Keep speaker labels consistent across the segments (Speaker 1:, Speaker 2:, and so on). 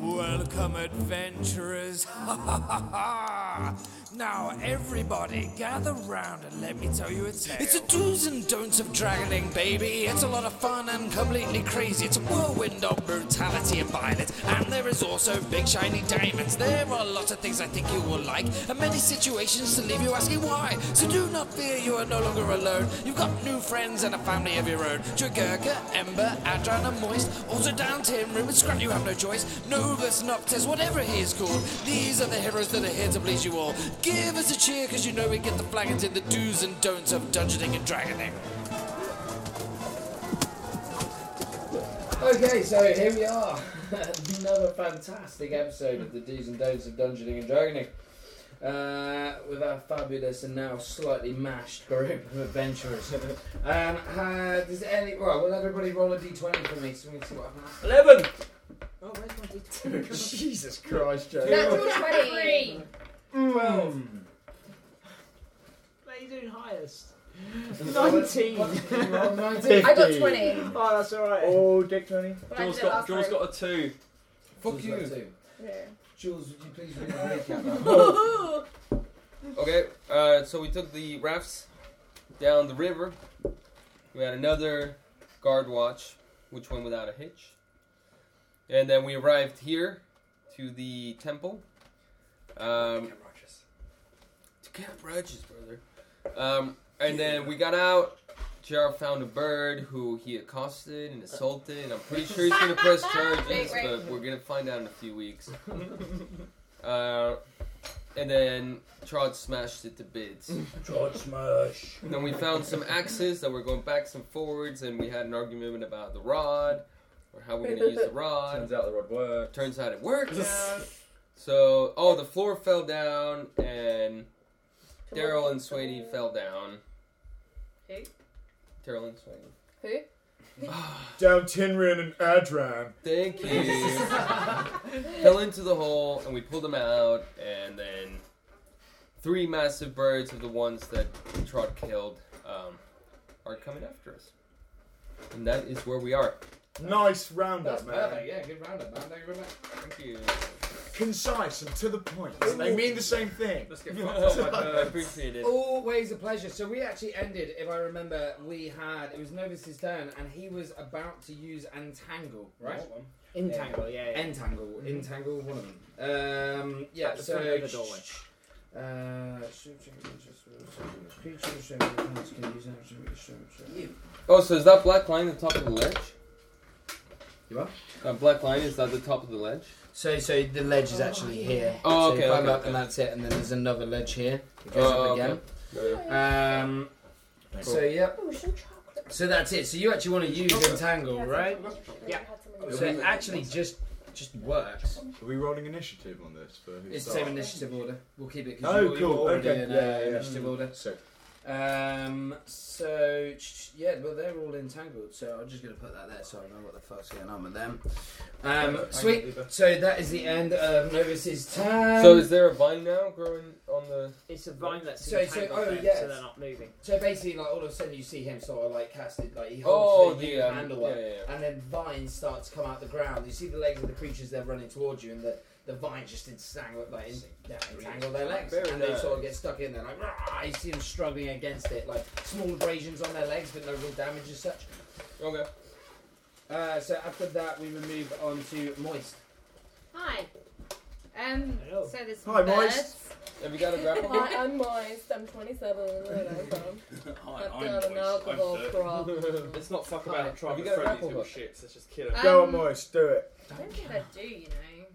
Speaker 1: Welcome, adventurers! Ha ha ha ha! Now, everybody, gather round and let me tell you a tale. It's a do's and don'ts of dragoning, baby. It's a lot of fun and completely crazy. It's a whirlwind of brutality and violence. And there is also big shiny diamonds. There are lots of things I think you will like, and many situations to leave you asking why. So do not fear, you are no longer alone. You've got new friends and a family of your own. Jagurka, Ember, Adran, and Moist. Also down Tim, Rim, and Scrap, you have no choice. Novus, Noctis, whatever he is called. These are the heroes that are here to please you all. Give us a cheer, because you know we get the flagons in the do's and don'ts of dungeoning and dragoning.
Speaker 2: Okay, so here we are. Another fantastic episode of the Do's and Don'ts of Dungeoning and Dragoning. Uh, with our fabulous and now slightly mashed group of adventurers. um, uh, does any, well, will everybody roll a d20 for me so we can see what happens?
Speaker 3: 11!
Speaker 2: Oh, where's my d20?
Speaker 4: Jesus Christ, Joe.
Speaker 5: Natural 20.
Speaker 2: Twelve.
Speaker 6: What are you doing highest?
Speaker 2: What did you roll? 19?
Speaker 5: I got
Speaker 4: 50.
Speaker 5: 20.
Speaker 6: Oh, that's alright.
Speaker 4: Oh, Dick 20.
Speaker 5: But I
Speaker 3: Jules
Speaker 5: did it
Speaker 3: got,
Speaker 5: last
Speaker 3: Jules
Speaker 5: time.
Speaker 3: got a 2.
Speaker 2: Fuck you.
Speaker 5: Yeah.
Speaker 2: Jules, would you please read the recap?
Speaker 3: Okay, uh, so we took the rafts down the river. We had another guard watch, which went without a hitch. And then we arrived here to the temple. Um, to Camp Rogers, brother. Um, and then we got out. Jar found a bird who he accosted and assaulted. And I'm pretty sure he's gonna press charges,
Speaker 5: Wait, wait.
Speaker 3: but we're gonna find out in a few weeks. Uh, and then Trod smashed it to bits.
Speaker 2: George Smash.
Speaker 3: then we found some axes that were going backs and forwards, and we had an argument about the rod or how we're gonna use the rod.
Speaker 4: Turns out the rod worked.
Speaker 3: Turns out it worked. So, oh, the floor fell down, and Daryl and Sweeney fell down.
Speaker 5: Who?
Speaker 3: Daryl and Sweeney.
Speaker 5: Who?
Speaker 4: Down Tinrin and Adran.
Speaker 3: Thank you. fell into the hole, and we pulled them out, and then three massive birds of the ones that Trot killed um, are coming after us. And that is where we are.
Speaker 4: Nice roundup,
Speaker 2: That's
Speaker 4: man.
Speaker 2: perfect, yeah, good roundup, man. Thank you very much.
Speaker 3: Thank you.
Speaker 4: Concise and to the point. They mean the same thing.
Speaker 3: Let's get fucked up. Oh, I, I appreciate it.
Speaker 2: Always a pleasure. So we actually ended, if I remember, we had it was Novus's turn, and he was about to use entangle, right?
Speaker 6: Entangle, yeah. yeah.
Speaker 2: Entangle, entangle, one of them. Um, yeah.
Speaker 6: At the
Speaker 2: so
Speaker 6: front of the doorway.
Speaker 2: Uh, shoot, shoot, shoot, shoot, shoot, shoot, shoot, creature, show me the cards, can use that, show me the show, show me.
Speaker 3: Oh, so is that black line the top of the ledge?
Speaker 2: You what?
Speaker 3: That black line is that the top of the ledge?
Speaker 2: So, so the ledge is actually here.
Speaker 3: Oh,
Speaker 2: so
Speaker 3: okay,
Speaker 2: you climb
Speaker 3: okay,
Speaker 2: up
Speaker 3: okay.
Speaker 2: and that's it, and then there's another ledge here. It goes
Speaker 3: Oh,
Speaker 2: up
Speaker 3: okay.
Speaker 2: again. Um, So
Speaker 3: Cool.
Speaker 2: yeah,
Speaker 5: Oh, some chocolate.
Speaker 2: so that's it. So you actually want to use entangle, right?
Speaker 6: Yeah.
Speaker 2: So it actually just just works.
Speaker 4: Are we rolling initiative on this? For who's
Speaker 2: It's the
Speaker 4: up?
Speaker 2: same initiative order. We'll keep it
Speaker 4: Oh,
Speaker 2: because you're
Speaker 4: cool,
Speaker 2: already
Speaker 4: okay.
Speaker 2: in uh,
Speaker 4: Yeah, yeah, yeah.
Speaker 2: initiative order.
Speaker 4: So,
Speaker 2: Um, so sh- sh- yeah, well they're all entangled. So I'm just gonna put that there so I know what the fuck's going on with them. Um, sweet. So that is the end of Novus's turn.
Speaker 3: so is there a vine now growing on the?
Speaker 6: It's a vine that's
Speaker 2: So- so-
Speaker 6: entangled so,
Speaker 2: oh,
Speaker 6: them,
Speaker 2: yes.
Speaker 6: so they're not moving.
Speaker 2: So basically, like all of a sudden you see him sort of like casted like he
Speaker 3: Oh,
Speaker 2: holds the,
Speaker 3: the
Speaker 2: new
Speaker 3: um,
Speaker 2: handle
Speaker 3: yeah,
Speaker 2: up.
Speaker 3: yeah, yeah.
Speaker 2: and then vines start to come out the ground. You see the legs of the creatures they're running towards you, and the, the vines just entangle, like, en- yeah, entangle their legs,
Speaker 3: Very
Speaker 2: and they
Speaker 3: nice.
Speaker 2: sort of get stuck in there. Like rah, you see them struggling against it, like small abrasions on their legs, but no real damage as such.
Speaker 3: Okay.
Speaker 2: Uh, so after that, we will move on to moist.
Speaker 5: Hi. Um,
Speaker 6: Hello.
Speaker 5: so this
Speaker 4: Hi,
Speaker 5: bird.
Speaker 4: Moist.
Speaker 3: Have you got a grapple?
Speaker 7: Hi, I'm Moist. I'm 27. I've got an alcohol problem.
Speaker 8: Let's not fuck about and try
Speaker 3: Have
Speaker 8: and
Speaker 3: you
Speaker 8: befriend
Speaker 3: got a
Speaker 8: these
Speaker 3: grapple
Speaker 8: little
Speaker 3: hook?
Speaker 8: shits. Let's just kill them.
Speaker 4: go
Speaker 5: Um,
Speaker 4: on, Moist, do it.
Speaker 5: I don't think I do, you know.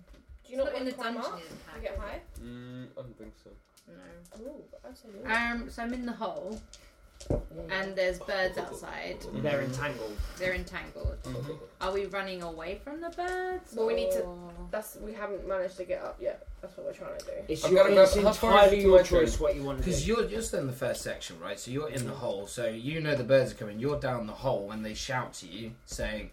Speaker 7: Do you not
Speaker 5: It's
Speaker 7: want
Speaker 5: in
Speaker 7: to
Speaker 5: the
Speaker 7: climb
Speaker 5: dungeon.
Speaker 7: up?
Speaker 5: is
Speaker 7: You get high?
Speaker 3: Mm, I don't think so.
Speaker 5: No.
Speaker 7: Ooh, absolutely.
Speaker 5: Um, so I'm in the hole, and there's birds outside.
Speaker 6: They're entangled.
Speaker 5: They're entangled.
Speaker 3: Mm-hmm.
Speaker 5: Are we running away from the birds?
Speaker 7: Well, we need to-
Speaker 5: or-
Speaker 7: That's we haven't managed to get up yet. That's what we're trying to do.
Speaker 6: It's,
Speaker 3: I've
Speaker 6: your,
Speaker 3: got about-
Speaker 6: it's
Speaker 3: how far is it
Speaker 6: entirely
Speaker 3: to
Speaker 6: your
Speaker 3: my turn?
Speaker 6: choice what you want to
Speaker 2: Because
Speaker 6: do.
Speaker 2: you're you're still in the first section, right? So you're in the hole. So you know the birds are coming. You're down the hole when they shout to you saying,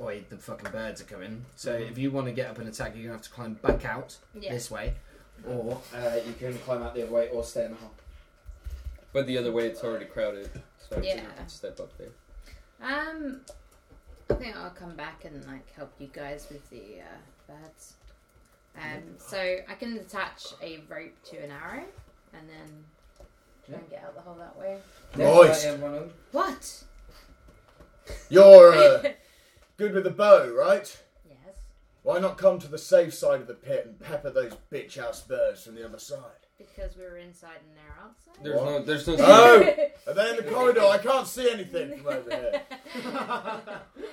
Speaker 2: "Oi, the fucking birds are coming!" So if you want to get up and attack, you're gonna have to climb back out
Speaker 5: Mm-hmm. Yeah.
Speaker 2: this way, or uh, you can climb out the other way or stay in the hole.
Speaker 3: But the other way, it's already crowded, so I figured
Speaker 5: Yeah.
Speaker 3: we could step up there.
Speaker 5: Um, I think I'll come back and like help you guys with the uh, birds. Um, so I can attach a rope to an arrow and then try and get out the hole that way.
Speaker 2: Next
Speaker 4: Nice.
Speaker 2: time you have one of them.
Speaker 5: What?
Speaker 4: You're uh, good with a bow, right?
Speaker 5: Yes,
Speaker 4: Why not come to the safe side of the pit and pepper those bitch ass birds from the other side?
Speaker 5: because we were inside and they're outside.
Speaker 3: There's no, there's no.
Speaker 4: Oh! Are they in the corridor? I can't see anything from over here.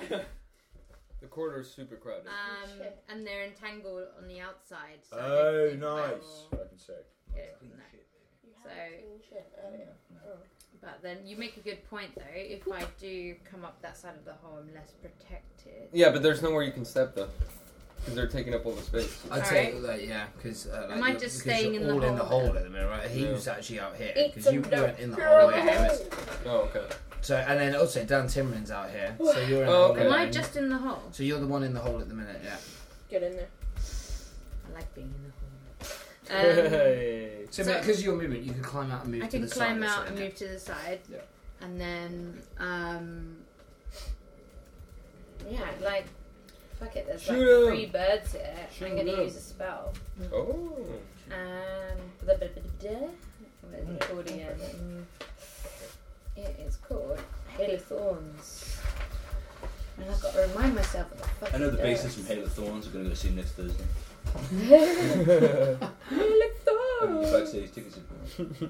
Speaker 3: The corridor is super crowded.
Speaker 5: Um, and they're entangled on the outside. So I don't
Speaker 4: Oh,
Speaker 5: think I
Speaker 4: nice.
Speaker 5: will
Speaker 4: I can see.
Speaker 5: get it from there. So-
Speaker 7: Oh.
Speaker 5: But then you make a good point though. If I do come up that side of the hole, I'm less protected.
Speaker 3: Yeah, but there's nowhere you can step though, because they're taking up all the space.
Speaker 2: I'd say
Speaker 5: Alright.
Speaker 2: like, yeah, because uh, like,
Speaker 5: I
Speaker 2: you're-
Speaker 5: just
Speaker 2: because you're
Speaker 5: staying in the
Speaker 2: all in the
Speaker 5: hole?
Speaker 2: hole at the minute, right? He
Speaker 3: Yeah.
Speaker 2: was actually out here
Speaker 7: It's
Speaker 2: because you
Speaker 7: a
Speaker 2: weren't in the hole. where he was.
Speaker 3: Oh, okay.
Speaker 2: So and then also Dan Timmerman's out here, so you're in the
Speaker 3: Oh,
Speaker 2: hole.
Speaker 3: okay.
Speaker 5: Am
Speaker 2: at
Speaker 5: I
Speaker 2: the minute.
Speaker 5: just in the hole?
Speaker 2: So you're the one in the hole at the minute, yeah.
Speaker 7: Get in there.
Speaker 5: I like being in the hole. Um,
Speaker 2: So
Speaker 5: So-
Speaker 2: because of your movement, you can climb out and move.
Speaker 5: I
Speaker 2: to
Speaker 5: can
Speaker 2: the side
Speaker 5: climb
Speaker 2: or
Speaker 5: out
Speaker 2: something,
Speaker 5: and
Speaker 2: yeah.
Speaker 5: move to the side.
Speaker 2: Yeah.
Speaker 5: And then, um, yeah, like, fuck it, there's
Speaker 3: Shoot 'em.
Speaker 5: like three birds here.
Speaker 3: Shoot
Speaker 5: I'm going
Speaker 3: 'em.
Speaker 5: to use a spell.
Speaker 3: oh.
Speaker 5: Um, blah, blah, blah, blah, blah. What is it called again? It is called Hail of Thorns. And I've got to remind myself of the fucking
Speaker 6: I know the
Speaker 5: dirt.
Speaker 6: basis from Hail of Thorns are going to go see him next Thursday. I'm
Speaker 7: Thorns.
Speaker 6: about to say his tickets are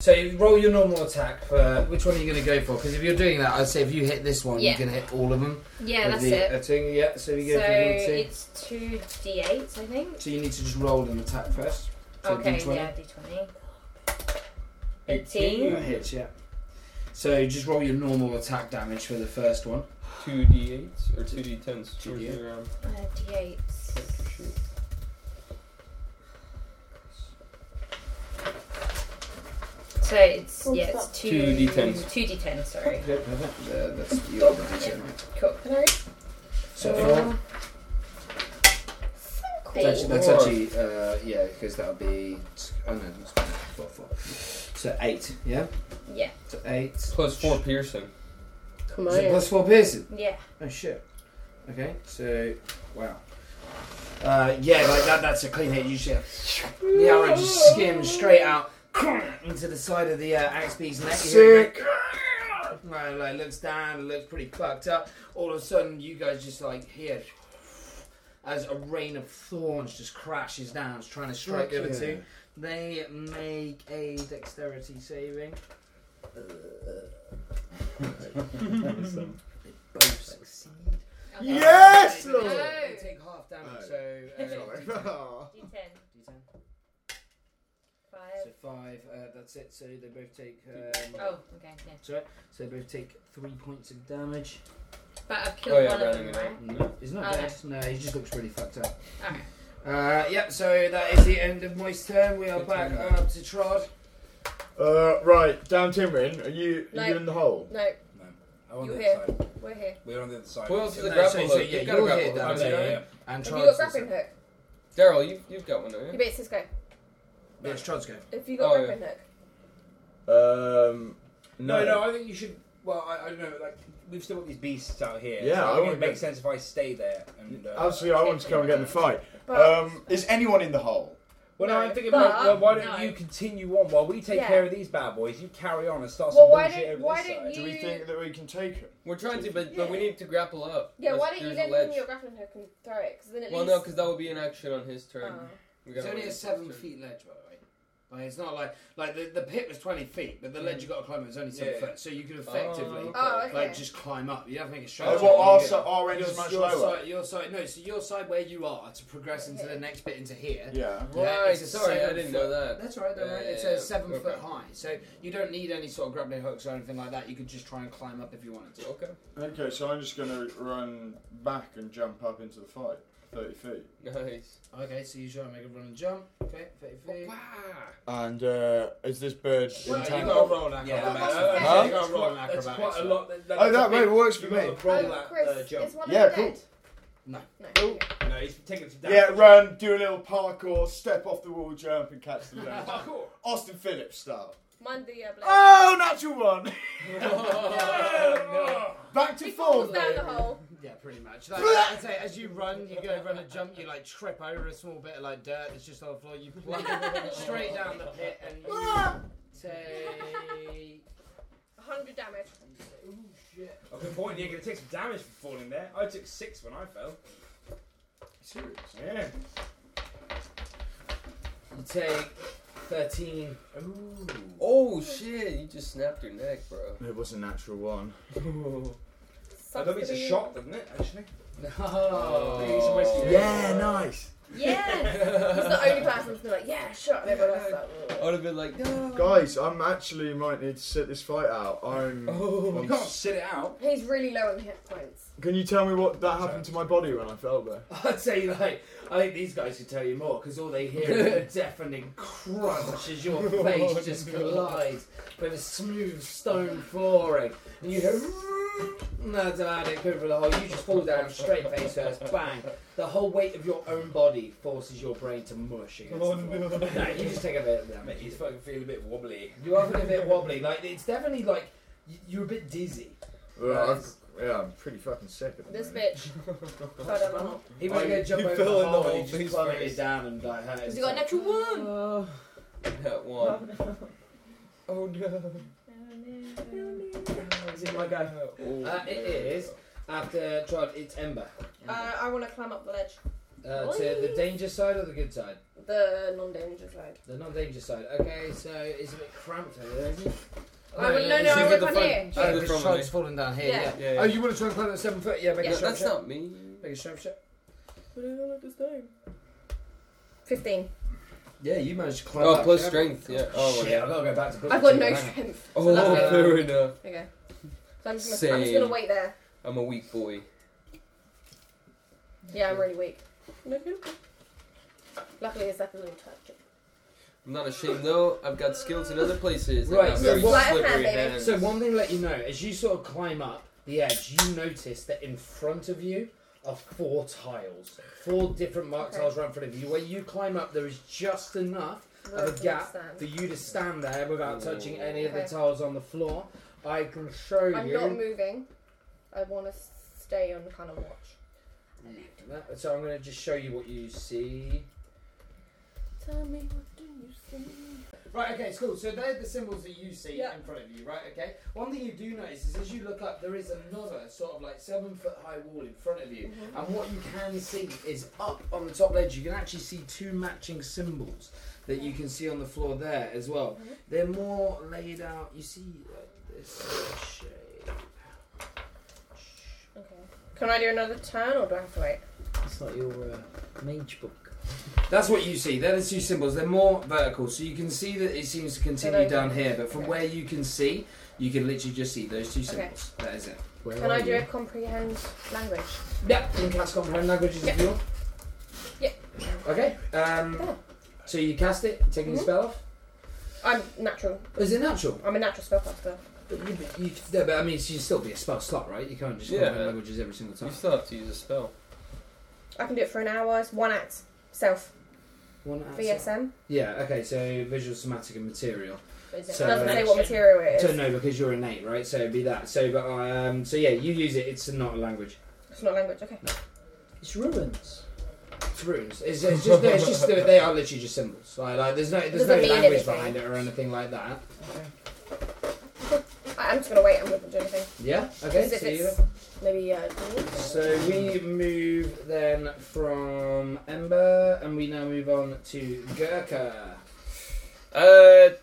Speaker 2: So you roll your normal attack for which one are you going to go for? Because if you're doing that, I'd say if you hit this one,
Speaker 5: Yeah.
Speaker 2: you can hit all of them.
Speaker 5: Yeah,
Speaker 2: with
Speaker 5: that's
Speaker 2: the,
Speaker 5: it.
Speaker 2: uh, thing, yeah. So you go
Speaker 5: So
Speaker 2: for your two.
Speaker 5: it's 2d8, I think.
Speaker 2: So you need to just roll an attack first. So
Speaker 5: okay,
Speaker 2: D20.
Speaker 5: yeah, d20. 18.
Speaker 2: That hits, yeah. So just roll your normal attack damage for the first one.
Speaker 3: Two d8s or two d10s.
Speaker 2: 2D8.
Speaker 5: Uh, d8. So it's, yeah, it's 2
Speaker 3: 2d10s.
Speaker 5: 2d10, sorry.
Speaker 2: Yeah, Uh, that's your attack.
Speaker 5: Cool.
Speaker 2: So four. That's actually, that's
Speaker 3: Four.
Speaker 2: actually uh, yeah, because that'll be. oh, I know. it's Four, four. So eight, yeah.
Speaker 5: Yeah.
Speaker 2: So eight.
Speaker 3: Plus four piercing.
Speaker 7: Come
Speaker 2: Is
Speaker 7: on.
Speaker 2: it plus four piercing?
Speaker 5: Yeah.
Speaker 2: Oh shit. Okay, so wow. Uh, yeah, like that. That's a clean hit. You should. The arrow just skims straight out into the side of the uh, axe bee's neck. You hear it go, Like, uh, like looks down, looks pretty fucked up. All of a sudden, you guys just like hear as a rain of thorns just crashes down, it's trying to strike over two. They make a dexterity saving. They both succeed.
Speaker 4: Yes!
Speaker 2: They
Speaker 4: Lord!
Speaker 5: No.
Speaker 2: take half damage,
Speaker 4: Oh.
Speaker 2: so. Uh,
Speaker 4: Sorry.
Speaker 2: D10.
Speaker 5: D10.
Speaker 2: D10. So
Speaker 5: Five.
Speaker 2: five. Uh, that's it. So they both take. Um,
Speaker 5: Oh, okay, yeah.
Speaker 2: So they both take three points of damage.
Speaker 5: But I've
Speaker 3: Oh,
Speaker 5: killed
Speaker 3: yeah,
Speaker 5: one of them,
Speaker 3: running
Speaker 5: right?
Speaker 2: No, he's not
Speaker 5: Okay.
Speaker 2: dead. No, he just looks really fucked up.
Speaker 5: Alright.
Speaker 2: Uh, yep. So that is the end of Moist turn. We are
Speaker 3: Good
Speaker 2: back
Speaker 3: turn.
Speaker 2: up to Trod.
Speaker 4: Uh, right, down Timrin, are you are
Speaker 7: No.
Speaker 4: you in the hole?
Speaker 7: No,
Speaker 6: going.
Speaker 7: You here? we're here.
Speaker 6: We're on the other side.
Speaker 3: Who else is a
Speaker 2: No,
Speaker 3: grapple
Speaker 2: Oh, so-
Speaker 3: hook?
Speaker 2: so, yeah,
Speaker 3: You've got a
Speaker 2: you're
Speaker 3: grapple
Speaker 2: here,
Speaker 3: hook.
Speaker 2: Dan,
Speaker 3: haven't you?
Speaker 2: And
Speaker 7: Have
Speaker 2: Trod.
Speaker 7: you got grappling hook?
Speaker 3: Daryl, you, you've got one, don't
Speaker 7: You
Speaker 3: you?
Speaker 7: bet it's this guy.
Speaker 2: Yes, Trod's go.
Speaker 7: If you got
Speaker 3: Oh, yeah.
Speaker 7: grappling hook.
Speaker 4: Um,
Speaker 6: No, no, I think you should. Well, I, I don't know. Like, we've still got these beasts out here.
Speaker 4: Yeah,
Speaker 6: so
Speaker 4: I
Speaker 6: I think
Speaker 4: wouldn't
Speaker 6: it makes
Speaker 4: go-
Speaker 6: sense if I stay there. And, uh,
Speaker 4: Absolutely, I want to come and get in the fight.
Speaker 7: But
Speaker 4: Um, is anyone in the hole?
Speaker 6: well, no,
Speaker 7: No,
Speaker 6: I'm thinking,
Speaker 7: but-
Speaker 6: well, well, why don't
Speaker 5: no.
Speaker 6: you continue on while we take
Speaker 7: Yeah.
Speaker 6: care of these bad boys? You carry on and start some
Speaker 7: Well, why
Speaker 6: bullshit
Speaker 7: don't-
Speaker 6: over
Speaker 7: why
Speaker 6: this
Speaker 7: don't
Speaker 6: side.
Speaker 4: Do we
Speaker 7: You-
Speaker 4: think that we can take him?
Speaker 3: We're trying to, but, but we need to grapple up.
Speaker 7: yeah,
Speaker 3: There's-
Speaker 7: why don't you
Speaker 3: there's a
Speaker 7: then give me
Speaker 3: ledge.
Speaker 7: your grappling hook and throw it? Because then at
Speaker 3: Well,
Speaker 7: least.
Speaker 3: no, because that would be an action on his turn.
Speaker 7: Oh.
Speaker 3: We
Speaker 2: It's
Speaker 3: gotta
Speaker 2: only
Speaker 3: wait
Speaker 2: a
Speaker 3: his
Speaker 2: seven
Speaker 3: turn.
Speaker 2: feet ledge, by the way. Like, it's not like like the, the pit was twenty feet, but the ledge you got to climb up was only seven
Speaker 3: Yeah.
Speaker 2: foot, so you could effectively
Speaker 3: Oh,
Speaker 7: Oh, okay.
Speaker 2: like just climb up. You don't have to make a straight.
Speaker 4: Uh,
Speaker 2: jump,
Speaker 4: well,
Speaker 2: you
Speaker 4: our,
Speaker 2: can-
Speaker 4: so our end
Speaker 2: your,
Speaker 4: is much
Speaker 2: your
Speaker 4: lower.
Speaker 2: side, your side, no, so your side where you are to progress into the next bit into here.
Speaker 4: Yeah.
Speaker 2: Yeah,
Speaker 3: Right,
Speaker 2: it's a
Speaker 3: sorry, I
Speaker 2: seven
Speaker 3: didn't
Speaker 2: foot-
Speaker 3: know that.
Speaker 2: That's all right, don't
Speaker 3: Yeah,
Speaker 2: worry.
Speaker 3: yeah,
Speaker 2: It's
Speaker 3: yeah.
Speaker 2: a seven foot
Speaker 3: Okay.
Speaker 2: high, so you don't need any sort of grappling hooks or anything like that. You could just try and climb up if you wanted to.
Speaker 3: Okay.
Speaker 4: Okay, so I'm just going to run back and jump up into the fight, 30 feet.
Speaker 3: Nice.
Speaker 2: Okay, so you try and make a run and jump. Okay, thirty feet.
Speaker 4: And uh, is this bird
Speaker 2: Well, you
Speaker 4: entangled?
Speaker 2: got to roll an acrobat.
Speaker 6: Yeah,
Speaker 7: that's-
Speaker 2: so
Speaker 4: Huh?
Speaker 2: You got to roll an
Speaker 6: That's
Speaker 2: acrobat.
Speaker 6: quite a lot. That, that,
Speaker 4: Oh, that
Speaker 6: that's a
Speaker 4: way
Speaker 6: big-
Speaker 4: works for
Speaker 6: you gotta
Speaker 4: me.
Speaker 6: Roll
Speaker 7: Oh,
Speaker 6: that
Speaker 7: Chris,
Speaker 6: uh, jump.
Speaker 7: is one
Speaker 4: Yeah,
Speaker 7: of them
Speaker 4: cool.
Speaker 7: dead?
Speaker 2: No.
Speaker 7: No.
Speaker 4: Cool.
Speaker 6: No, he's taking some
Speaker 4: Yeah,
Speaker 6: damage.
Speaker 4: run, do a little parkour, step off the wall, jump, and catch the bird. Austin Phillips style.
Speaker 7: Monday, I believe.
Speaker 9: Oh, natural one.
Speaker 4: Back to
Speaker 7: He
Speaker 4: full.
Speaker 7: falls down the hole.
Speaker 6: Yeah, pretty much. Like, I'd say as you run, you go run a jump, you like trip over a small bit of like dirt that's just on the floor. You plunge straight down the pit and you take.
Speaker 7: 100 damage.
Speaker 6: Oh, good point. You're gonna take some damage from falling there. I took six when I fell.
Speaker 4: Serious.
Speaker 6: Yeah.
Speaker 2: You take 13.
Speaker 3: Oh shit! You just snapped your neck, bro.
Speaker 4: It was a natural one.
Speaker 6: I don't think it's a shot, doesn't it? Actually. Oh.
Speaker 2: No.
Speaker 4: Yeah, nice.
Speaker 7: Yes! He's the only person to be like, yeah, shot. And everyone else is like, "Ugh."
Speaker 3: I would have been like, no.
Speaker 4: Guys, I'm actually might need to sit this fight out. I'm. I'm
Speaker 6: You can't sit it out.
Speaker 7: He's really low on hit points.
Speaker 4: Can you tell me what that happened to my body when I fell there?
Speaker 2: I'd say, like, I think these guys could tell you more because all they hear is the deafening crunch as your face just collides with a smooth stone flooring. And you hear. And that's about it. Go for the hole. You just fall down straight face first. Bang. The whole weight of your own body forces your brain to mush against the floor. No, you just take a bit of
Speaker 6: Mate,
Speaker 2: damage.
Speaker 6: you fucking feel a bit wobbly.
Speaker 2: You are feeling a bit wobbly. Like, it's definitely like y- you're a bit dizzy.
Speaker 4: Well, I've-
Speaker 2: Nice.
Speaker 4: yeah, I'm pretty fucking sick at the
Speaker 7: This
Speaker 4: moment.
Speaker 7: bitch. Fell down the hole.
Speaker 2: He might go jump
Speaker 4: You
Speaker 2: over the
Speaker 4: fell in the
Speaker 2: hole
Speaker 4: hole,
Speaker 2: and he
Speaker 4: please,
Speaker 2: just plummeted
Speaker 4: please.
Speaker 2: down and like hurt
Speaker 7: He's got a
Speaker 2: himself.
Speaker 7: natural one.
Speaker 3: That one. Oh no.
Speaker 2: Is it my go?
Speaker 3: Oh.
Speaker 2: Uh, it is after Trod. It's Ember.
Speaker 7: Uh, I want to climb up the ledge.
Speaker 2: Uh, to the danger side or the good side?
Speaker 7: The non-danger side.
Speaker 2: The non-danger side. Okay, so it's a bit cramped over there, isn't it?
Speaker 7: I would- no, no, I
Speaker 2: this
Speaker 7: would
Speaker 2: is-
Speaker 7: come here.
Speaker 3: Oh,
Speaker 2: Oh,
Speaker 3: the
Speaker 2: because
Speaker 3: front
Speaker 2: Trod's
Speaker 3: way.
Speaker 2: falling down here. Yeah.
Speaker 7: Yeah.
Speaker 3: Yeah.
Speaker 2: Oh, you want to try and climb at seven foot? Yeah, make
Speaker 3: No,
Speaker 2: a sharp
Speaker 3: that's
Speaker 2: shot.
Speaker 3: not me.
Speaker 2: Make a sharp shot.
Speaker 7: 15.
Speaker 2: Yeah, you managed to climb.
Speaker 3: Oh,
Speaker 2: up,
Speaker 3: plus
Speaker 2: yeah.
Speaker 3: strength. Yeah. Oh.
Speaker 2: Shit,
Speaker 3: yeah.
Speaker 2: I've got to go back to. plus
Speaker 7: I've got
Speaker 2: two,
Speaker 7: no
Speaker 2: hang on.
Speaker 7: strength. So
Speaker 3: Oh,
Speaker 7: that's good.
Speaker 3: fair enough.
Speaker 7: Okay. So I'm just, gonna, I'm just gonna
Speaker 3: Same.
Speaker 7: wait there.
Speaker 3: I'm a weak boy.
Speaker 7: Yeah, I'm really weak. Luckily, it's like a little touch.
Speaker 3: I'm not ashamed though. I've got skills in other places. and
Speaker 2: Right,
Speaker 3: I'm
Speaker 2: so
Speaker 3: very
Speaker 2: what-
Speaker 3: slippery
Speaker 7: Right, baby.
Speaker 3: hands.
Speaker 2: So one thing to let you know, as you sort of climb up the edge, you notice that in front of you are four tiles, four different mark
Speaker 7: Okay.
Speaker 2: tiles right in front of you. When you climb up, there is just enough of a gap for you to stand there without touching any of the
Speaker 7: Okay.
Speaker 2: tiles on the floor. I can show
Speaker 7: I'm
Speaker 2: you.
Speaker 7: not moving. I want to stay on kind of watch.
Speaker 2: That- so I'm going to just show you what you see.
Speaker 7: Tell me what do you see?
Speaker 2: Right, okay, it's cool. So they're the symbols that you see
Speaker 7: Yeah.
Speaker 2: in front of you, right? Okay. One thing you do notice is as you look up, there is another sort of like seven foot high wall in front of you.
Speaker 7: Mm-hmm.
Speaker 2: And what you can see is up on the top ledge, you can actually see two matching symbols that you can see on the floor there as well.
Speaker 7: Mm-hmm.
Speaker 2: They're more laid out. You see like this shape.
Speaker 7: Okay. Can I do another turn or do I have to wait?
Speaker 2: It's not your uh, mage book. That's what you see. They're the two symbols. They're more vertical, so you can see that it seems to continue
Speaker 7: Okay.
Speaker 2: down here. But from
Speaker 7: Okay.
Speaker 2: where you can see, you can literally just see those two
Speaker 7: Okay.
Speaker 2: symbols. That is it.
Speaker 4: Where
Speaker 7: Can
Speaker 4: are
Speaker 7: I do
Speaker 4: you?
Speaker 7: a comprehend language?
Speaker 2: Yeah. Can you cast comprehend languages if
Speaker 7: Yeah.
Speaker 2: you want?
Speaker 7: Yeah.
Speaker 2: Okay. Um,
Speaker 7: Cool.
Speaker 2: so you cast it, taking the
Speaker 7: Mhm.
Speaker 2: spell off.
Speaker 7: I'm natural.
Speaker 2: Is it natural?
Speaker 7: I'm a natural spellcaster.
Speaker 2: But you, but you, yeah, but I mean, so you still be a spell slot, right? You can't just
Speaker 3: Yeah.
Speaker 2: comprehend languages every single
Speaker 3: You
Speaker 2: time.
Speaker 3: still have to use a spell.
Speaker 7: I can do it for an hour. It's one act. Self.
Speaker 2: One act.
Speaker 7: VSM.
Speaker 2: Yeah. Okay. So visual, somatic, and material.
Speaker 7: It
Speaker 2: So-
Speaker 7: doesn't say what material it
Speaker 2: So
Speaker 7: is.
Speaker 2: no, because you're innate, right? So it'd be that. So, but um, so yeah, you use it. It's not a language.
Speaker 7: It's not language. Okay.
Speaker 2: It's ruins. It's ruins. It's, it's just, no, it's just they are literally just symbols. Like, like there's no, there's
Speaker 7: Doesn't
Speaker 2: no
Speaker 7: mean
Speaker 2: language
Speaker 7: anything.
Speaker 2: behind it or anything like that.
Speaker 7: I, I'm just gonna wait. I'm not gonna do anything.
Speaker 2: Yeah. Okay.
Speaker 7: As if
Speaker 2: So, you,
Speaker 7: it's maybe uh, dwarves?
Speaker 2: so we move then from Ember, and we now move on to Gurkha.
Speaker 3: Uh, do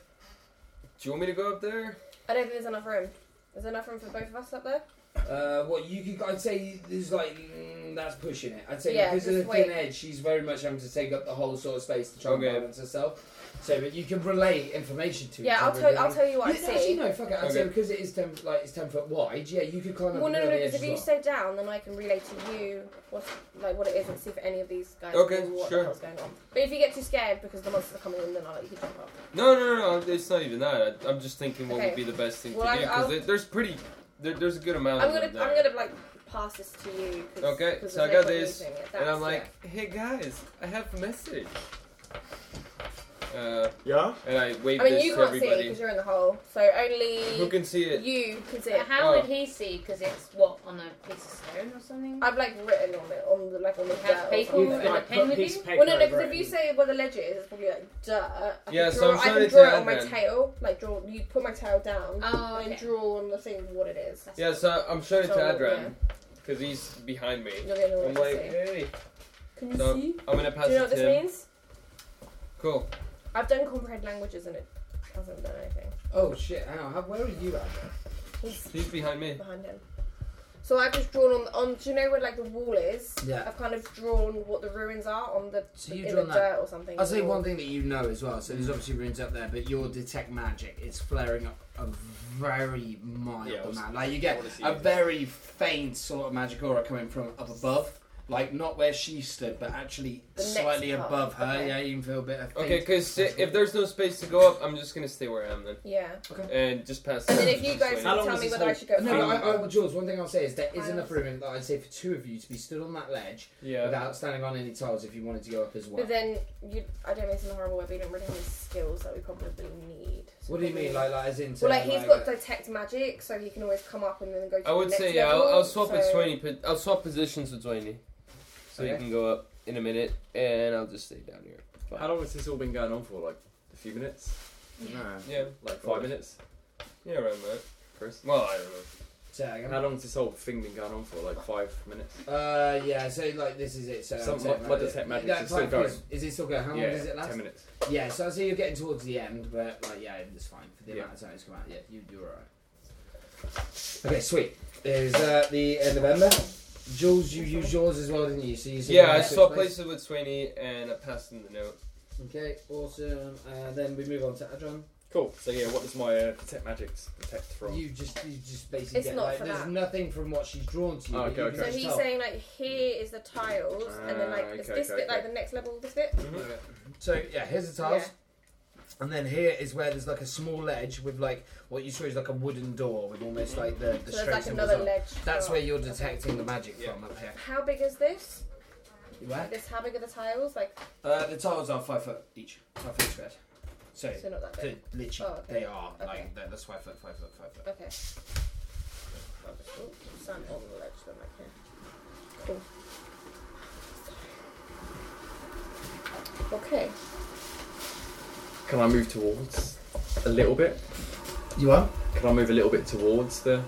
Speaker 3: you want me to go up there?
Speaker 7: I don't think there's enough room. Is there enough room for both of us up there?
Speaker 2: Uh, what you could, I'd say, there's like mm, that's pushing it. I'd say
Speaker 7: Yeah,
Speaker 2: because of the
Speaker 7: just
Speaker 2: thin
Speaker 7: wait.
Speaker 2: edge, she's very much having to take up the whole sort of space to try
Speaker 3: Okay.
Speaker 2: and balance herself. So, but you can relay information to. each
Speaker 7: yeah, I'll
Speaker 2: other,
Speaker 7: tell.
Speaker 2: really.
Speaker 7: I'll tell you what
Speaker 2: Yeah,
Speaker 7: I
Speaker 2: Actually,
Speaker 7: see.
Speaker 2: no, fuck it. I'd
Speaker 3: Okay.
Speaker 2: say because it is ten, like it's ten foot wide. Yeah, you could climb up.
Speaker 7: Well, no,
Speaker 2: the
Speaker 7: no, no.
Speaker 2: middle of
Speaker 7: Because
Speaker 2: the
Speaker 7: if you
Speaker 2: edge as
Speaker 7: stay down, then I can relay to you what's like what it is and see if any of these guys
Speaker 3: Okay,
Speaker 7: know what
Speaker 3: sure.
Speaker 7: the hell's going on. But if you get too scared because the monsters are coming in, then I'll let you jump up.
Speaker 3: No, no, no, no. It's not even that. I, I'm just thinking what would
Speaker 7: Okay.
Speaker 3: be the best thing
Speaker 7: Well,
Speaker 3: to
Speaker 7: I-
Speaker 3: do
Speaker 7: I'll-
Speaker 3: because there's pretty, there, there's a good amount.
Speaker 7: I'm
Speaker 3: of
Speaker 7: gonna.
Speaker 3: them there.
Speaker 7: I'm gonna like pass this to you. 'cause-
Speaker 3: Oh, Okay,
Speaker 7: 'cause
Speaker 3: so I
Speaker 7: there's no
Speaker 3: got
Speaker 7: point
Speaker 3: this,
Speaker 7: losing it.
Speaker 3: And
Speaker 7: That's-
Speaker 3: I'm like, hey guys, I have a message. Uh,
Speaker 6: Yeah?
Speaker 3: and I wave
Speaker 7: I mean,
Speaker 3: this
Speaker 7: you
Speaker 3: to
Speaker 7: can't see
Speaker 3: everybody.
Speaker 7: because you're in the hole, so
Speaker 3: Who
Speaker 7: only
Speaker 3: can see it?
Speaker 7: you can see
Speaker 5: But
Speaker 7: it.
Speaker 5: how
Speaker 3: Oh.
Speaker 5: would he see? Because it's what on a piece of stone or something.
Speaker 7: I've like written on it on the like on the
Speaker 5: You have
Speaker 7: dirt.
Speaker 5: paper
Speaker 7: or
Speaker 5: and
Speaker 7: something.
Speaker 5: a
Speaker 10: like,
Speaker 5: pen
Speaker 10: put
Speaker 5: with
Speaker 10: piece
Speaker 5: you.
Speaker 10: of paper
Speaker 7: Well, no, no,
Speaker 10: over
Speaker 7: because if
Speaker 10: it.
Speaker 7: you say where the ledge is, it's probably like dirt. I
Speaker 3: Yeah,
Speaker 7: can
Speaker 3: so
Speaker 7: draw,
Speaker 3: I'm
Speaker 7: I
Speaker 3: sorry
Speaker 7: can
Speaker 3: it's
Speaker 7: draw it
Speaker 3: dirt
Speaker 7: on my
Speaker 3: then.
Speaker 7: tail. Like draw, you put my tail down
Speaker 5: Oh,
Speaker 7: and
Speaker 5: okay.
Speaker 7: then draw on the thing what it is.
Speaker 5: That's
Speaker 3: Yeah, so I'm showing it to
Speaker 7: So,
Speaker 3: Adran because he's behind me.
Speaker 7: You're gonna know
Speaker 3: I'm
Speaker 7: what
Speaker 3: like,
Speaker 7: to say.
Speaker 3: hey,
Speaker 7: Can you
Speaker 3: so
Speaker 7: see?
Speaker 3: I'm gonna pass
Speaker 7: Do you know
Speaker 3: it
Speaker 7: what
Speaker 3: to
Speaker 7: this
Speaker 3: him.
Speaker 7: means?
Speaker 3: Cool.
Speaker 7: I've done comprehend languages and it hasn't done anything.
Speaker 11: Oh shit! Hang on. How, where are you at?
Speaker 7: He's
Speaker 3: He's behind me.
Speaker 7: behind him. So I've just drawn on, on do you know where like the wall is?
Speaker 2: Yeah.
Speaker 7: I've kind of drawn what the ruins are on the
Speaker 2: So you've
Speaker 7: in the
Speaker 2: drawn that.
Speaker 7: dirt or something.
Speaker 2: I'll say one thing that you know as well. So
Speaker 3: Mm.
Speaker 2: there's obviously runes up there, but your detect magic is flaring up a very mild
Speaker 3: Yeah, I was-
Speaker 2: amount. Like you get
Speaker 3: wanna see
Speaker 2: a
Speaker 3: it.
Speaker 2: very faint sort of magic aura coming from up above, like not where she stood, but actually
Speaker 7: The next
Speaker 2: slightly
Speaker 7: part,
Speaker 2: above her.
Speaker 7: okay.
Speaker 2: Yeah, you can feel a bit of.
Speaker 3: Okay,
Speaker 2: faint-
Speaker 3: because if there's no space to go up, I'm just gonna stay where I am then,
Speaker 7: Yeah.
Speaker 3: and just pass.
Speaker 7: And
Speaker 3: it
Speaker 7: then
Speaker 3: to
Speaker 7: if you
Speaker 3: this
Speaker 7: guys
Speaker 3: lady.
Speaker 10: How long
Speaker 7: tell
Speaker 10: was
Speaker 7: me
Speaker 10: this
Speaker 7: whether I
Speaker 10: whole-
Speaker 7: should go
Speaker 2: No,
Speaker 7: forward
Speaker 2: but I, I,
Speaker 7: or-
Speaker 2: Jules, one thing I'll say is there is
Speaker 7: Miles.
Speaker 2: enough room in that I'd say for two of you to be stood on that ledge
Speaker 3: Yeah.
Speaker 2: without standing on any tiles if you wanted to go up as well.
Speaker 7: But then you, I don't mean it's in a horrible way, but you don't really have any skills that we probably need. So
Speaker 2: What do you mean,
Speaker 7: probably-
Speaker 2: like, like as in? to,
Speaker 7: well, like he's
Speaker 2: like,
Speaker 7: got detect magic, so he can always come up and then go. To
Speaker 3: I
Speaker 7: the
Speaker 3: would
Speaker 7: next
Speaker 3: say yeah. I'll,
Speaker 7: level,
Speaker 3: I'll swap
Speaker 7: so...
Speaker 3: it twenty. po- I'll swap positions with twenty, so you
Speaker 2: Okay.
Speaker 3: can go up in a minute, and I'll just stay down here.
Speaker 12: How long has this all been going on for? Like a few minutes?
Speaker 2: No.
Speaker 3: Yeah.
Speaker 12: Like five minutes?
Speaker 3: Yeah, around that.
Speaker 12: Chris?
Speaker 3: Well, I don't know.
Speaker 2: So, hang on.
Speaker 12: How long has this whole thing been going on for? Like five minutes?
Speaker 2: Uh, yeah, so like this is it. So
Speaker 12: So
Speaker 2: I'm
Speaker 12: my-
Speaker 2: saying,
Speaker 12: my
Speaker 2: like,
Speaker 12: detect
Speaker 2: yeah,
Speaker 12: magic
Speaker 2: that
Speaker 12: is still
Speaker 2: time
Speaker 12: going.
Speaker 2: Is, is it still going? How long
Speaker 12: yeah,
Speaker 2: does it last?
Speaker 12: ten minutes.
Speaker 2: Yeah, so I see you're getting towards the end, but like, yeah, it's fine for the
Speaker 12: Yeah.
Speaker 2: amount of time it's come out. Yeah, you, you're alright. Okay, sweet. Is uh, the end of Ember. Jules, you used yours as well, didn't you? So you said you
Speaker 3: Yeah, I
Speaker 2: had six
Speaker 3: swapped
Speaker 2: places.
Speaker 3: places with Sweeney, and I passed him the note.
Speaker 2: Okay, awesome. Uh, then we move on to Adron.
Speaker 12: Cool. So yeah, what does my uh, detect magics detect from?
Speaker 2: You just, you just basically
Speaker 7: It's
Speaker 2: get
Speaker 7: not
Speaker 2: like,
Speaker 7: for
Speaker 2: there's
Speaker 7: that.
Speaker 2: nothing from what she's drawn to you.
Speaker 12: Oh,
Speaker 2: but you
Speaker 12: okay,
Speaker 2: can
Speaker 7: So
Speaker 12: okay.
Speaker 2: just
Speaker 7: he's
Speaker 2: tell.
Speaker 7: saying like, here is the tiles, and then like,
Speaker 12: Ah,
Speaker 7: is
Speaker 12: okay,
Speaker 7: this
Speaker 12: okay,
Speaker 7: bit like
Speaker 12: okay.
Speaker 7: the next level? This bit.
Speaker 3: Mm-hmm.
Speaker 2: So yeah, here's the tiles. And then here is where there's like a small ledge with like what you saw is like a wooden door with almost like the, the
Speaker 7: so there's like
Speaker 2: straight
Speaker 7: another
Speaker 2: like
Speaker 7: ledge.
Speaker 2: That's
Speaker 7: Oh.
Speaker 2: where you're detecting the magic from up here.
Speaker 7: How big is this?
Speaker 2: Where?
Speaker 7: This how big are the tiles? Like,
Speaker 2: Uh, the tiles are five foot each, five foot squared. So,
Speaker 7: so not that
Speaker 2: th-
Speaker 7: big.
Speaker 2: literally,
Speaker 7: Oh, okay.
Speaker 2: they are
Speaker 7: Okay.
Speaker 2: like they're, that's five foot, five foot, five foot.
Speaker 7: Okay. Oh, stand on the ledge then, okay. Cool. Okay.
Speaker 12: Can I move towards a little bit?
Speaker 2: You are?
Speaker 12: Can I move a little bit towards the?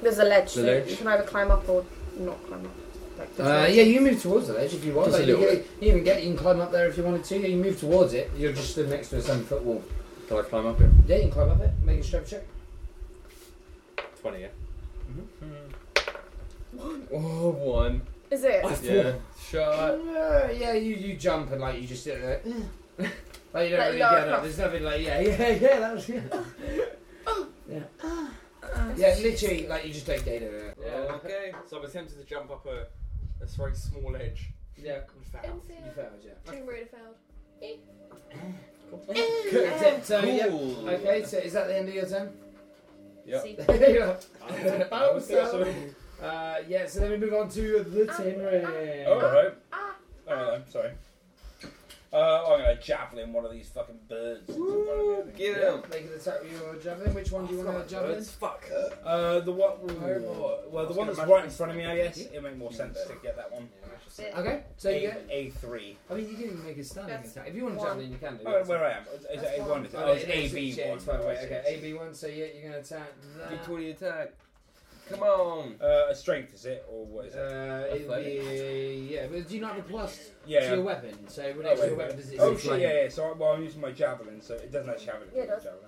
Speaker 7: There's a ledge.
Speaker 12: The
Speaker 7: so
Speaker 12: ledge?
Speaker 7: You can either climb up or not climb up. Like this
Speaker 2: Uh,
Speaker 7: ledge.
Speaker 2: yeah, you move towards the ledge if you want.
Speaker 12: Just a
Speaker 2: like, you,
Speaker 12: little
Speaker 2: get, you even get you can climb up there if you wanted to. You move towards it. You're just stood next to a seven foot wall.
Speaker 12: Can I climb up it?
Speaker 2: Yeah, you can climb up it. Make a strength check.
Speaker 12: Twenty. Yeah.
Speaker 3: Oh, one.
Speaker 7: Is it?
Speaker 3: Yeah. Shot.
Speaker 2: Uh, yeah, you, you jump and like you just sit there. like you don't
Speaker 7: Like
Speaker 2: really
Speaker 7: Lara
Speaker 2: get up.
Speaker 7: Croft.
Speaker 2: There's nothing like yeah, yeah, yeah. That was yeah. yeah. Yeah, literally, like you just don't get Oh. it.
Speaker 6: Yeah.
Speaker 3: Okay.
Speaker 6: So I was tempted to jump up a, a very small edge.
Speaker 2: Yeah,
Speaker 6: And foul.
Speaker 2: you failed, yeah.
Speaker 7: Two really failed.
Speaker 2: Good. So, yeah.
Speaker 3: Cool.
Speaker 2: Okay, so is that the end of your turn?
Speaker 3: Yep.
Speaker 5: See?
Speaker 2: Bounce Uh, yeah, so then we move on to the tin ring.
Speaker 6: Alright. Oh, I'm sorry. Uh, I'm gonna javelin one of these fucking birds.
Speaker 3: Woo, Get
Speaker 2: Yeah,
Speaker 3: him.
Speaker 2: make an attack with your javelin. Which one do you want to javelin?
Speaker 6: Fuck. Uh, the one. Well, the one that's right in front of me, I guess. It'd make more sense to get that one.
Speaker 2: Okay, so you
Speaker 6: A
Speaker 2: get.
Speaker 6: A three.
Speaker 2: I mean, you didn't make a standing
Speaker 7: That's
Speaker 2: attack. If you want to
Speaker 7: one.
Speaker 2: javelin, you can do.
Speaker 6: Oh,
Speaker 2: It's
Speaker 6: where I am. Is it
Speaker 7: That's
Speaker 6: A
Speaker 7: fine.
Speaker 6: one?
Speaker 2: Oh,
Speaker 6: Oh, it's
Speaker 2: it is,
Speaker 6: A B
Speaker 2: yeah,
Speaker 6: one.
Speaker 2: it's fine,
Speaker 6: Oh, I
Speaker 2: wait,
Speaker 6: see,
Speaker 2: okay,
Speaker 6: I see.
Speaker 2: AB one. So yeah, you're gonna attack
Speaker 3: D
Speaker 2: that.
Speaker 3: twenty attack. Come on.
Speaker 6: Uh, a strength is it, or what is it?
Speaker 2: Uh, it'd be yeah, but do you not have a plus to
Speaker 6: Yeah.
Speaker 2: your weapon? So what
Speaker 6: Oh,
Speaker 2: extra
Speaker 6: wait,
Speaker 2: weapon
Speaker 6: wait.
Speaker 2: does it?
Speaker 6: oh
Speaker 2: is
Speaker 6: shit,
Speaker 2: like-
Speaker 6: yeah, yeah. So I- well, I'm using my javelin, so it doesn't actually have anything.
Speaker 7: Yeah, it
Speaker 6: with
Speaker 7: does.
Speaker 6: javelin.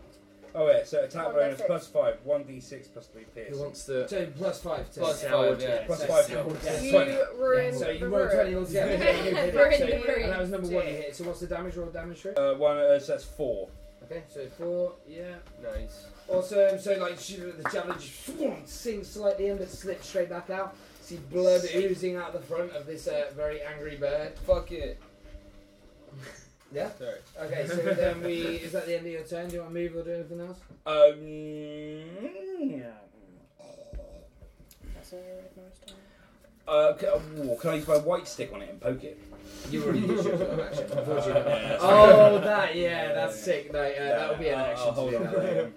Speaker 6: Oh yeah, so attack
Speaker 7: One
Speaker 6: bonus
Speaker 7: D6.
Speaker 6: plus five, one d six plus three
Speaker 12: Who
Speaker 6: piercing.
Speaker 12: wants the?
Speaker 2: So plus five to
Speaker 3: Plus
Speaker 2: yeah,
Speaker 3: five,
Speaker 2: so-
Speaker 3: yeah.
Speaker 6: Plus
Speaker 2: so-
Speaker 6: five,
Speaker 2: so-
Speaker 6: yeah.
Speaker 2: yeah,
Speaker 7: You
Speaker 2: so-
Speaker 7: ruined
Speaker 2: So you
Speaker 7: the
Speaker 2: rolled
Speaker 7: room.
Speaker 2: twenty altogether. yeah, you hit
Speaker 7: Ruined
Speaker 2: it. So-
Speaker 7: the room.
Speaker 2: And that was number one you hit. So what's the damage roll damage for it?
Speaker 6: Uh, one. Uh, so that's four.
Speaker 2: Okay, so four. Yeah.
Speaker 3: Nice.
Speaker 2: Also, um, so like she, the javelin just swoom, sinks slightly in, but slips straight back out. See blood oozing out the front of this uh, very angry bird.
Speaker 3: Fuck it.
Speaker 2: Yeah.
Speaker 3: Sorry.
Speaker 2: Okay, so then we is that the end of your turn? Do you want to move or do anything else?
Speaker 6: Um. uh,
Speaker 7: That's a really nice time.
Speaker 6: Uh, can, oh, can I use my white stick on it and poke it?
Speaker 11: You already used yours on action, unfortunately.
Speaker 6: Yeah, that's
Speaker 11: oh,
Speaker 6: right.
Speaker 11: that, yeah, that's sick. No, uh, that would be an
Speaker 6: I'll-
Speaker 11: action to
Speaker 6: I'll hold
Speaker 11: do
Speaker 3: Oh,
Speaker 6: on
Speaker 11: that
Speaker 6: to that
Speaker 11: later.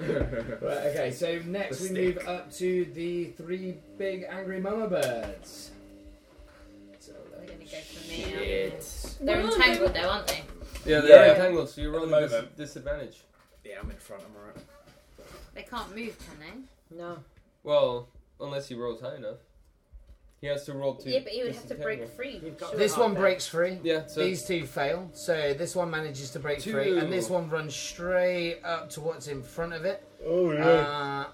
Speaker 11: Right, okay, so next we
Speaker 6: The
Speaker 11: move up to the three big angry mama birds. So,
Speaker 5: They're gonna go for me. aren't they?
Speaker 11: shit.
Speaker 5: They're entangled though, aren't they?
Speaker 3: Yeah, they're
Speaker 6: Yeah.
Speaker 3: entangled, so you're
Speaker 6: At the
Speaker 3: rolling dis-
Speaker 6: moment.
Speaker 3: disadvantage.
Speaker 6: Yeah, I'm in front. I'm alright.
Speaker 5: They can't move, can they?
Speaker 2: No.
Speaker 3: Well, unless he rolls high enough, he has to roll two.
Speaker 5: Yeah, but he would have to break
Speaker 3: disentangle.
Speaker 5: free.
Speaker 10: got
Speaker 5: surely.
Speaker 2: This one breaks free.
Speaker 3: Yeah, so
Speaker 2: These two fail. So this one manages to break
Speaker 3: Two.
Speaker 2: free, and this one runs straight up to what's in front of it.
Speaker 8: Oh
Speaker 2: Uh,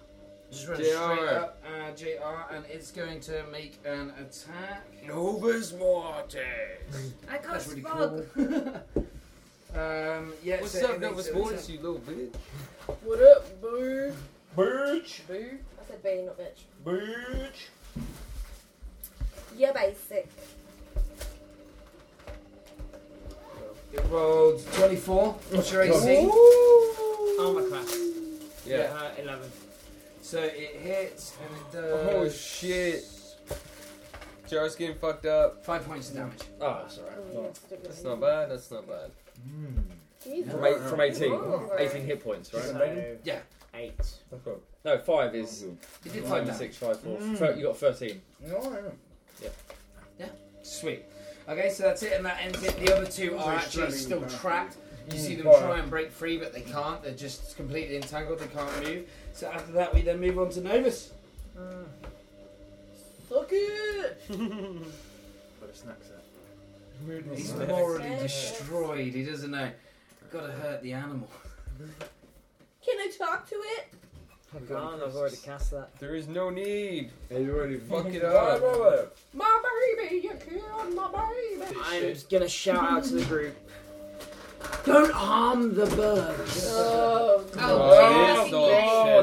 Speaker 2: just runs straight
Speaker 3: JR.
Speaker 2: up, uh, JR, and it's going to make an attack.
Speaker 11: Novus Mortis.
Speaker 5: I can't
Speaker 2: That's really
Speaker 5: spog.
Speaker 2: cool. um, yeah,
Speaker 3: what's
Speaker 2: so
Speaker 3: up,
Speaker 2: it
Speaker 3: Novus
Speaker 2: makes an
Speaker 3: Mortis, you little bitch?
Speaker 7: What up, boo?
Speaker 8: Bitch!
Speaker 7: Boo? I said boo, not bitch.
Speaker 8: Bitch!
Speaker 7: Yeah, basic.
Speaker 2: attack. It rolled 24. What's your AC?
Speaker 10: Armor class.
Speaker 3: Yeah.
Speaker 10: Uh, 11.
Speaker 2: So it hits, and it does.
Speaker 3: Oh shit! Jar's getting fucked up.
Speaker 2: Five points of damage.
Speaker 11: Oh, that's alright.
Speaker 3: That's not bad. That's not bad.
Speaker 12: From, eight, from 18. 18 hit points, right?
Speaker 10: So,
Speaker 2: Yeah.
Speaker 10: 8.
Speaker 12: That's right. No, 5 is.
Speaker 2: It did
Speaker 12: Five
Speaker 2: five
Speaker 12: to
Speaker 2: damage.
Speaker 12: six, five, four.
Speaker 3: Mm.
Speaker 12: Thir- you got 13.
Speaker 2: Sweet. Okay, so that's it, and that ends it. The other two are actually still trapped. You see them
Speaker 8: Alright.
Speaker 2: try and break free, but they can't. They're just completely entangled. They can't move. So after that, we then move on to Novus.
Speaker 7: Fuck it!
Speaker 8: Put a snack set.
Speaker 2: He's morally destroyed. He doesn't know. Gotta hurt the animal.
Speaker 7: Can I talk to it?
Speaker 10: I can't, I've already cast that.
Speaker 3: There is no need.
Speaker 8: He's already
Speaker 3: Fuck it up.
Speaker 7: My baby, you killed my baby.
Speaker 10: I'm gonna shout out to the group.
Speaker 2: Don't harm the birds.
Speaker 7: Oh,
Speaker 5: Oh,
Speaker 3: Oh,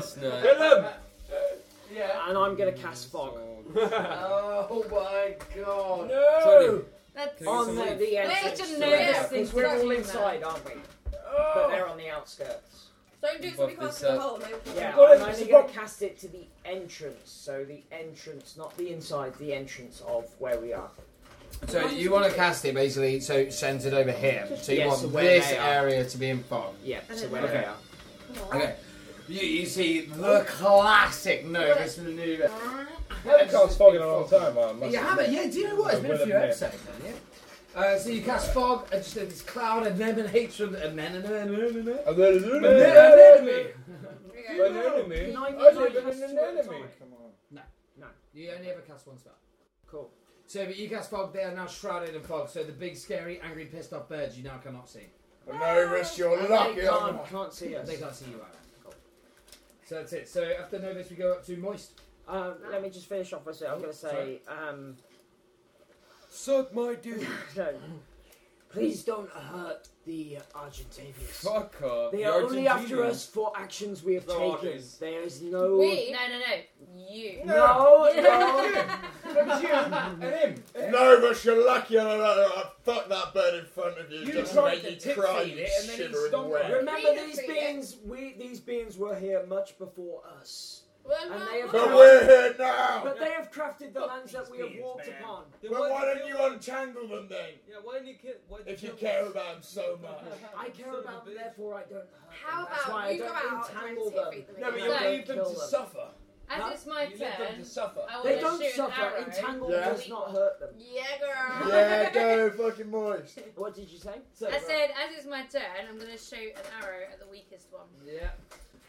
Speaker 5: Jesus.
Speaker 3: this old chestnut.
Speaker 6: uh,
Speaker 10: And I'm gonna cast fog.
Speaker 2: Oh my god.
Speaker 6: uh,
Speaker 3: Oh, Tony,
Speaker 5: That's
Speaker 3: Can you
Speaker 10: On the,
Speaker 3: Where's
Speaker 10: the
Speaker 5: Where's
Speaker 10: entrance.
Speaker 5: your
Speaker 10: Yeah,
Speaker 5: nervous
Speaker 10: because
Speaker 5: system?
Speaker 10: we're all inside, aren't we? But they're on the outskirts.
Speaker 7: Don't do it so we
Speaker 3: Buff
Speaker 7: can't
Speaker 3: this
Speaker 7: see the
Speaker 3: up.
Speaker 7: hole.
Speaker 10: Yeah,
Speaker 6: got it,
Speaker 10: I'm
Speaker 6: it's
Speaker 10: only
Speaker 6: a
Speaker 10: going
Speaker 6: bug.
Speaker 10: to cast it to the entrance, so the entrance, not the inside, the entrance of where we are.
Speaker 2: So you want to cast it basically, so it sends it over here. So you
Speaker 10: Yes,
Speaker 2: want
Speaker 10: where
Speaker 2: this
Speaker 10: they are.
Speaker 2: area to be in fog.
Speaker 10: Yeah, so
Speaker 5: don't
Speaker 10: where
Speaker 5: know.
Speaker 10: we are.
Speaker 2: Okay. You, you see the classic Novus maneuver.
Speaker 8: I haven't cast fog in a long time, man. Must
Speaker 2: You have it, yeah. Do you know what? It's been a few
Speaker 8: Well,
Speaker 2: episodes, hasn't it? Uh, so you cast fog, and just uh, this cloud, and then an hatred, and then and then and then and then.
Speaker 8: I've got an
Speaker 2: and then- and then- and then.
Speaker 8: An enemy?
Speaker 10: Nine-
Speaker 8: I
Speaker 10: nine
Speaker 8: live in
Speaker 10: cast
Speaker 8: an
Speaker 10: two at a
Speaker 8: enemy.
Speaker 10: time.
Speaker 8: Come on.
Speaker 2: You only ever cast one spell.
Speaker 10: Cool.
Speaker 2: So, but you cast fog, they are now shrouded in fog, so the big, scary, angry, pissed off birds you now cannot see.
Speaker 8: And now rest your
Speaker 10: They
Speaker 8: lucky on
Speaker 10: can't, can't see us.
Speaker 2: They can't see you either. So that's it. So after Novus, we go up to Moist.
Speaker 10: Um, let me just finish off with it. I'm going to say, um,
Speaker 3: Suck my dick.
Speaker 10: no. Please don't hurt the Argentavians.
Speaker 3: Fuck off.
Speaker 10: They
Speaker 3: The
Speaker 10: are only after
Speaker 3: Argentinians.
Speaker 10: us for actions we have
Speaker 3: The
Speaker 10: taken.
Speaker 3: Argentines.
Speaker 10: There is no.
Speaker 5: No, no, no. You.
Speaker 10: No, no.
Speaker 8: No, but you're lucky on another. I fucked that bird in front of you.
Speaker 6: You
Speaker 8: just made
Speaker 6: tried to
Speaker 8: you
Speaker 6: tip
Speaker 8: cry,
Speaker 6: feed
Speaker 8: you
Speaker 6: it, and then he
Speaker 8: shivering
Speaker 6: stomped
Speaker 8: wag.
Speaker 6: on it.
Speaker 10: Remember,
Speaker 7: Read it,
Speaker 10: these
Speaker 7: read it.
Speaker 10: beings. We these beings were here much before us, And they have-
Speaker 8: But we're here now!
Speaker 4: Oh,
Speaker 10: but they have crafted the lands that we have
Speaker 6: beings,
Speaker 10: walked
Speaker 6: man.
Speaker 10: upon.
Speaker 3: Then
Speaker 8: But why
Speaker 3: did
Speaker 8: don't
Speaker 3: kill
Speaker 8: you
Speaker 3: them?
Speaker 8: untangle them then?
Speaker 3: Yeah, why didn't you kill? Why did
Speaker 8: If you
Speaker 3: kill
Speaker 8: care
Speaker 3: them?
Speaker 8: about them so much.
Speaker 10: I care
Speaker 3: Son of a
Speaker 10: about them,
Speaker 3: bitch.
Speaker 10: therefore I don't hurt
Speaker 7: How
Speaker 10: them. That's
Speaker 7: about
Speaker 10: why I
Speaker 7: you go
Speaker 10: don't
Speaker 7: out and
Speaker 10: entangle
Speaker 7: try and
Speaker 10: them.
Speaker 7: see if we can
Speaker 10: No,
Speaker 7: make
Speaker 10: but
Speaker 7: it
Speaker 10: you
Speaker 7: work.
Speaker 10: leave them to suffer.
Speaker 5: As
Speaker 10: Huh?
Speaker 5: it's my turn,
Speaker 6: suffer.
Speaker 5: I
Speaker 10: They
Speaker 5: will
Speaker 10: don't
Speaker 5: shoot an
Speaker 10: suffer.
Speaker 5: arrow.
Speaker 10: Entangle
Speaker 8: Yeah.
Speaker 10: does not hurt them.
Speaker 7: Yeah, girl.
Speaker 8: Yeah, go fucking moist.
Speaker 10: What did you say?
Speaker 5: I said, as it's my turn, I'm going to shoot an arrow at the weakest one.
Speaker 2: Yeah.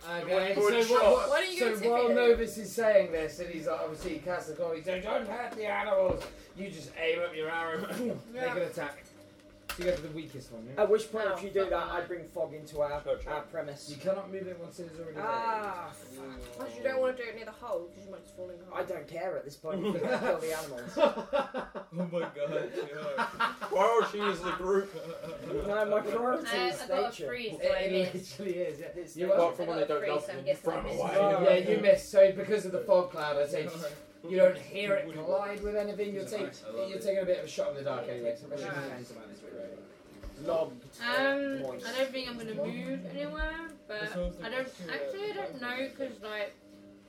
Speaker 8: One
Speaker 2: Okay,
Speaker 8: good
Speaker 2: so
Speaker 8: shot.
Speaker 2: what,
Speaker 7: What are you
Speaker 2: so
Speaker 7: gonna tip
Speaker 2: while
Speaker 7: it?
Speaker 2: Novus is saying this, and he's like, obviously he casts the glory, so don't hurt the animals. You just aim up your arrow, make
Speaker 7: Yeah.
Speaker 2: an attack. So you go for the weakest one. Yeah?
Speaker 10: At which point,
Speaker 5: No,
Speaker 10: if you do
Speaker 5: fuck
Speaker 10: Oh, that,
Speaker 5: no.
Speaker 10: I bring fog into our,
Speaker 8: Gotcha.
Speaker 10: our premise.
Speaker 2: You cannot move it once it is already
Speaker 10: Ah, fuck.
Speaker 7: Plus, you don't want to do it near the hole because you might just fall in the hole. Uh,
Speaker 10: I don't care at this point. We can kill the animals.
Speaker 3: Oh my god. yeah.
Speaker 8: Well, she's the group.
Speaker 10: No, my priority
Speaker 5: I, I
Speaker 10: is
Speaker 5: Uh, got a
Speaker 10: nature.
Speaker 5: freeze, so I
Speaker 2: It, it
Speaker 5: missed.
Speaker 2: literally is. Yeah.
Speaker 10: It's
Speaker 2: You
Speaker 10: nature.
Speaker 12: Apart from when they
Speaker 5: I got a
Speaker 12: don't love
Speaker 5: freeze, I'm
Speaker 12: them, you
Speaker 5: guessing I
Speaker 12: throw them
Speaker 5: missed.
Speaker 12: away.
Speaker 10: Oh,
Speaker 2: yeah, you miss. So because of the fog cloud, I say you don't hear it collide with anything. You'll take
Speaker 3: I love
Speaker 2: you're
Speaker 3: it.
Speaker 2: taking a bit of a shot in the dark anyway. So I shouldn't
Speaker 5: Alright.
Speaker 2: have disadvantage, really.
Speaker 10: Logged.
Speaker 5: Um,
Speaker 10: Moist.
Speaker 5: I don't think I'm gonna move anywhere, but I don't actually I don't know because like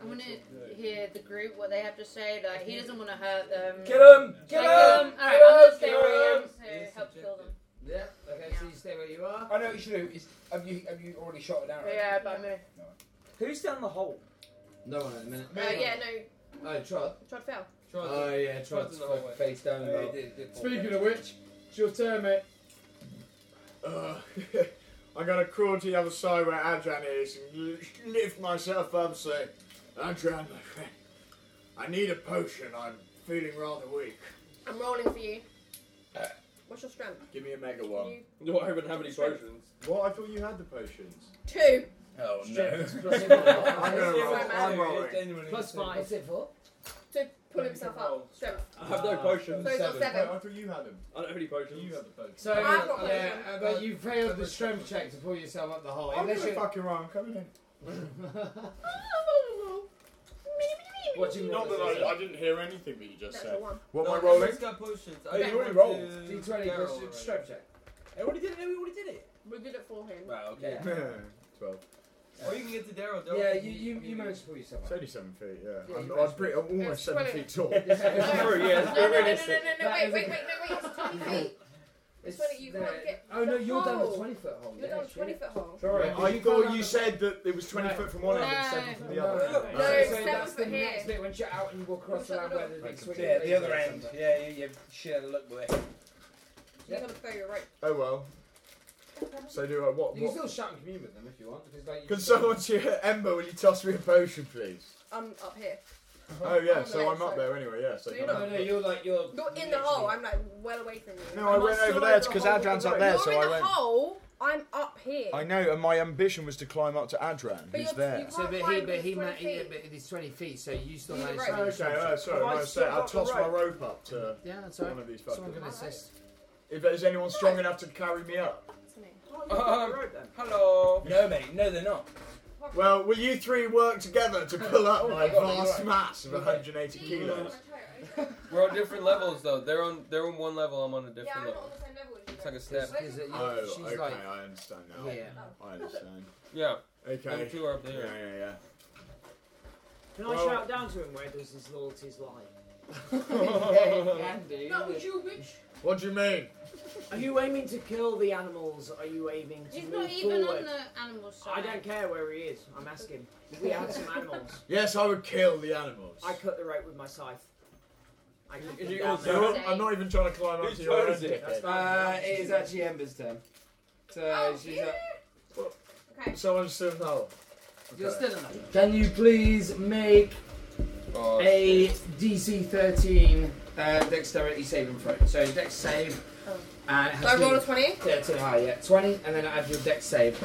Speaker 5: I want to hear the group what they have to say. Like he doesn't want to hurt them.
Speaker 2: Kill 'em!
Speaker 5: Should
Speaker 2: Kill
Speaker 5: I kill
Speaker 2: 'em!
Speaker 5: them. All right, I'm gonna
Speaker 2: Kill 'em!
Speaker 5: stay where I am.
Speaker 2: Yes,
Speaker 5: So help kill them.
Speaker 2: Yeah, okay, so you stay where you are. I know what you should do. Is, have, you, have you already shot an arrow?
Speaker 5: Yeah, but I'm
Speaker 2: Who's down the hole? No one at the minute.
Speaker 7: Uh, yeah, no.
Speaker 2: Oh, Trod.
Speaker 7: Trod fell.
Speaker 2: Oh, yeah, Trod's fucking face down.
Speaker 13: Hey,
Speaker 2: though.
Speaker 13: did- did- Speaking of which, it's your turn, mate.
Speaker 4: Uh, I gotta crawl to the other side where Adran is and lift myself up and say, Adran, my friend, I need a potion. I'm feeling rather weak.
Speaker 7: I'm rolling for you. What's your strength?
Speaker 4: Give me a mega one.
Speaker 7: You-
Speaker 3: No, I haven't have any potions.
Speaker 4: What? I thought you had the potions.
Speaker 7: Two.
Speaker 4: Oh
Speaker 2: Strength
Speaker 4: I'm gonna roll. I'm rolling.
Speaker 2: Plus
Speaker 10: five.
Speaker 2: What's it for?
Speaker 7: To pull himself up. Strength.
Speaker 3: I have
Speaker 2: Ah.
Speaker 3: no potions.
Speaker 7: So he's got
Speaker 4: Wait,
Speaker 7: seven.
Speaker 4: I thought you had them.
Speaker 3: I don't have any potions.
Speaker 4: You had the potions.
Speaker 13: So,
Speaker 7: I've got
Speaker 13: yeah,
Speaker 7: potion.
Speaker 13: uh, but you failed the strength check to pull yourself up the hole.
Speaker 4: I'm
Speaker 13: Unless
Speaker 4: gonna
Speaker 13: you-
Speaker 4: fucking wrong. I'm coming in.
Speaker 13: Watching
Speaker 4: Not
Speaker 13: what
Speaker 4: that
Speaker 13: this is.
Speaker 4: I, I didn't hear anything that you just
Speaker 7: That's
Speaker 4: said.
Speaker 7: a one.
Speaker 4: What
Speaker 3: no,
Speaker 4: am I rolling?
Speaker 3: everyone's got potions.
Speaker 2: Hey, you
Speaker 3: don't
Speaker 2: already
Speaker 3: want
Speaker 2: rolled.
Speaker 3: to-
Speaker 2: D20
Speaker 3: Yeah,
Speaker 2: plus
Speaker 3: already.
Speaker 2: strength check.
Speaker 3: Everybody did it. Everybody did it.
Speaker 7: We did it for him.
Speaker 3: Wow. Okay.
Speaker 2: Yeah.
Speaker 4: Twelve.
Speaker 3: Or you can get to Daryl. Daryl
Speaker 2: Yeah,
Speaker 3: can
Speaker 2: you,
Speaker 3: be-
Speaker 2: you,
Speaker 3: can
Speaker 2: you
Speaker 3: be-
Speaker 2: managed to pull yoiourself
Speaker 4: It's
Speaker 2: up.
Speaker 4: only seven feet. Yeah,
Speaker 2: Yeah,
Speaker 4: I'm,
Speaker 2: you
Speaker 4: I'm, pretty, I'm
Speaker 7: It's
Speaker 4: almost seven
Speaker 7: twenty.
Speaker 4: feet tall.
Speaker 3: It's true, yeah, it's
Speaker 7: No, no, no, no,
Speaker 3: realistic.
Speaker 7: no, no,
Speaker 2: That
Speaker 7: wait,
Speaker 2: is
Speaker 7: wait, wait, wait, wait, it's 20 feet.
Speaker 2: It's
Speaker 7: It's 20, you
Speaker 2: there.
Speaker 7: can't get
Speaker 2: Oh no,
Speaker 7: the
Speaker 2: you're down the
Speaker 7: hole.
Speaker 2: 20 foot hole.
Speaker 7: You're
Speaker 2: yeah,
Speaker 7: down a 20
Speaker 2: shit.
Speaker 7: foot hole.
Speaker 2: Sorry,
Speaker 4: I
Speaker 2: you
Speaker 4: thought
Speaker 2: can't-
Speaker 4: you said that it was 20
Speaker 2: No.
Speaker 4: foot from one end and
Speaker 7: No.
Speaker 4: 7 from the
Speaker 2: No,
Speaker 4: other.
Speaker 2: no,
Speaker 4: end.
Speaker 2: no.
Speaker 7: No,
Speaker 2: so
Speaker 7: seven
Speaker 2: that's the
Speaker 7: foot
Speaker 2: next
Speaker 7: here.
Speaker 2: bit when you're out and walk across
Speaker 7: Shut
Speaker 2: around
Speaker 7: the
Speaker 2: where
Speaker 7: door.
Speaker 2: the big swing
Speaker 6: Yeah, the other end. Yeah, yeah, yeah. Share the look with it.
Speaker 7: You're going to throw your rope.
Speaker 4: Oh well. So do I what?
Speaker 2: You can
Speaker 4: what?
Speaker 2: still shout and commune with them if you want. Because, like, you
Speaker 4: Can
Speaker 2: just-
Speaker 4: someone cheer Ember? Will you toss me a potion, please?
Speaker 7: I'm up here.
Speaker 4: Oh yeah,
Speaker 7: On the
Speaker 4: so
Speaker 7: left
Speaker 4: I'm up
Speaker 7: side.
Speaker 4: there anyway. Yeah, so.
Speaker 7: So you're
Speaker 4: come
Speaker 7: not-
Speaker 4: on.
Speaker 2: No, no, you're like you're.
Speaker 7: You're in the hole. I'm like well away from you.
Speaker 4: No, I went over there because Adran's up there,
Speaker 7: You're
Speaker 4: so
Speaker 7: in
Speaker 4: I
Speaker 7: the
Speaker 4: went.
Speaker 7: hole. I'm up here.
Speaker 4: I know, and my ambition was to climb up to Adran,
Speaker 7: But
Speaker 4: who's
Speaker 7: you're-
Speaker 4: there.
Speaker 7: you
Speaker 13: So, but he,
Speaker 7: Can't
Speaker 13: but he,
Speaker 7: find
Speaker 13: ma-
Speaker 7: these
Speaker 13: yeah,
Speaker 7: 20
Speaker 13: but it's 20 feet, so you still
Speaker 7: Need a
Speaker 13: managed
Speaker 7: rope.
Speaker 13: to.
Speaker 4: Okay, uh, sorry,
Speaker 10: Have I
Speaker 4: I,
Speaker 10: still
Speaker 4: I
Speaker 10: got the
Speaker 4: tossed my
Speaker 10: rope?
Speaker 4: rope up to
Speaker 13: Yeah, that's
Speaker 4: one
Speaker 13: alright.
Speaker 4: of these
Speaker 13: Someone
Speaker 4: fuckers.
Speaker 13: can assist.
Speaker 4: If there's anyone strong enough to carry me up.
Speaker 3: Um, hello.
Speaker 6: No, mate. No, they're not.
Speaker 4: Well, will you three work together to pull up my
Speaker 2: you're right.
Speaker 4: vast mass of 180
Speaker 7: Do you want
Speaker 4: kilos?
Speaker 7: my tire?
Speaker 3: We're on different levels though. They're on. They're on one level. I'm on a different
Speaker 7: Yeah, I'm not
Speaker 3: level.
Speaker 7: on the same level
Speaker 3: It's
Speaker 7: as you.
Speaker 3: like a step.
Speaker 13: Is it-
Speaker 4: Oh,
Speaker 13: she's
Speaker 4: okay,
Speaker 13: like,
Speaker 4: I understand now.
Speaker 13: yeah.
Speaker 4: I understand.
Speaker 3: Yeah.
Speaker 4: Okay.
Speaker 3: And two are up
Speaker 4: Yeah,
Speaker 3: there.
Speaker 4: yeah, yeah.
Speaker 10: Can I
Speaker 4: Well-
Speaker 10: shout down to him where does his loyalties lie?
Speaker 2: Andy.
Speaker 7: That was you, bitch.
Speaker 4: What do you mean?
Speaker 10: Are you aiming to kill the animals? Are you aiming to
Speaker 5: He's
Speaker 10: move
Speaker 5: not even
Speaker 10: forward?
Speaker 5: on the animal side.
Speaker 10: I don't care where he is. I'm asking. We had some animals.
Speaker 4: Yes, I would kill the animals.
Speaker 10: I cut the rope with my scythe. I cut
Speaker 3: You-
Speaker 10: them
Speaker 3: you
Speaker 10: down
Speaker 3: also-
Speaker 4: You know
Speaker 10: there.
Speaker 4: what? I'm not even trying to climb up
Speaker 3: Whose
Speaker 4: to your
Speaker 3: turn
Speaker 4: end.
Speaker 3: is it?
Speaker 4: dickhead.
Speaker 2: Uh, it is actually Ember's turn. So
Speaker 7: Oh,
Speaker 2: she's
Speaker 7: yeah.
Speaker 2: up.
Speaker 7: Okay.
Speaker 4: Someone's still in the hole.
Speaker 2: You're
Speaker 4: Okay.
Speaker 2: still in the hole.
Speaker 13: Can you please make
Speaker 3: Oh,
Speaker 2: A DC 13 uh, dexterity saving throw. So dex save.
Speaker 7: Oh.
Speaker 2: And it has
Speaker 7: So I
Speaker 2: to be
Speaker 7: roll a 20.
Speaker 2: Yeah, too high, yeah. 20, and then add your dex save.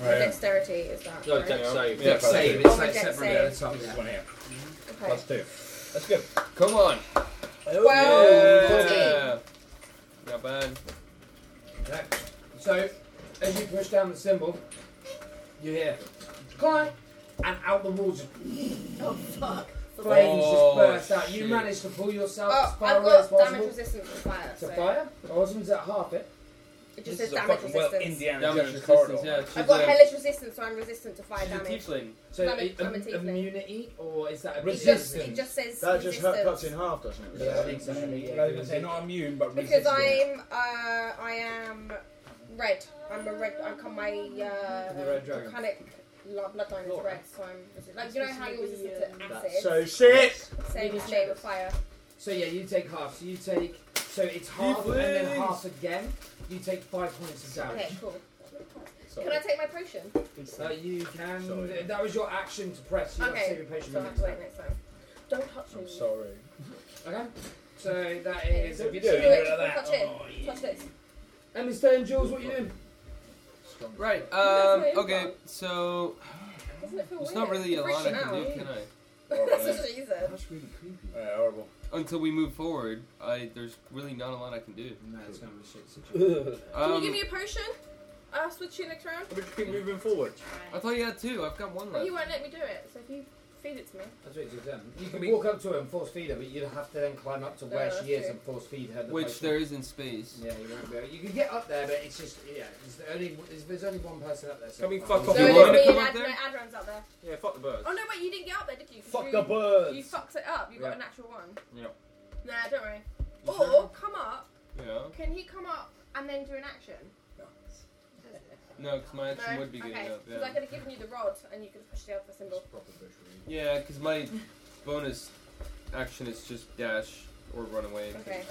Speaker 4: Right.
Speaker 7: Dexterity is that.
Speaker 6: No,
Speaker 7: right?
Speaker 6: dex save.
Speaker 2: Dex save,
Speaker 7: Oh,
Speaker 2: it's
Speaker 7: my
Speaker 2: like
Speaker 7: dex
Speaker 2: separate at the
Speaker 7: save.
Speaker 2: top. Yeah.
Speaker 7: Okay.
Speaker 6: two. That's good.
Speaker 3: come on.
Speaker 7: Well,
Speaker 3: yeah. Not bad.
Speaker 2: Okay. So, as you push down the symbol, you hear clank, and out the walls,
Speaker 7: Oh, fuck.
Speaker 2: flames
Speaker 3: Oh,
Speaker 2: just burst out. You
Speaker 3: shit.
Speaker 2: manage to pull yourself as
Speaker 7: Oh,
Speaker 2: far
Speaker 7: I've
Speaker 2: away as
Speaker 7: got
Speaker 2: possible.
Speaker 7: damage resistance to fire.
Speaker 2: to
Speaker 7: so
Speaker 2: fire? I wasn't at half it.
Speaker 7: It
Speaker 6: This
Speaker 7: just says
Speaker 6: is a
Speaker 7: damage
Speaker 6: fucking well
Speaker 7: resistance.
Speaker 6: Indiana
Speaker 3: Damage
Speaker 6: Jones
Speaker 3: resistance.
Speaker 6: corridor.
Speaker 3: Yeah. She's
Speaker 7: I've got
Speaker 3: a,
Speaker 7: hellish resistance, so I'm resistant to fire
Speaker 3: she's a
Speaker 7: damage.
Speaker 3: tiefling.
Speaker 2: So,
Speaker 7: Damage-
Speaker 2: it- um,
Speaker 7: damage evening.
Speaker 2: immunity, or is that a
Speaker 7: It just,
Speaker 2: resistance?
Speaker 7: it just says
Speaker 4: That just
Speaker 7: resistance.
Speaker 4: hurt cuts in half, doesn't it?
Speaker 2: Yeah, exactly. yeah.
Speaker 6: They're not immune, but
Speaker 7: Because
Speaker 6: resistant.
Speaker 7: I'm, uh, I am red. I'm a red. I come my uh,
Speaker 2: The red dragon.
Speaker 7: volcanic lo- bloodline is red, so I'm resistant. like you know how you're resistant to acid,
Speaker 4: That's so shit!
Speaker 7: same as shape of fire.
Speaker 2: So yeah, you take half. So you take so it's half and then half again. You take five points of damage.
Speaker 7: Okay, cool. Can I take my potion?
Speaker 2: Uh, you can.
Speaker 4: Sorry.
Speaker 2: That was your action to press. You
Speaker 7: Okay,
Speaker 2: have to save your patient
Speaker 7: So I have to wait next time. Don't touch me.
Speaker 4: I'm sorry.
Speaker 2: Okay. So that is.
Speaker 6: If you do,
Speaker 7: Do
Speaker 6: you
Speaker 7: it.
Speaker 6: go like
Speaker 7: Touch
Speaker 6: that.
Speaker 7: it.
Speaker 6: Oh,
Speaker 7: Touch this.
Speaker 2: Emma Stone, Jules, what you doing?
Speaker 3: Right.
Speaker 7: That's
Speaker 3: Um.
Speaker 7: where it
Speaker 3: Okay.
Speaker 7: was.
Speaker 3: So
Speaker 7: Doesn't it feel
Speaker 3: it's
Speaker 7: weird?
Speaker 3: not really a
Speaker 7: Oh, You're
Speaker 3: lot I
Speaker 7: freaking
Speaker 3: can do,
Speaker 7: out.
Speaker 3: can I?
Speaker 7: That's just what you said.
Speaker 4: That's really creepy.
Speaker 6: Yeah, horrible.
Speaker 3: Until we move forward, I there's really not a lot I can do.
Speaker 2: No, it's gonna be a shit situation.
Speaker 6: Ugh.
Speaker 7: Can
Speaker 3: Um,
Speaker 7: you give me a potion? I'll switch you next round.
Speaker 4: keep moving forward.
Speaker 3: I thought you had two. I've got one
Speaker 7: But
Speaker 3: left.
Speaker 7: you won't let me do it, so if you Feed it to me.
Speaker 2: That's what you've done. You could walk up to her and force feed her, but you'd have to then climb up to
Speaker 7: No,
Speaker 2: where
Speaker 7: that's
Speaker 2: she is
Speaker 7: true.
Speaker 2: and force feed her. The
Speaker 3: Which
Speaker 2: potion.
Speaker 3: there is in space.
Speaker 2: Yeah, you won't be able. You could get up there, but it's just yeah. There's the only there's- there's only one person up there. So
Speaker 3: Can we fuck
Speaker 2: far.
Speaker 3: off
Speaker 7: So
Speaker 3: You
Speaker 7: it's
Speaker 3: wanna
Speaker 7: me
Speaker 3: come up
Speaker 7: and Ad- no,
Speaker 3: there?
Speaker 7: Adran's up there.
Speaker 3: Yeah, fuck the birds.
Speaker 7: Oh no, wait, you didn't get up there, did you? 'Cause
Speaker 3: Fuck
Speaker 7: you,
Speaker 3: the birds.
Speaker 7: You fucked it up. You got
Speaker 3: Yeah.
Speaker 7: a natural one.
Speaker 3: Yeah.
Speaker 7: Nah, don't worry. Or come up.
Speaker 3: Yeah.
Speaker 7: Can he come up and then do an action?
Speaker 3: No, because my action would be
Speaker 7: okay.
Speaker 3: getting up.
Speaker 7: Because I
Speaker 3: Yeah.
Speaker 7: could have given you the rod and you could have pushed the alpha symbol.
Speaker 3: Yeah, because my bonus action is just dash or run away.
Speaker 7: Okay.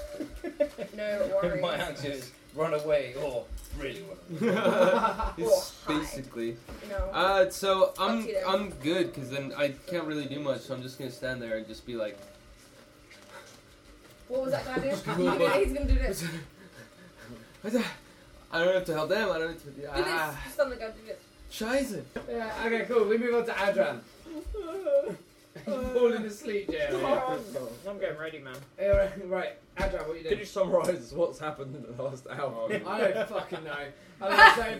Speaker 7: no worries.
Speaker 3: My
Speaker 11: action is run away or really
Speaker 3: It's basically.
Speaker 7: No.
Speaker 3: Uh, so I'm
Speaker 7: Up to you then.
Speaker 3: I'm good because then I can't really do much. So I'm just gonna stand there and just be like,
Speaker 7: What was that guy doing?
Speaker 3: Scuba.
Speaker 7: Look at that, He's gonna do this. Do
Speaker 3: I don't have to help them. I don't have to.
Speaker 7: this.
Speaker 3: Ah,
Speaker 7: Just on the go. Do this.
Speaker 3: Scheiße.
Speaker 2: Yeah, okay, cool. We move on to Adran. Falling asleep, Jeremy.
Speaker 10: I'm getting ready, man.
Speaker 2: Hey, right- right, Adran, what are you doing? Oh,
Speaker 12: Could you summarise what's happened in the last hour?
Speaker 2: I don't fucking know. I mean,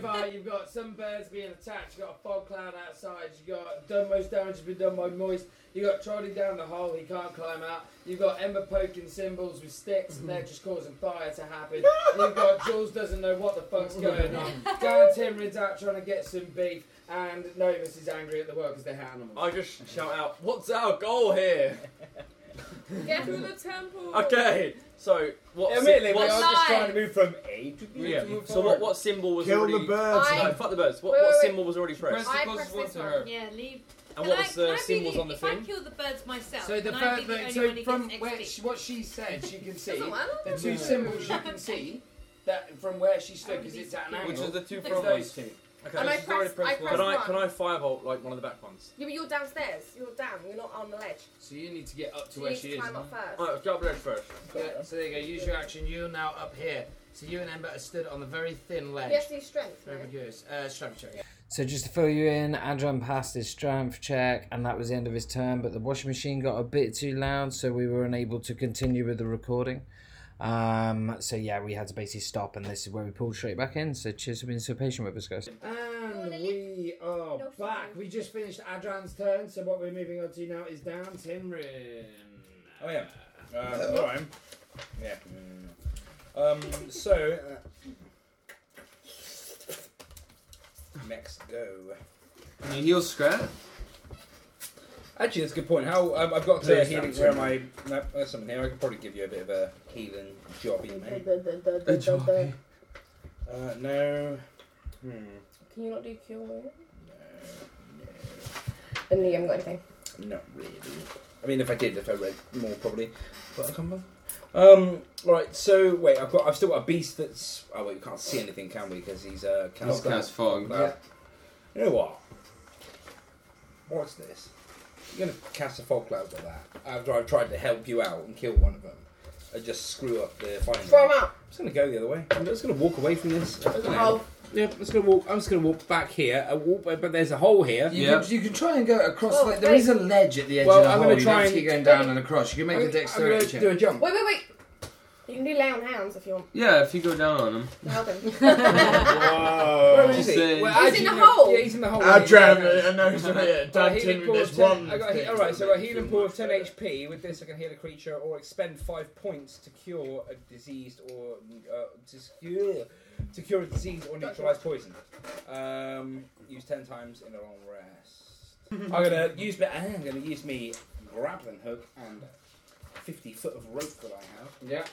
Speaker 2: so far you've got some birds being attacked, you've got a fog cloud outside, you've got Dumbo's damage has been done by Moist, you've got Charlie down the hole, he can't climb out, you've got Ember poking symbols with sticks and they're just causing fire to happen, you've got Jules doesn't know what the fuck's going on, Dan Timrin's out trying to get some beef, and Novus is angry at the world because they're animals.
Speaker 12: I just shout out, "What's our goal here?"
Speaker 7: Get through the temple.
Speaker 12: Okay, so what?
Speaker 6: Admittedly, we
Speaker 12: what's-
Speaker 6: are just trying to
Speaker 7: Alive.
Speaker 6: move from A to B.
Speaker 12: yeah.
Speaker 6: to move
Speaker 12: So what? What symbol was
Speaker 8: Kill
Speaker 12: already?
Speaker 8: the birds.
Speaker 7: I-
Speaker 12: No, fuck the birds. What,
Speaker 7: Wait,
Speaker 12: what
Speaker 7: wait, wait.
Speaker 12: symbol was already pressed?
Speaker 3: Press
Speaker 5: I
Speaker 3: the closest
Speaker 5: press
Speaker 3: one
Speaker 5: this
Speaker 3: to
Speaker 5: one.
Speaker 3: her.
Speaker 5: Yeah, leave.
Speaker 12: And
Speaker 5: Can
Speaker 12: what
Speaker 5: I,
Speaker 12: was the
Speaker 5: can I be
Speaker 12: symbols
Speaker 5: the,
Speaker 12: on the
Speaker 5: if I
Speaker 12: thing?
Speaker 5: kill the birds myself,
Speaker 2: So the
Speaker 5: can I
Speaker 2: bird,
Speaker 5: be the only
Speaker 2: so
Speaker 5: one who
Speaker 2: from
Speaker 5: gets
Speaker 2: where
Speaker 5: XP?
Speaker 2: she, what she said, she can see
Speaker 7: Doesn't matter.
Speaker 2: the two symbols you can see that from where she
Speaker 7: Oh,
Speaker 2: stood because it's at an angle.
Speaker 3: Which is the two
Speaker 7: It's
Speaker 3: front
Speaker 2: those
Speaker 3: ones.
Speaker 2: two.
Speaker 7: And I
Speaker 3: she's already
Speaker 7: pressed- I
Speaker 3: pressed
Speaker 12: Can
Speaker 3: one.
Speaker 7: pressed-
Speaker 12: I can I firebolt like one of the back ones?
Speaker 7: Yeah, but you're downstairs. You're down. You're not on the ledge.
Speaker 2: So you need to get up to
Speaker 7: So you
Speaker 2: where
Speaker 7: need
Speaker 2: she
Speaker 7: to
Speaker 2: is.
Speaker 7: climb up first.
Speaker 12: Alright, let's go up there first.
Speaker 2: Yeah, so there you go. Use your action. You're now up here. So you and Ember are stood on the very thin ledge.
Speaker 7: You have to use strength. No?
Speaker 2: Very good. Uh, strength check. So just to fill you in, Adrian passed his strength check, and that was the end of his turn. But the washing machine got a bit too loud, so we were unable to continue with the recording. Um, so yeah, we had to basically stop, and this is where we pulled straight back in. So cheers for being so patient with us, guys. And we are
Speaker 7: No,
Speaker 2: back. We just finished Adran's turn, so what we're moving on to now is down Timrin.
Speaker 6: Oh yeah. Uh, hello, I'm. Yeah. Um. So. Uh, Mexico.
Speaker 3: Can you heal Scrat?
Speaker 6: Actually, that's a good point. How um, I've got to
Speaker 11: Please,
Speaker 6: healing.
Speaker 11: that's
Speaker 6: Where am I? No, there's something here. I could probably give you a bit of a healing jobby, mate.
Speaker 3: A job.
Speaker 6: Uh, no. Hmm.
Speaker 7: Can you not do cure wound?
Speaker 6: No.
Speaker 7: And you haven't got anything.
Speaker 6: No. Not really. I mean, if I did, if I read more, probably. But I can't bother. Um. Right. So wait, I've got. I've still got a beast that's. Oh wait, we can't see anything, can we? Because he's uh.
Speaker 3: He's
Speaker 6: cast out.
Speaker 3: cast fog.
Speaker 6: Well, You know what? What's this? You're gonna cast a fog cloud at that after I've tried to help you out and kill one of them. I just screw up the final.
Speaker 7: Throw him out.
Speaker 6: I'm just gonna go the other way. I'm just gonna walk away from this. I don't know.
Speaker 7: hole.
Speaker 6: Yeah, I'm just gonna walk. I'm just gonna walk back here. I walk, but there's a hole here.
Speaker 3: Yeah.
Speaker 2: You, can, you can try and go across.
Speaker 7: Oh,
Speaker 2: like, there
Speaker 7: wait.
Speaker 2: is a ledge at the edge
Speaker 6: Well,
Speaker 2: of the
Speaker 6: I'm
Speaker 2: hole.
Speaker 6: gonna
Speaker 2: You
Speaker 6: try
Speaker 2: don't have to
Speaker 6: and-
Speaker 2: keep going down and across. You can make a
Speaker 6: I'm
Speaker 2: dexterity
Speaker 6: gonna
Speaker 2: check.
Speaker 6: do a jump.
Speaker 7: Wait, wait, wait. You can do lay on hands if you want.
Speaker 3: Yeah, if you go down on him.
Speaker 7: Help him.
Speaker 6: Where
Speaker 8: Whoa.
Speaker 6: is
Speaker 3: Just
Speaker 6: he?
Speaker 3: saying-
Speaker 6: Well,
Speaker 7: He's
Speaker 6: actually,
Speaker 7: in the
Speaker 6: no-
Speaker 7: hole.
Speaker 6: Yeah, he's in the hole.
Speaker 8: I drowned
Speaker 6: Yeah.
Speaker 8: it. I know some here.
Speaker 6: Uh,
Speaker 8: Dad
Speaker 6: healing
Speaker 8: Tim,
Speaker 6: pool
Speaker 8: there's
Speaker 6: of
Speaker 8: one.
Speaker 6: ten- I got he-
Speaker 8: thing.
Speaker 6: all right, so I got healing pool of ten HP. With this, I can heal a creature or expend five points to cure a diseased or uh, to, cure, to cure a disease or neutralize poison. Um, use ten times in a long rest. I'm gonna use my. I'm gonna use me grappling hook and fifty foot of rope that I have.
Speaker 2: Yeah.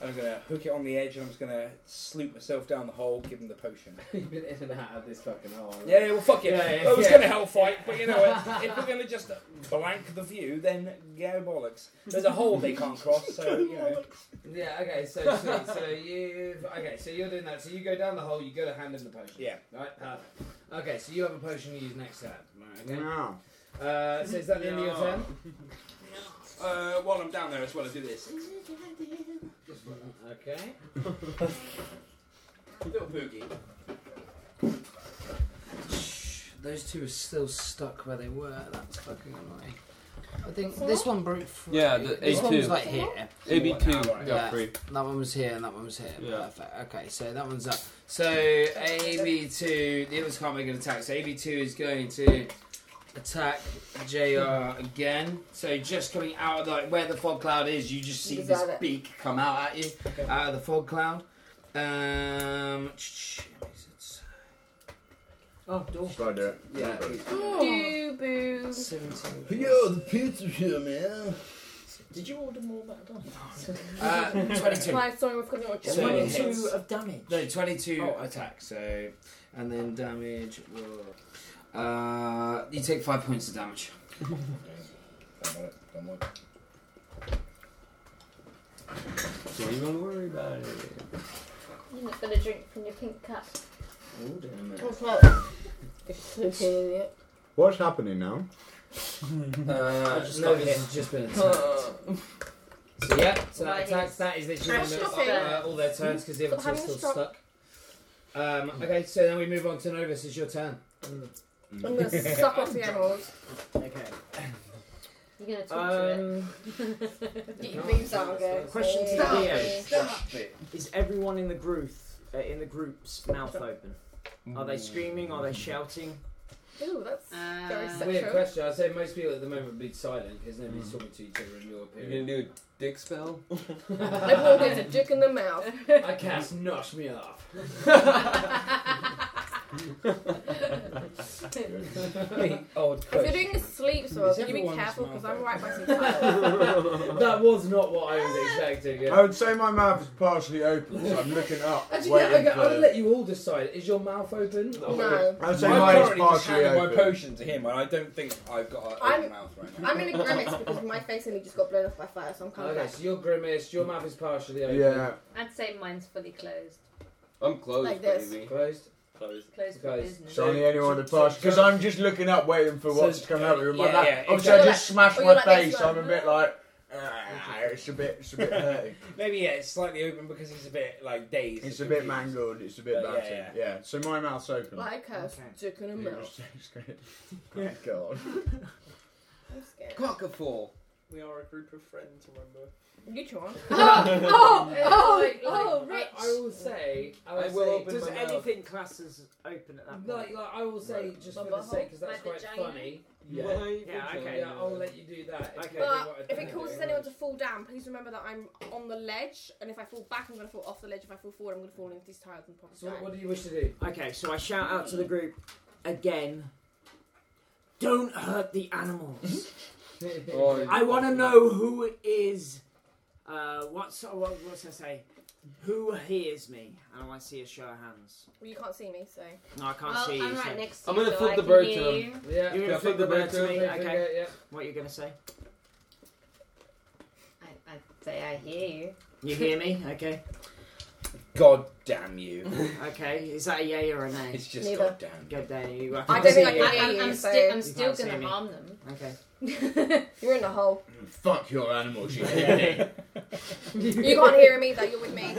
Speaker 6: And I'm gonna hook it on the edge and I'm just gonna sloop myself down the hole, give him the potion.
Speaker 2: You've been in and out of this fucking hole.
Speaker 6: Yeah, yeah, well, fuck it.
Speaker 2: Yeah, yeah,
Speaker 6: I was
Speaker 2: yeah.
Speaker 6: going to hell fight, but you know what? if we're going to just blank the view, then go bollocks. There's a hole they can't cross, so you know.
Speaker 2: Yeah, okay, so sweet. so you've okay, so you're doing that. So you go down the hole, you go to hand in the potion.
Speaker 6: Yeah.
Speaker 2: Right? Perfect. Okay, so you have a potion you use next turn. Right, okay.
Speaker 8: No.
Speaker 2: Uh, so is that the end of your turn?
Speaker 6: Uh, while I'm down there as well, I do this.
Speaker 2: Okay.
Speaker 6: Little boogie.
Speaker 2: Those two are still stuck where they were. That's fucking annoying. I think this one broke free.
Speaker 3: Yeah, the
Speaker 2: this one
Speaker 3: A2.
Speaker 2: was like here.
Speaker 3: AB two.
Speaker 6: Yeah, right.
Speaker 3: Yeah, free.
Speaker 2: That one was here and that one was here.
Speaker 3: Yeah.
Speaker 2: Perfect. Okay, so that one's up. So AB2, the others can't make an attack. So AB2 is going to attack JR again. So just coming out of like where the fog cloud is, you just see
Speaker 5: He's
Speaker 2: this
Speaker 5: out of it.
Speaker 2: beak come out at you out of the fog cloud. Um,
Speaker 10: Oh, door.
Speaker 4: Should I do it?
Speaker 2: yeah,
Speaker 7: Oh. Doo boo.
Speaker 2: seventeen.
Speaker 14: Yo, the pizza's here, man.
Speaker 10: Did you order more McDonald's?
Speaker 2: Uh, twenty-two.
Speaker 7: My sorry, we've got no
Speaker 2: So-
Speaker 7: chance.
Speaker 10: Two of damage.
Speaker 2: No, twenty-two attack. So, and then damage. will- Uh, you take five points of damage.
Speaker 14: Don't worry, don't worry.
Speaker 3: Don't even worry about it.
Speaker 5: You're not going to drink from your pink cup.
Speaker 2: Oh, damn it.
Speaker 7: What's that? You're such an idiot.
Speaker 4: What's happening now?
Speaker 2: Uh,
Speaker 10: just
Speaker 2: no,
Speaker 10: got
Speaker 2: this
Speaker 10: hit.
Speaker 2: has just been attacked. So yeah, so that
Speaker 5: Right,
Speaker 2: attacks.
Speaker 5: yes.
Speaker 2: That is literally one of
Speaker 7: Stop it.
Speaker 2: uh, all their turns because the other two
Speaker 7: Stop
Speaker 2: are
Speaker 7: having
Speaker 2: still
Speaker 7: a stroke.
Speaker 2: stuck. Um, okay, so then we move on to Novus. It's your turn.
Speaker 7: I'm gonna suck off the animals.
Speaker 10: Mm, Okay.
Speaker 5: You're going to talk to it.
Speaker 10: Um,
Speaker 7: Get your beams out, okay?
Speaker 10: question to the
Speaker 7: Stop
Speaker 10: DM.
Speaker 7: it.
Speaker 10: is everyone in the group uh, in the group's mouth open? Are they screaming? Are they shouting?
Speaker 7: Ooh, that's very
Speaker 5: Uh,
Speaker 7: sexual.
Speaker 2: Weird question. I'd say most people at the moment would be silent because nobody's talking to each other in your
Speaker 3: You're gonna
Speaker 2: opinion.
Speaker 3: do a dick spell?
Speaker 7: Everyone gets a dick in the mouth.
Speaker 2: I cast Nosh Me Off. Odd
Speaker 7: If you're
Speaker 2: question.
Speaker 7: doing a sleep spell,
Speaker 2: Is
Speaker 7: can you be
Speaker 2: everyone's
Speaker 7: careful because I'm
Speaker 2: mouth
Speaker 7: right by some tiles.
Speaker 2: that was not what I was expecting. yeah.
Speaker 4: I would say my mouth is partially open, so I'm looking up.
Speaker 2: Actually, yeah,
Speaker 4: waiting
Speaker 2: okay,
Speaker 4: for-
Speaker 2: I'll let you all decide. Is your mouth open?
Speaker 7: No.
Speaker 4: I would say
Speaker 6: I'm
Speaker 4: mine is
Speaker 6: currently just
Speaker 4: partially
Speaker 6: handing my
Speaker 4: open.
Speaker 6: potion to him, and I don't think I've got an
Speaker 7: I'm-
Speaker 6: open mouth right now.
Speaker 7: I'm in a grimace because my face only just got blown off by fire, so I'm kind of
Speaker 2: Okay, so you're grimaced. Your mouth is partially open.
Speaker 4: Yeah.
Speaker 5: I'd say mine's fully closed.
Speaker 3: I'm closed,
Speaker 7: Like this.
Speaker 3: baby.
Speaker 2: Closed.
Speaker 6: Closed.
Speaker 5: Closed for
Speaker 2: Guys,
Speaker 5: business.
Speaker 4: So I'm the only one that passed because I'm just looking up, waiting for
Speaker 2: So-
Speaker 4: what's coming out with my
Speaker 2: yeah,
Speaker 4: mouth.
Speaker 2: yeah,
Speaker 4: Obviously,
Speaker 7: exactly.
Speaker 4: I just smashed
Speaker 7: Or
Speaker 4: my
Speaker 7: you're like
Speaker 4: face.
Speaker 7: this
Speaker 4: I'm a
Speaker 7: one.
Speaker 4: bit like, "Ah, it's a bit, it's a bit hurting.
Speaker 6: Maybe yeah, it's slightly open because he's a bit like dazed.
Speaker 4: It's a
Speaker 6: and
Speaker 4: bit
Speaker 6: confused.
Speaker 4: mangled. It's a bit
Speaker 6: Yeah,
Speaker 4: battered. Yeah,
Speaker 6: yeah,
Speaker 4: So my mouth's open.
Speaker 7: like, like a
Speaker 10: Okay.
Speaker 7: dick in the
Speaker 4: Yeah,
Speaker 7: mouth.
Speaker 4: it's- it's great. Oh, God.
Speaker 7: I'm scared.
Speaker 6: Cockafall.
Speaker 15: We are a group of friends, remember?
Speaker 7: You try.
Speaker 15: oh,
Speaker 7: oh,
Speaker 15: oh,
Speaker 7: Rich.
Speaker 15: I, I will say, I will,
Speaker 6: I will
Speaker 15: say,
Speaker 6: open
Speaker 10: Does
Speaker 6: my mouth.
Speaker 10: anything class is open at that point?
Speaker 15: Like, like I will say, just for
Speaker 7: Bubble
Speaker 15: the sake,
Speaker 7: hole?
Speaker 15: because that's
Speaker 5: My
Speaker 15: quite
Speaker 5: vagina?
Speaker 15: funny.
Speaker 3: Yeah,
Speaker 10: Yeah, okay.
Speaker 15: Yeah, I'll let you do that. if
Speaker 10: Okay.
Speaker 15: you want
Speaker 7: But
Speaker 15: to
Speaker 7: if it
Speaker 15: do
Speaker 7: causes anyone to fall down, please remember that I'm on the ledge, and if I fall back, I'm going to fall off the ledge. If I fall forward, I'm going to fall into these tiles and probably
Speaker 2: So what,
Speaker 7: die.
Speaker 2: what do you wish to do?
Speaker 10: Okay, so I shout out to the group again. Don't hurt the animals.
Speaker 3: Oh,
Speaker 10: I want to know who is. Uh, what's what, what's I say? Who hears me? And I want to see a show of hands.
Speaker 7: Well, you can't see me, so.
Speaker 10: No, I can't
Speaker 5: Well,
Speaker 10: see you.
Speaker 5: I'm
Speaker 10: so-
Speaker 5: right next to
Speaker 3: I'm
Speaker 5: you,
Speaker 3: gonna
Speaker 5: so
Speaker 3: flip
Speaker 5: I
Speaker 3: the
Speaker 5: can
Speaker 3: bird
Speaker 5: hear
Speaker 3: to him.
Speaker 5: you.
Speaker 2: Yeah.
Speaker 10: You're
Speaker 3: Yeah,
Speaker 10: gonna flip
Speaker 3: flip
Speaker 10: the
Speaker 3: the
Speaker 10: bird
Speaker 3: bird
Speaker 10: to
Speaker 3: to
Speaker 10: me.
Speaker 3: him.
Speaker 10: Okay,
Speaker 2: Yeah.
Speaker 10: what are you gonna say?
Speaker 5: I, I'd say I hear you.
Speaker 10: You hear me? Okay.
Speaker 6: God damn you.
Speaker 10: Okay. Is that a yay or a nay?
Speaker 6: It's just
Speaker 7: Neither.
Speaker 6: god damn.
Speaker 10: Good day. You.
Speaker 7: I don't think I can
Speaker 10: see you.
Speaker 7: hear
Speaker 5: I'm, I'm,
Speaker 7: you, so
Speaker 5: sti- I'm
Speaker 10: you
Speaker 5: still
Speaker 10: can't see
Speaker 5: going
Speaker 10: me.
Speaker 5: to harm them.
Speaker 10: Okay.
Speaker 7: You're in the hole.
Speaker 14: Fuck your animals, you
Speaker 7: You can't hear me, though. You're with me.
Speaker 6: You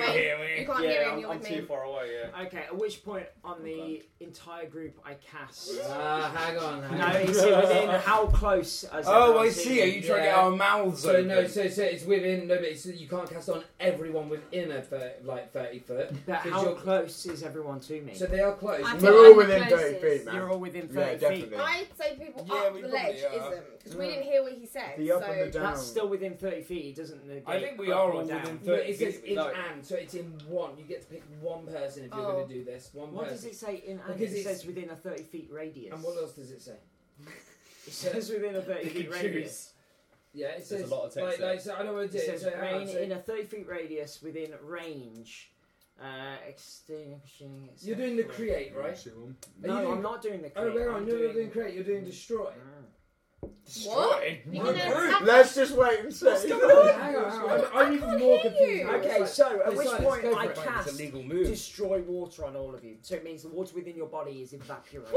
Speaker 7: Wait,
Speaker 6: hear
Speaker 7: You
Speaker 6: me?
Speaker 7: can't hear him,
Speaker 6: I'm,
Speaker 7: you're
Speaker 6: I'm
Speaker 7: with
Speaker 6: too
Speaker 7: me.
Speaker 6: far away, yeah.
Speaker 10: Okay. At which point on the entire group I cast.
Speaker 2: Uh, hang on. Hang
Speaker 10: No,
Speaker 2: on.
Speaker 10: it's within how close? As
Speaker 6: Oh,
Speaker 10: everyone
Speaker 6: I
Speaker 10: sees
Speaker 6: see. Are
Speaker 10: me.
Speaker 6: you trying to get
Speaker 2: Yeah.
Speaker 6: our mouths
Speaker 2: So
Speaker 6: open?
Speaker 2: no, so, so it's within no, but it's, you can't cast on everyone within a thir- like thirty foot.
Speaker 10: But
Speaker 2: Because
Speaker 10: how
Speaker 2: you're-
Speaker 10: close is everyone to me?
Speaker 2: So they are close.
Speaker 5: I
Speaker 4: We're
Speaker 5: think
Speaker 4: all
Speaker 5: I'm
Speaker 4: within
Speaker 5: the
Speaker 4: 30
Speaker 5: closest.
Speaker 4: feet, man.
Speaker 10: You're all within
Speaker 4: Yeah,
Speaker 10: 30 feet.
Speaker 4: definitely.
Speaker 7: I'd say people
Speaker 6: Yeah,
Speaker 7: up
Speaker 6: we
Speaker 7: the
Speaker 6: probably
Speaker 7: ledge
Speaker 6: are.
Speaker 7: isn't because we didn't hear what he said.
Speaker 4: The up
Speaker 7: so
Speaker 4: and the down.
Speaker 10: That's still within 30 feet. It doesn't negate
Speaker 6: I think we
Speaker 10: up
Speaker 6: are
Speaker 10: or
Speaker 6: all
Speaker 10: down.
Speaker 6: within
Speaker 2: No,
Speaker 6: 30
Speaker 2: it says
Speaker 6: feet.
Speaker 2: in
Speaker 6: no.
Speaker 2: and, so it's in one. You get to pick one person if you're
Speaker 7: Oh.
Speaker 2: going to do this. One
Speaker 10: What does
Speaker 2: person.
Speaker 10: it say in and
Speaker 2: Because
Speaker 10: It
Speaker 2: it's-
Speaker 10: says within a 30 feet radius.
Speaker 2: And what else does it say?
Speaker 10: It says within a 30 feet radius.
Speaker 2: Yeah, it says
Speaker 6: There's a lot of text
Speaker 2: like,
Speaker 6: there.
Speaker 2: like so I don't want to
Speaker 10: It
Speaker 2: do it.
Speaker 10: says
Speaker 2: So, hang on,
Speaker 10: rain
Speaker 2: so
Speaker 10: in a 30 feet radius within range. Uh, extinguishing. et
Speaker 2: you're doing the
Speaker 10: cetera.
Speaker 2: create, right? Are you
Speaker 10: No,
Speaker 2: doing-
Speaker 10: I'm not doing the create.
Speaker 2: Oh, where
Speaker 10: I'm
Speaker 2: on? You're not
Speaker 10: doing-
Speaker 2: doing create. You're doing destroy.
Speaker 10: Mm.
Speaker 6: Destroyed.
Speaker 5: You can
Speaker 6: Group.
Speaker 5: have-
Speaker 4: Let's just wait and see.
Speaker 2: Hang on, hang on.
Speaker 7: I
Speaker 2: I'm, I'm even
Speaker 7: can't
Speaker 2: more
Speaker 7: hear
Speaker 2: confused.
Speaker 7: you.
Speaker 2: now. It's
Speaker 10: Okay,
Speaker 2: like-
Speaker 10: so at
Speaker 2: it's
Speaker 10: which
Speaker 2: like-
Speaker 10: point
Speaker 2: go for
Speaker 10: I
Speaker 2: it.
Speaker 10: cast
Speaker 6: It's a legal move.
Speaker 10: destroy water on all of you. So it means the water within your body is evaporated.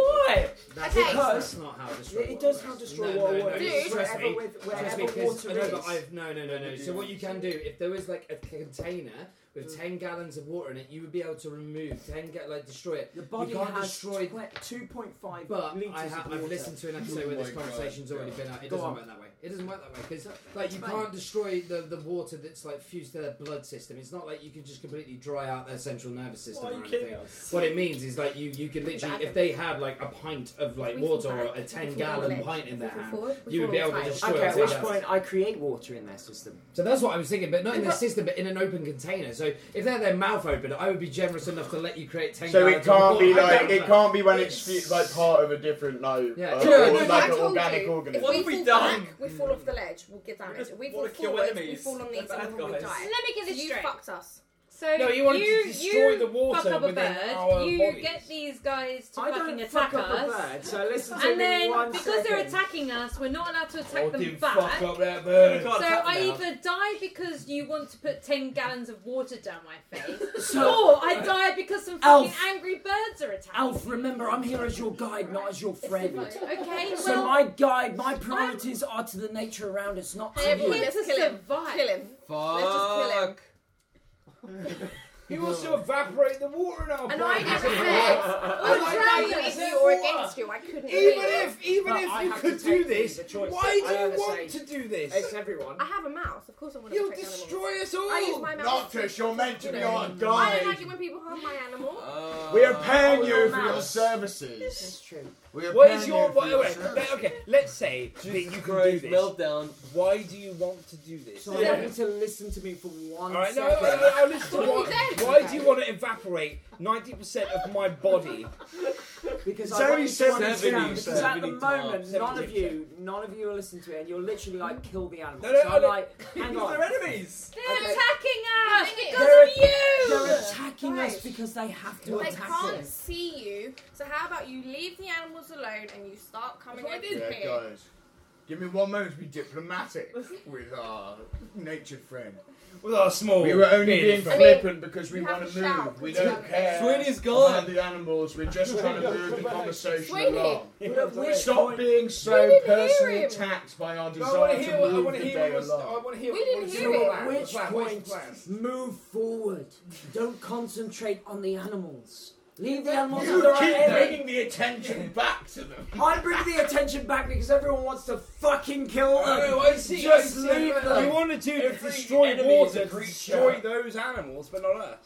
Speaker 2: That's,
Speaker 7: Okay.
Speaker 2: that's not how destroy.
Speaker 10: It
Speaker 2: works.
Speaker 10: does how destroy
Speaker 2: No, no,
Speaker 10: water
Speaker 2: no,
Speaker 10: works.
Speaker 7: Dude,
Speaker 2: trust
Speaker 10: wherever,
Speaker 2: me.
Speaker 10: with,
Speaker 2: Just
Speaker 10: wherever
Speaker 2: because-
Speaker 10: water
Speaker 2: no, no,
Speaker 10: is.
Speaker 2: but I've, no, no, no, no. So what you can do, if there was like a container
Speaker 10: Mm.
Speaker 2: with ten gallons of water in it, you would be able to remove ten, ga- like destroy it.
Speaker 10: the body
Speaker 2: can't
Speaker 10: has
Speaker 2: destroy-
Speaker 10: twe- 2.5
Speaker 2: But
Speaker 10: litres
Speaker 2: I
Speaker 10: of
Speaker 2: have,
Speaker 10: water.
Speaker 2: I've listened to an episode where this conversation's already been out. It
Speaker 10: Go
Speaker 2: doesn't
Speaker 10: on.
Speaker 2: work that way. It doesn't work that way because like
Speaker 16: That's
Speaker 2: you
Speaker 16: fine.
Speaker 2: can't destroy the, the water that's like fused to their blood system. It's not like you can just completely dry out their central nervous system
Speaker 16: Why are
Speaker 2: or
Speaker 16: you kidding
Speaker 2: anything.
Speaker 16: us?
Speaker 2: What it means is like you you can literally if they had like a pint of like water or a ten gallon pint in their hand, you would be able to destroy
Speaker 10: Okay,
Speaker 2: it.
Speaker 10: at which point I create water in their system.
Speaker 2: So that's what I was thinking, but not in the system, but in an open container. So if they're their mouth open, I would be generous enough to let you create ten.
Speaker 4: So it
Speaker 2: gallons of
Speaker 4: can't
Speaker 2: water.
Speaker 4: be
Speaker 2: I don't
Speaker 4: like it
Speaker 2: know.
Speaker 4: can't be when it's fu- like part of a different like
Speaker 2: Yeah. Do
Speaker 4: uh,
Speaker 2: you know,
Speaker 4: or-
Speaker 2: no, no,
Speaker 4: like
Speaker 2: I
Speaker 4: an
Speaker 2: told
Speaker 4: organic
Speaker 2: you, if
Speaker 4: organism.
Speaker 7: we fall back, we fall off the ledge, we'll get damaged.
Speaker 16: just
Speaker 7: We fall
Speaker 16: wanna kill
Speaker 7: forward, we
Speaker 16: enemies.
Speaker 7: fall on these,
Speaker 16: They're
Speaker 7: and
Speaker 16: bad
Speaker 7: we die.
Speaker 16: guys.
Speaker 17: Let me get this
Speaker 7: you
Speaker 17: straight.
Speaker 7: fucked us.
Speaker 17: So
Speaker 7: No, you wanted to destroy
Speaker 17: you
Speaker 7: the water
Speaker 17: fuck up a
Speaker 7: within
Speaker 17: bird.
Speaker 7: our
Speaker 17: you
Speaker 7: bodies.
Speaker 17: get these guys to
Speaker 10: I
Speaker 17: fucking
Speaker 10: don't
Speaker 17: attack
Speaker 10: fuck up a
Speaker 17: us.
Speaker 10: bird, so listen to
Speaker 17: and
Speaker 10: me
Speaker 17: then
Speaker 10: one
Speaker 17: because they they're
Speaker 10: second.
Speaker 17: attacking us, we're not allowed to attack
Speaker 10: Oh,
Speaker 17: them
Speaker 10: didn't
Speaker 17: back.
Speaker 10: fuck up
Speaker 2: that
Speaker 10: bird.
Speaker 17: So
Speaker 10: You can't attack
Speaker 17: I
Speaker 10: them now.
Speaker 17: either die because you want to put ten gallons of water down my face,
Speaker 10: So- uh,
Speaker 17: or I die because some fucking
Speaker 10: Alf.
Speaker 17: angry birds are attacking.
Speaker 10: Alf, remember, I'm here as your guide, not as your friend.
Speaker 17: Okay,
Speaker 10: So
Speaker 17: well-
Speaker 10: my guide, my priorities are to the nature around us, not to
Speaker 17: Everyone
Speaker 10: you.
Speaker 17: gets to survive.
Speaker 7: Kill him. Let's just kill him.
Speaker 6: You also evaporate the water in our
Speaker 7: And I
Speaker 6: bodies.
Speaker 7: never said. I would drown you if you or against you. I couldn't.
Speaker 6: Even
Speaker 7: really.
Speaker 6: if, even
Speaker 7: But
Speaker 6: if
Speaker 7: I
Speaker 6: you
Speaker 7: have
Speaker 6: could
Speaker 7: to
Speaker 6: do
Speaker 7: take
Speaker 6: this,
Speaker 7: the choice
Speaker 6: why do
Speaker 7: that I
Speaker 6: you
Speaker 7: ever
Speaker 6: want
Speaker 7: say.
Speaker 6: to do this?
Speaker 7: It's
Speaker 10: everyone.
Speaker 17: Ah,
Speaker 7: I have a mouth. Of course, I want to
Speaker 6: You'll
Speaker 7: protect animals.
Speaker 6: destroy us all.
Speaker 7: I use my mouth.
Speaker 4: Noctis, you're meant to
Speaker 7: You
Speaker 4: be
Speaker 7: know,
Speaker 4: our
Speaker 7: I
Speaker 4: guide.
Speaker 7: don't like it when people harm my animal.
Speaker 4: We are paying you for your
Speaker 7: mouth.
Speaker 4: services. This is
Speaker 10: true.
Speaker 4: We are
Speaker 6: What
Speaker 4: paying
Speaker 6: is your
Speaker 4: you for
Speaker 6: wait,
Speaker 4: your
Speaker 6: wait,
Speaker 4: services.
Speaker 6: let- okay? Let's say that you can do this.
Speaker 3: meltdown.
Speaker 6: Why do you want to do this?
Speaker 10: So I want you to listen to me for one
Speaker 6: All right, no, no,
Speaker 10: second.
Speaker 6: no, no, I'll listen to what.
Speaker 10: Okay.
Speaker 6: Why do you want to evaporate ninety percent of my body?
Speaker 10: Because
Speaker 6: It's
Speaker 10: I
Speaker 6: only
Speaker 10: want you to
Speaker 6: 70,
Speaker 10: understand, because at the
Speaker 6: 70 times.
Speaker 10: moment, none of
Speaker 6: 70.
Speaker 10: you, none of you are listening to it, and you're literally like, kill the animals.
Speaker 6: No, no,
Speaker 10: so
Speaker 6: I
Speaker 10: I'm
Speaker 6: don't-
Speaker 10: like, hang on.
Speaker 6: They're enemies.
Speaker 17: They're attacking us because
Speaker 10: They're-
Speaker 17: of you.
Speaker 10: They're attacking us because they have to
Speaker 7: They
Speaker 10: attack
Speaker 7: can't
Speaker 10: us.
Speaker 7: see you, so how about you leave the animals alone and you start coming over
Speaker 4: Yeah,
Speaker 7: here?
Speaker 4: guys. Give me one moment to be diplomatic with our nature friend.
Speaker 6: With our small.
Speaker 4: We were only
Speaker 6: beard
Speaker 4: being
Speaker 6: friend.
Speaker 4: flippant because we
Speaker 7: you
Speaker 4: want to
Speaker 7: have to
Speaker 4: move.
Speaker 7: shout.
Speaker 4: We
Speaker 7: You
Speaker 4: don't
Speaker 7: have to
Speaker 6: Uh,
Speaker 4: care
Speaker 7: Sweeney's
Speaker 4: gone. about the animals. We're just trying to move the conversation
Speaker 7: Sweeney.
Speaker 4: along.
Speaker 7: But at which
Speaker 4: Stop
Speaker 7: point-
Speaker 4: being
Speaker 7: We
Speaker 4: so
Speaker 7: didn't hear
Speaker 4: personally
Speaker 7: him.
Speaker 4: attacked by our
Speaker 2: No, I want
Speaker 4: desire
Speaker 2: to hear. What,
Speaker 4: to
Speaker 2: I
Speaker 4: move
Speaker 2: want
Speaker 4: the
Speaker 2: to hear. What
Speaker 4: day
Speaker 2: was, I
Speaker 4: along.
Speaker 2: want to hear.
Speaker 7: We
Speaker 2: what
Speaker 7: didn't
Speaker 2: was
Speaker 7: hear
Speaker 2: your
Speaker 7: it.
Speaker 2: plan,
Speaker 10: Which
Speaker 2: the plan, what's the
Speaker 10: point?
Speaker 2: plan?
Speaker 10: Move forward. Don't concentrate on the animals. Leave the animals
Speaker 16: You
Speaker 10: alone.
Speaker 16: keep
Speaker 10: bringing
Speaker 4: the attention back to them.
Speaker 10: I bring the attention back because everyone wants to fucking kill them.
Speaker 6: No, I see.
Speaker 10: Just
Speaker 6: I see.
Speaker 10: leave them.
Speaker 6: You want to do
Speaker 10: Every
Speaker 6: destroy
Speaker 10: enemy is
Speaker 6: water,
Speaker 10: a creature.
Speaker 6: destroy those animals, but not us.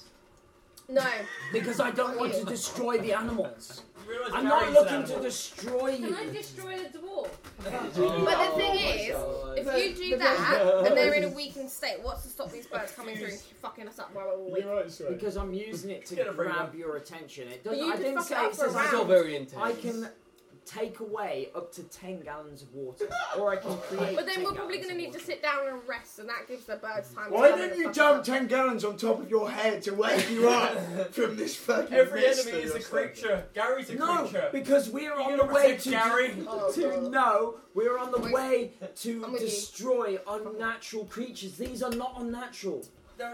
Speaker 7: No.
Speaker 10: Because I don't want to destroy the animals.
Speaker 16: realise
Speaker 10: I'm
Speaker 16: Gary's
Speaker 10: not
Speaker 16: an
Speaker 10: looking
Speaker 16: animal.
Speaker 10: to destroy you.
Speaker 17: Can
Speaker 10: Oh
Speaker 17: I destroy the dwarf?
Speaker 7: But the thing is, if you do that and they're in a weakened state, what's to stop these birds coming through and fucking us up while we're all weak?
Speaker 10: Because I'm using it to
Speaker 7: Get a brain
Speaker 10: grab your attention. It
Speaker 7: But
Speaker 10: doesn't.
Speaker 7: you
Speaker 10: I
Speaker 7: could
Speaker 10: didn't
Speaker 7: fuck it
Speaker 10: say
Speaker 7: up
Speaker 10: it says
Speaker 7: for a
Speaker 10: I
Speaker 7: round.
Speaker 10: can-
Speaker 7: Still very intense.
Speaker 10: I can take away up to ten gallons of water, or I can create.
Speaker 7: But then
Speaker 10: 10
Speaker 7: we're probably
Speaker 10: gallons.
Speaker 7: going to need to sit down and rest, and that gives the birds time.
Speaker 4: Why
Speaker 7: to come in
Speaker 4: don't
Speaker 7: and
Speaker 4: you
Speaker 7: fuck
Speaker 4: dump
Speaker 7: us up.
Speaker 4: ten gallons on top of your head to wake you up from this fucking?
Speaker 16: Every
Speaker 4: mist
Speaker 16: enemy
Speaker 4: that
Speaker 16: is
Speaker 4: you're
Speaker 16: a creature. Gary's a
Speaker 10: No,
Speaker 16: creature.
Speaker 10: because we're on
Speaker 16: gonna
Speaker 10: the way
Speaker 16: protect
Speaker 10: to
Speaker 16: Gary?
Speaker 4: Oh,
Speaker 10: to no, we're on the
Speaker 16: Wait.
Speaker 10: way
Speaker 16: I'm
Speaker 10: to
Speaker 16: with you.
Speaker 10: destroy unnatural creatures. These are not unnatural.
Speaker 16: They're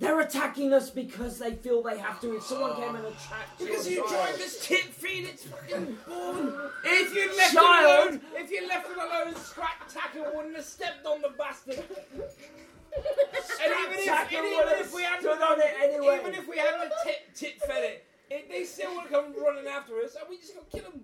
Speaker 10: They're attacking us because they feel they have to. If someone came and attacked
Speaker 16: Because
Speaker 10: your
Speaker 16: you
Speaker 10: child-
Speaker 16: tried this
Speaker 6: tit feed its fucking born. If you left
Speaker 10: Child.
Speaker 6: him alone, if you left him alone, Scrap Tackle wouldn't have stepped on the bastard. and even if,
Speaker 16: Tacker
Speaker 6: and
Speaker 16: would
Speaker 6: even
Speaker 16: have
Speaker 6: if we hadn't
Speaker 16: stood on it anyway.
Speaker 6: even if we hadn't tit tit fed it, it, they still would have come running after us, and we just gonna kill them.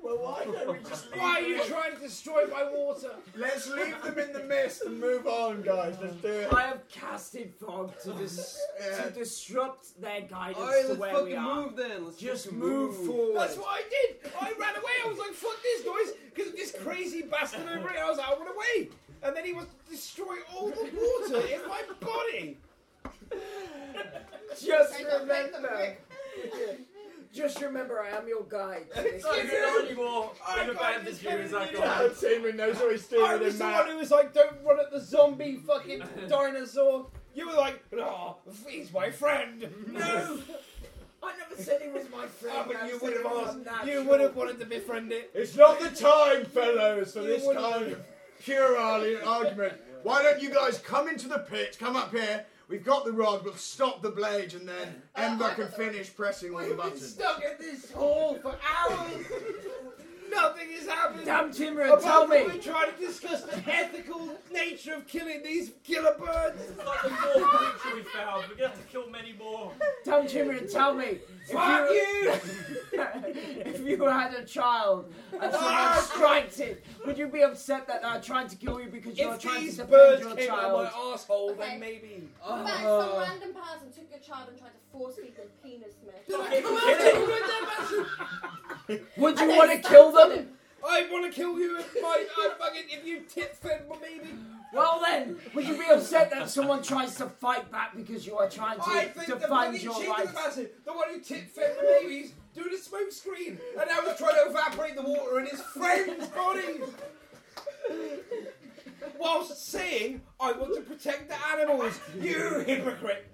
Speaker 4: Well, why don't we just leave
Speaker 6: Why are you
Speaker 4: them?
Speaker 6: trying to destroy my water?
Speaker 4: Let's leave them in the mist and move on, guys. Let's do it.
Speaker 10: I have casted fog to, dis- to disrupt their guidance
Speaker 3: Alright,
Speaker 10: to
Speaker 3: let's
Speaker 10: where we
Speaker 3: fucking
Speaker 10: are.
Speaker 3: move then. Let's
Speaker 10: Just
Speaker 3: fucking
Speaker 10: move,
Speaker 3: move.
Speaker 10: forward.
Speaker 6: That's what I did. I ran away. I was like, "Fuck this noise!" Because of this crazy bastard over here. I was like, "I run away," and then he was to destroy all the water in my body.
Speaker 10: Just
Speaker 16: Take them, take them,
Speaker 10: remember. Just remember, I am your guide.
Speaker 16: It's not even on anymore.
Speaker 6: I
Speaker 16: We've
Speaker 6: can't
Speaker 16: abandoned you
Speaker 6: defend
Speaker 16: as our
Speaker 6: you
Speaker 16: god.
Speaker 6: now.
Speaker 4: Team knows what he's
Speaker 6: I
Speaker 4: doing.
Speaker 6: was
Speaker 4: in
Speaker 6: the
Speaker 4: that.
Speaker 6: one who was like, "Don't run at the zombie fucking dinosaur." You were like, "Oh, he's my friend." No,
Speaker 10: I never said he was my
Speaker 6: Ah,
Speaker 10: friend.
Speaker 6: but
Speaker 10: I
Speaker 6: you
Speaker 10: said
Speaker 6: would have
Speaker 10: he was
Speaker 6: asked. You
Speaker 10: natural.
Speaker 6: would have wanted to befriend it.
Speaker 4: It's not the time, fellows, for
Speaker 6: You
Speaker 4: this
Speaker 6: wouldn't-
Speaker 4: kind of puerile argument. Why don't you guys come into the pit, come up here, we've got the rod, we'll stop the blade, and then Ember can finish pressing all the
Speaker 6: We've been
Speaker 4: buttons.
Speaker 6: stuck at this hole for hours.
Speaker 2: Nothing has happened.
Speaker 10: Damn timber,
Speaker 2: Apart
Speaker 10: tell
Speaker 2: from
Speaker 10: me.
Speaker 2: We try to discuss the ethical nature of killing these killer birds.
Speaker 16: It's like the fourth creature we found. We're gonna have to kill many more.
Speaker 10: Tom Chimera, tell me.
Speaker 16: Fuck
Speaker 10: if you had a child and someone strikes it, would you be upset that I'm trying to kill you because you're
Speaker 2: If
Speaker 10: trying
Speaker 2: these
Speaker 10: to
Speaker 2: birds
Speaker 10: defend your
Speaker 2: came out
Speaker 10: child?
Speaker 2: of my asshole,
Speaker 7: Okay.
Speaker 2: then maybe.
Speaker 7: What about if some random person took your child and tried to force people penis smash?
Speaker 10: Would you
Speaker 7: And
Speaker 10: want
Speaker 7: then
Speaker 10: to kill
Speaker 7: stab
Speaker 10: them?
Speaker 2: I want to kill you if my I fucking if you tit fed my baby.
Speaker 10: Well then, would you be upset that someone tries to fight back because you are trying
Speaker 2: I
Speaker 10: to
Speaker 2: think the
Speaker 10: defend
Speaker 2: bloody
Speaker 10: your
Speaker 2: chief of the
Speaker 10: rights?
Speaker 2: massive, the one who tit fed the babies, doing a smoke screen, and now he's trying to evaporate the water in his friend's bodies. Whilst saying, I want to protect the animals, you hypocrite.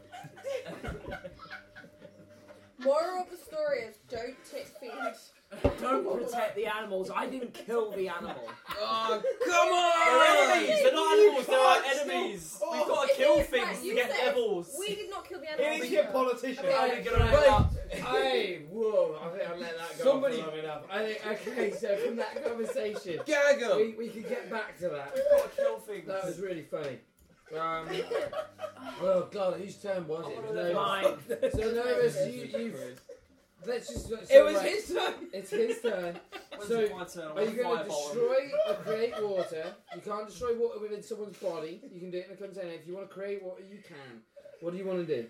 Speaker 7: Moral of the story is don't tit feed.
Speaker 10: Don't protect the animals. I didn't kill the animal.
Speaker 2: Oh,
Speaker 16: Come on! They're enemies! They're not animals, they're our enemies! We've got to
Speaker 7: It
Speaker 16: kill
Speaker 7: is right,
Speaker 16: things to
Speaker 7: you
Speaker 16: get
Speaker 7: said
Speaker 16: levels!
Speaker 7: We did not kill
Speaker 6: Oh.
Speaker 7: the
Speaker 2: He
Speaker 7: animals.
Speaker 2: needs to be a politician.
Speaker 7: Okay,
Speaker 16: I
Speaker 7: okay.
Speaker 16: didn't get on
Speaker 2: Wait.
Speaker 16: that.
Speaker 2: Hey, whoa, I think I let that go
Speaker 11: Somebody-
Speaker 2: Somebody. long enough. I think, okay, so from that conversation,
Speaker 11: Gag 'em.
Speaker 2: we, we could get back to that.
Speaker 16: We've got to kill things.
Speaker 2: That was really funny. Um, oh god, whose turn was it? It was Nova's.
Speaker 10: Mine.
Speaker 2: So Novus, you, you, let's just. So
Speaker 10: It was his
Speaker 2: turn. It's his turn.
Speaker 16: When's
Speaker 2: so
Speaker 16: it my turn? I'm
Speaker 2: are you
Speaker 16: fireball
Speaker 2: going to
Speaker 16: him.
Speaker 2: destroy or create water? You can't destroy water within someone's body. You can do it in a container. If you want to create water, you can. What do you want to do?